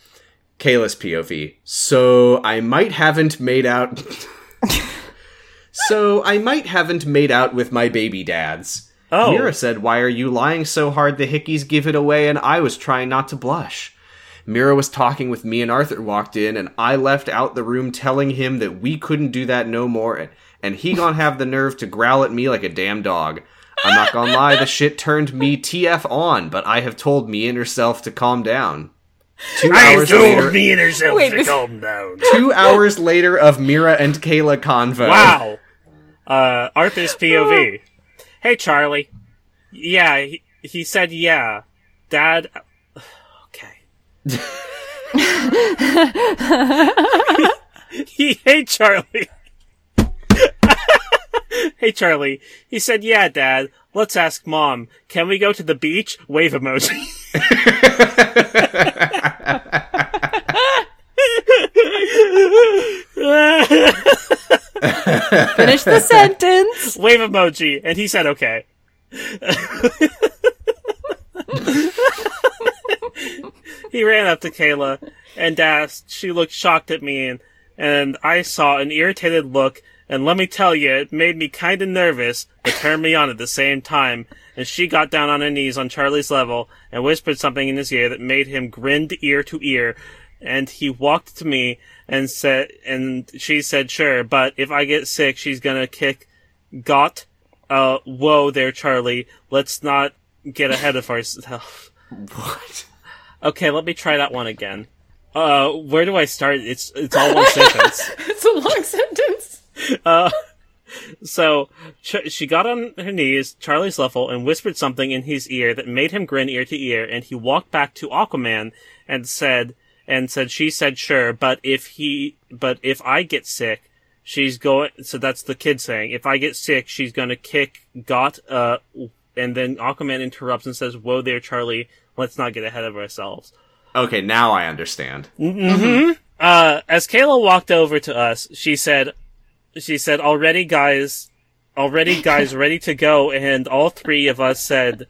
Kayla's POV. So I might haven't made out. so I might haven't made out with my baby dads. Oh. Mira said, Why are you lying so hard? The hickeys give it away, and I was trying not to blush. Mira was talking with me, and Arthur walked in, and I left out the room telling him that we couldn't do that no more, and, and he gonna have the nerve to growl at me like a damn dog. I'm not gonna lie, the shit turned me TF on, but I have told me and herself to calm down. Two hours later, me and herself Wait, this- calm down. two hours later of Mira and Kayla convo. Wow. Uh, Arthur's POV. hey, Charlie. Yeah, he, he said yeah. Dad. Okay. he, hey, Charlie. hey, Charlie. He said yeah, Dad. Let's ask Mom. Can we go to the beach? Wave emoji. Finish the sentence. Wave emoji. And he said okay. he ran up to Kayla and asked. She looked shocked at me, and, and I saw an irritated look. And let me tell you, it made me kind of nervous, but turned me on at the same time. And she got down on her knees on Charlie's level and whispered something in his ear that made him grin to ear to ear. And he walked to me and said, and she said, "Sure, but if I get sick, she's gonna kick." Got, uh, whoa there, Charlie. Let's not get ahead of ourselves. What? Okay, let me try that one again. Uh, where do I start? It's it's all one sentence. It's a long sentence. So ch- she got on her knees, Charlie's level, and whispered something in his ear that made him grin ear to ear. And he walked back to Aquaman and said, and said, she said, sure, but if he, but if I get sick, she's going. So that's the kid saying, if I get sick, she's gonna kick. Got uh, and then Aquaman interrupts and says, "Whoa there, Charlie. Let's not get ahead of ourselves." Okay, now I understand. Uh, as Kayla walked over to us, she said, she said, already guys, already guys ready to go. And all three of us said,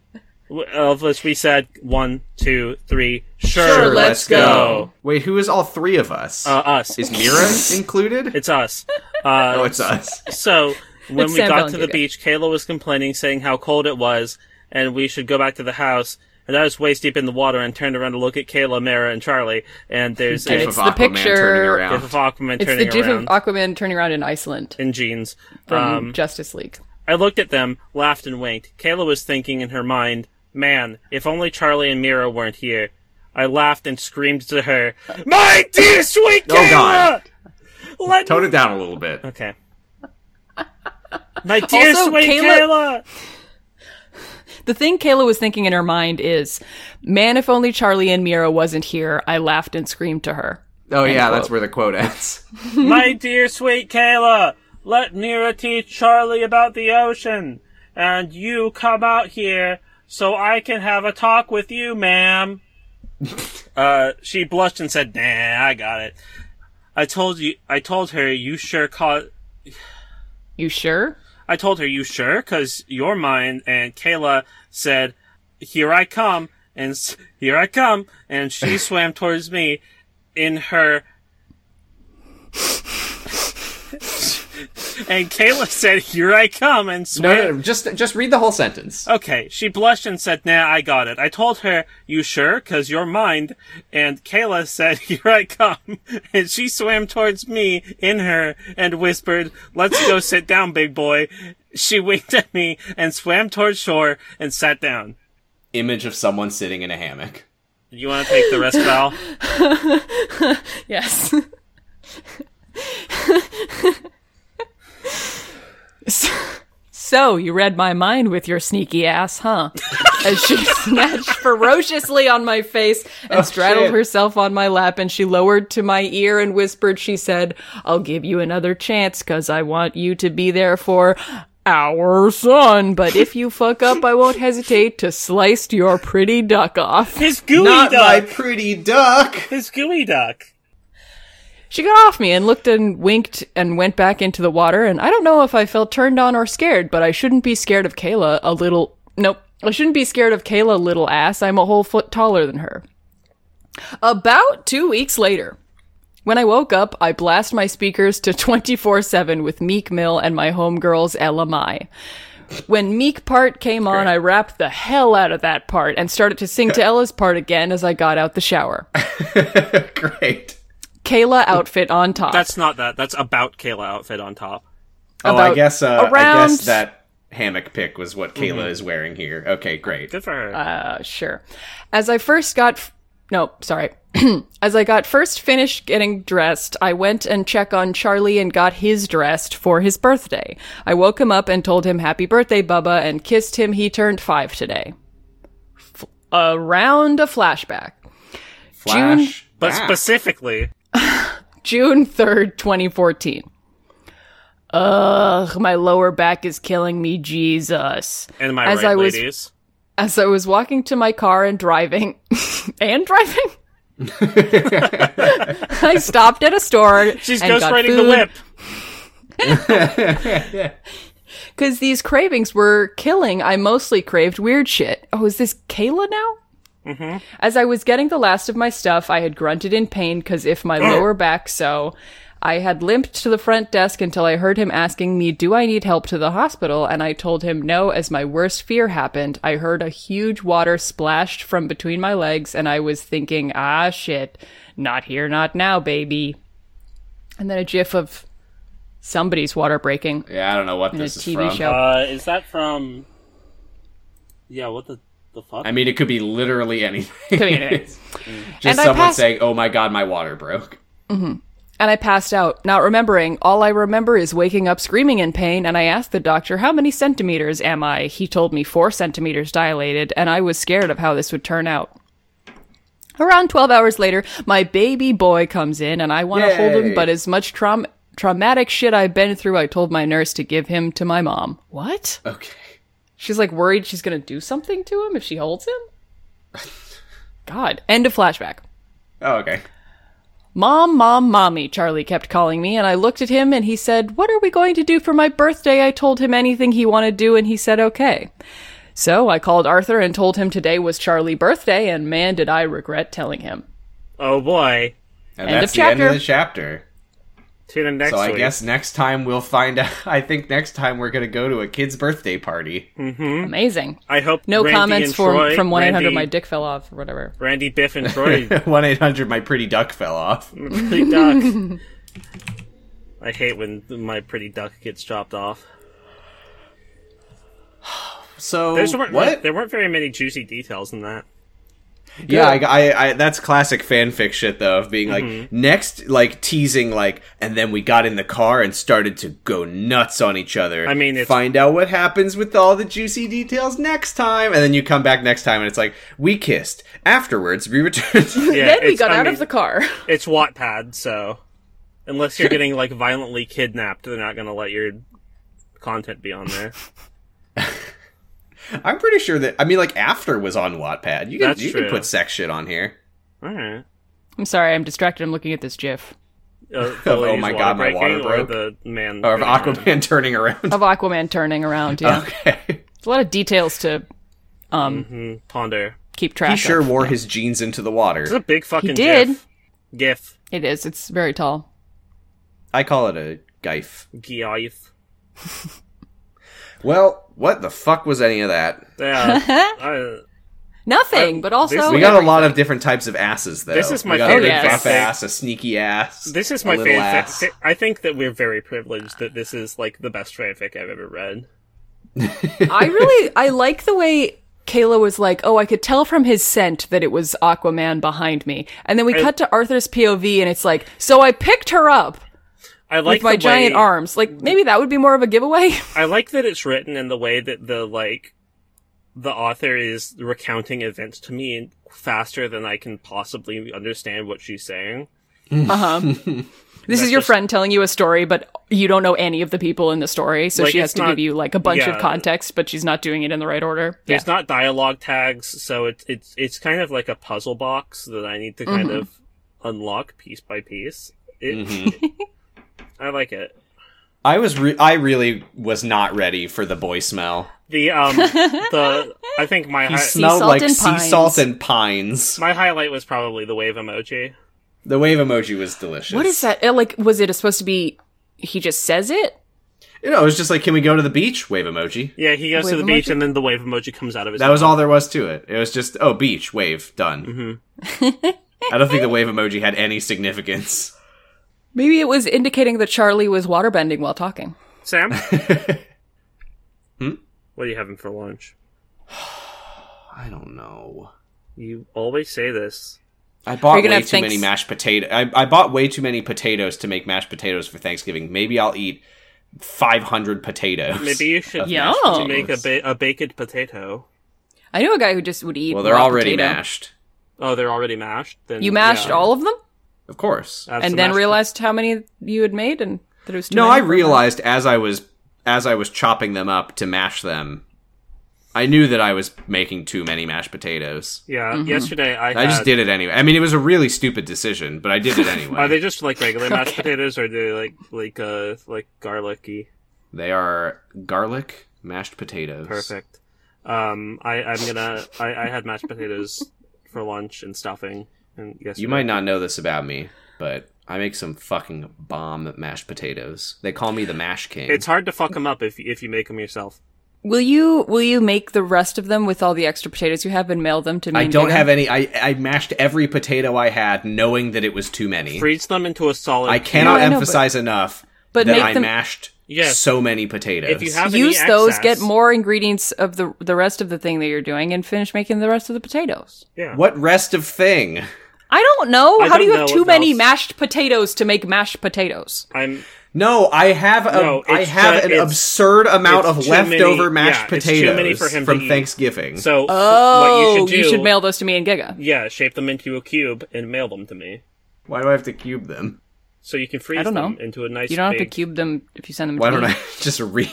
of us, we said, one, two, three, sure, Sure, let's, let's go. go. Wait, who is all three of us? Uh, us. is Mira included? it's us. oh, it's us. So when It's we Sam got to the Bellanger. beach, Kayla was complaining, saying how cold it was, and we should go back to the house. And I was waist deep in the water and turned around to look at Kayla, Mara, and Charlie. And there's a Gif it's of the Aquaman picture- turning gif of around. Aquaman It's the turning gif around of Aquaman turning around in Iceland in jeans. from Um, Justice League. I looked at them, laughed and winked. Kayla was thinking in her mind, man, if only Charlie and Mira weren't here. I laughed and screamed to her, "My dear sweet Oh, Kayla, God. let Tone it down a little bit. Okay. My dear Also, sweet Kayla, Kayla- The thing Kayla was thinking in her mind is, man, if only Charlie and Mira wasn't here, I laughed and screamed to her. Oh yeah, that's where the quote ends. my dear sweet Kayla, let Mira teach Charlie about the ocean, and you come out here so I can have a talk with you, ma'am. uh, she blushed and said, "Nah, I got it. I told you. I told her you sure caught." You sure? I told her, "You sure?" Because your mind and Kayla said, "Here I come," and s- "Here I come," and she swam towards me in her. and Kayla said, "Here I come," and No, swam. no, no, just just read the whole sentence. Okay, she blushed and said, "Nah, I got it." I told her, "You sure? Cause you're mind." And Kayla said, "Here I come," and she swam towards me in her and whispered, "Let's go sit down, big boy." She winked at me and swam towards shore and sat down. Image of someone sitting in a hammock. You want to take the rest, Val? Yes. so, so you read my mind with your sneaky ass, huh? As she snatched ferociously on my face and straddled shit. herself on my lap, and she lowered to my ear and whispered, She said, I'll give you another chance because I want you to be there for our son. But if you fuck up, I won't hesitate to slice your pretty duck off. His gooey Not my duck. pretty duck. His gooey duck. She got off me and looked and winked and went back into the water. And I don't know if I felt turned on or scared, but I shouldn't be scared of Kayla a little. Nope. I shouldn't be scared of Kayla, little ass. I'm a whole foot taller than her. About two weeks later, when I woke up, I blast my speakers to 24 7 with Meek Mill and my homegirls, Ella Mai. When Meek part came on, I rapped the hell out of that part and started to sing to Ella's part again as I got out the shower. Great. Kayla outfit on top. That's not that. That's about Kayla outfit on top. Oh, I About guess uh, I around- guess that hammock pick was what Kayla is wearing here. Okay, great. Good for her. Sure. As I first got, f- no, sorry. As I got first finished getting dressed, I went and check on Charlie and got his dressed for his birthday. I woke him up and told him happy birthday, Bubba, and kissed him. He turned five today. F- around a flashback. Flash. Ah, but back. specifically, June 3rd, 2014. Ugh, my lower back is killing me, Jesus. am I As right, I was- ladies? As I was walking to my car and driving, and driving, I stopped at a store. She's and got ghostwriting the food whip. because these cravings were killing. I mostly craved weird shit. Oh, is this Kayla now? Mm-hmm. As I was getting the last of my stuff, I had grunted in pain because if my Mm. lower back so. I had limped to the front desk until I heard him asking me, Do I need help to the hospital? And I told him no, as my worst fear happened. I heard a huge water splashed from between my legs, and I was thinking, Ah, shit. Not here, not now, baby. And then a gif of somebody's water breaking Yeah, I don't know what in a this is TV from. show. Uh, is that from? Yeah, what the the fuck? I mean, it could be literally anything. Could be anything. Just And I someone passed- saying, "Oh my god, my water broke." and I passed out, not remembering. All I remember is waking up screaming in pain, and I asked the doctor, How many centimeters am I? He told me four centimeters dilated, and I was scared of how this would turn out. Around 12 hours later, my baby boy comes in, and I want to hold him, Yay. but as much traum- traumatic shit I've been through, I told my nurse to give him to my mom. What? Okay. She's like worried she's going to do something to him if she holds him? God. End of flashback. Oh, okay. Mom, mom, mommy, Charlie kept calling me, and I looked at him and he said, What are we going to do for my birthday? I told him anything he wanted to do, and he said, Okay. So I called Arthur and told him today was Charlie's birthday, and man, did I regret telling him. oh boy. And End that's of the end of chapter. the chapter. Tune in next So I week. guess next time we'll find out. I think next time we're gonna go to a kid's birthday party. Amazing. I hope No Randy comments and from Troy, from 1 800 Randy- My Dick Fell Off or whatever. Randy, Biff, and Troy. One eight hundred. My pretty duck fell off. pretty duck. I hate when my pretty duck gets chopped off. So There's weren't, what? Oh, There weren't very many juicy details in that. Yeah, I, I, I, that's classic fanfic shit though of being like Mm-hmm. next, like teasing, like, and then we got in the car and started to go nuts on each other. I mean, it's- find out what happens with all the juicy details next time, and then you come back next time and it's like we kissed. Afterwards, we returned. Yeah, then we it's- got I out mean, of the car. It's Wattpad, so unless you're getting like violently kidnapped, they're not going to let your content be on there. I'm pretty sure that I mean, like, after was on Wattpad. You can That's you true. can put sex shit on here. All right. I'm sorry, I'm distracted. I'm looking at this GIF Uh, the Oh lady's my God, my breaking water Or the man. Or of Aquaman turning around. of Aquaman turning around. Yeah, Okay. It's a lot of details to hmm Ponder. keep He track. sure of. wore his jeans into the water. It's a big fucking He did. gif. GIF. It is. It's very tall. I call it a gife. GIF. Well, what the fuck was any of that? Yeah. Uh, I- Nothing, Uh, but also we got a lot of different types of asses, though. This is my we got a favorite big buff fanfic. ass, a sneaky ass. this is a my little favorite. ass. I think that we're very privileged that this is like the best fanfic I've ever read. I really I like the way Kayla was like, "Oh, I could tell from his scent that it was Aquaman behind me." And then we cut to Arthur's POV and it's like, "So I picked her up I like with my the giant way- arms." Like maybe that would be more of a giveaway. I like that it's written in the way that the like the author is recounting events to me in- faster than I can possibly understand what she's saying. this is your friend telling you a story, but you don't know any of the people in the story, so Like, she it's has to not- give you like a bunch yeah. of context, but she's not doing it in the right order. Yeah. There's not dialogue tags, so it's it's it's kind of like a puzzle box that I need to kind Mm-hmm. of unlock piece by piece. It, Mm-hmm. I like it. I was, re- I really was not ready for the boy smell. The um the I think my He hi- smelled salt like and sea salt pines. and pines. my highlight was probably the wave emoji. The wave emoji was delicious. What is that? Uh, Like was it supposed to be he just says it? You know, it was just like, can we go to the beach? Wave emoji. Yeah, he goes to Wave the beach emoji? and then the wave emoji comes out of his. That was all there was to it. It was just, oh, beach, wave, done. Mm-hmm. I don't think the wave emoji had any significance. Maybe it was indicating that Charlie was waterbending while talking. Sam. Hmm? What are you having for lunch? I don't know. You always say this. I bought you way too gonna have many thanks- mashed potato. I, I bought way too many potatoes to make mashed potatoes for Thanksgiving. Maybe I'll eat five hundred potatoes. Maybe you should of Yum. mashed potatoes. make a, ba- a baked potato. I knew a guy who just would eat Well, they're raw already potato. mashed, Oh, they're already mashed. Then You mashed yeah. all of them? of course. That's the and then mashed- realized how many you had made and that it was too no, many I for- realized as I was as I was chopping them up to mash them, I knew that I was making too many mashed potatoes. Yeah, Mm-hmm. yesterday I. I just did it anyway. I mean, it was a really stupid decision, but I did it anyway. Are they just like regular mashed potatoes, or are they like like uh like garlicky? They are garlic mashed potatoes. Perfect. Um, I I'm gonna I, I had mashed potatoes for lunch and stuffing. And yesterday. You might not know this about me, but I make some fucking bomb mashed potatoes. They call me the Mash King. It's hard to fuck them up if you- if you make them yourself. Will you will you make the rest of them with all the extra potatoes you have and mail them to me? I and don't Vega? have any. I, I mashed every potato I had, knowing that it was too many. Freeze them into a solid. I cannot No, I know, emphasize enough but that make I them- mashed Yes. so many potatoes. If you have Use any those, excess- get more ingredients of the the rest of the thing that you're doing, and finish making the rest of the potatoes. Yeah. what rest of thing? I don't know. I How do don't you know have too what many else- mashed potatoes to make mashed potatoes? I'm No, I have a, No, I it's have the- an it's- absurd amount it's of too many- leftover mashed yeah, it's too potatoes many for him to from eat. Thanksgiving. so. Oh, what you should do? mail those to me and Giga. Yeah, shape them into a cube and mail them to me. why do I have to cube them? So you can freeze I don't them know. into a nice. You don't have to big- cube them if you send them. Why to don't me. I just re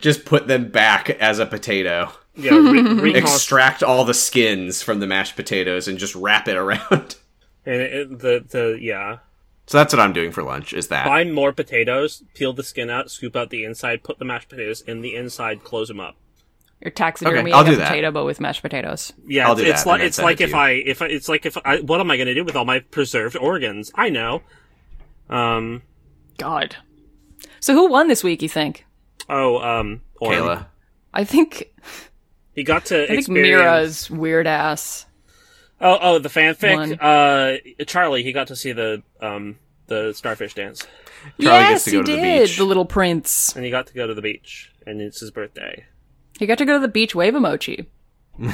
just put them back as a potato? Yeah, re- reconst- Extract all the skins from the mashed potatoes and just wrap it around. and it- it- the the yeah. So that's what I'm doing for lunch. Is that Buy more potatoes, peel the skin out, scoop out the inside, put the mashed potatoes in the inside, close them up. Your Okay, taxidermy I'll do that. potato, but with mashed potatoes. Yeah, I'll it's, do it's that like and it's then send like it if to you. I if I, it's like if I what am I going to do with all my preserved organs? I know. Um. God. So who won this week? You think? Oh. Um. Orm. Kayla? I think He got to I think experience. Mira's weird ass. Oh. Oh. The One. fanfic. Uh. Charlie. He got to see the um the starfish dance, Charlie yes, gets to go he to the did. beach. the little prince. and he got to go to the beach, and it's his birthday. He got to go to the beach wave emoji. Uh,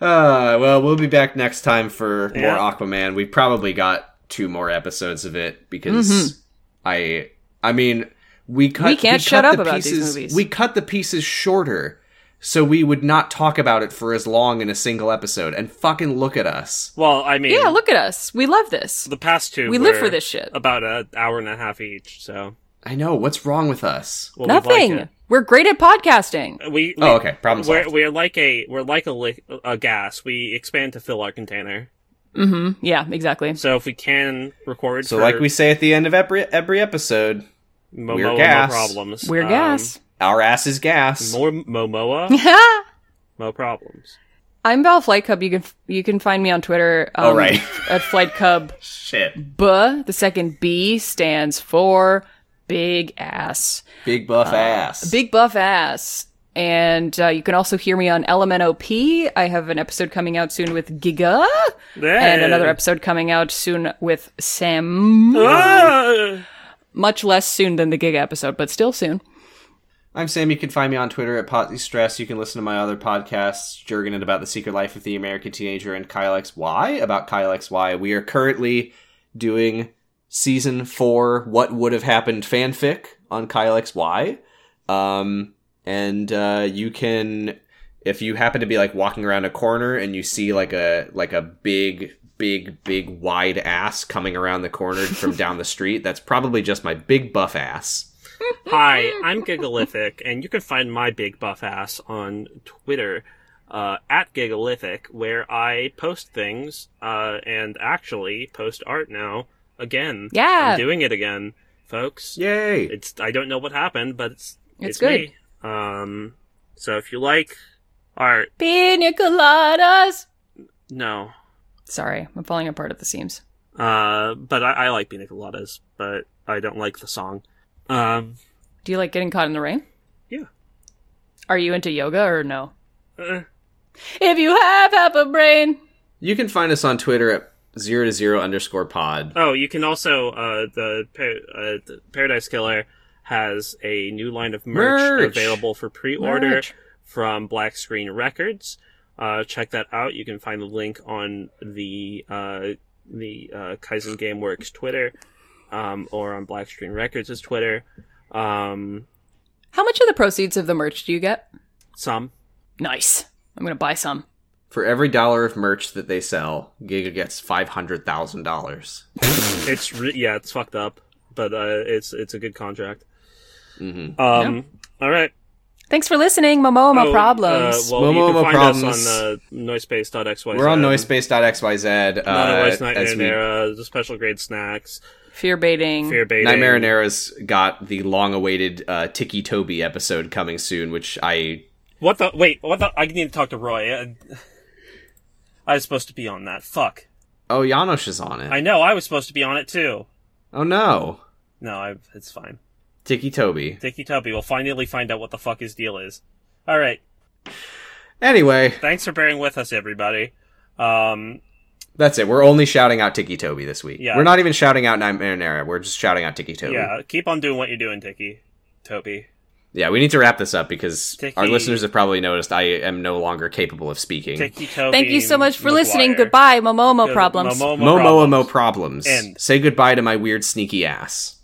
well, we'll be back next time for Yeah. more Aquaman. We probably got two more episodes of it because I, I mean, we cut. Mm-hmm. We can't shut cut up the about these pieces, movies. We cut the pieces shorter, so we would not talk about it for as long in a single episode. And fucking look at us. Well, I mean, Yeah, look at us. We love this. the past two We live were for this shit. About an hour and a half each. So I know what's wrong with us. well, we'd like Nothing. We're great at podcasting. it. We, we Oh, okay. Problem We're, solved. we're like a we're like a, li- a gas. We expand to fill our container. Yeah, exactly. So if we can record, So, for like we say at the end of every every episode, Momoa we're no gas. problems. We're um, gas. our ass is gas. More Momoa, no problems. I'm Val Flight Cub. You can you can find me on Twitter. Um, All Oh, right. at Flight Cub. Shit. B. The second B stands for big ass, Big buff ass. big buff ass. And uh, you can also hear me on LMNOP. I have an episode coming out soon with Giga, and Hey. another episode coming out soon with Sam. Ah! Much less soon than the Giga episode, but still soon. I'm Sam. You can find me on Twitter at Potty Stress. You can listen to my other podcasts, Jurgen and About the Secret Life of the American Teenager and Kyle XY about Kyle XY. We are currently doing season four What Would Have Happened fanfic on Kyle XY. Um, and uh, you can, if you happen to be like walking around a corner and you see like a like a big big big wide ass coming around the corner from down the street, that's probably just my big buff ass. Hi, I'm Gigalithic, and you can find my big buff ass on Twitter uh, at Gigalithic, where I post things uh, and actually post art now again. Yeah. I'm doing it again, folks. Yay! It's I don't know what happened, but it's It's Me. Um, so if you like art, Pina coladas. no, Sorry, I'm falling apart at the seams. uh, but I, I like pina coladas, but I don't like the song. Um, Do you like getting caught in the rain? Yeah. Are you into yoga or no? eh. If you have half a brain. You can find us on Twitter at zero to zero underscore pod. Oh, you can also uh, the, pa- uh, the Paradise Killer has a new line of merch, Merch! available for pre-order Merch. from Black Screen Records. Uh, check that out. You can find the link on the uh, the uh, Kaizen GameWorks Twitter, um, or on Black Screen Records' Twitter. Um, How much of the proceeds of the merch do you get? some Nice. I'm gonna buy some. For every dollar of merch that they sell, Giga gets five hundred thousand dollars. it's re- yeah, it's fucked up, but uh, it's it's a good contract. Mm-hmm. Um, All right. Thanks for listening, Momoa Oh, Mo Problems. Uh, well, you Momoa can find problems. us on uh, noisepace.xyz. We're on noisepace.xyz. Uh, Not Nightmare as and we, Era, the special grade snacks, Fear baiting. fear baiting. Nightmare and Era's got the long-awaited uh, Tiki Toby episode coming soon, which I What the? Wait, what the? I need to talk to Roy. I, I was supposed to be on that. Fuck. oh Janosch is on it. I know. I was supposed to be on it too. oh no, No, I, it's fine. Tiki Toby. Dicky Tubby will finally find out what the fuck his deal is. All right. Anyway, Thanks for bearing with us, everybody. Um, that's it. We're only shouting out Tiki Toby this week. Yeah. We're not even shouting out Nightmare and Era. We're just shouting out Tiki Toby. yeah, keep on doing what you're doing, Dicky. Toby. Yeah, we need to wrap this up because Tiki- our listeners have probably noticed I am no longer capable of speaking. Dicky Toby. Mm. Thank you so much for listening. McGuire. Goodbye, Momoa Mo Good- Problems. Momoa Mo Momo Problems. mo problems. End. Say goodbye to my weird sneaky ass.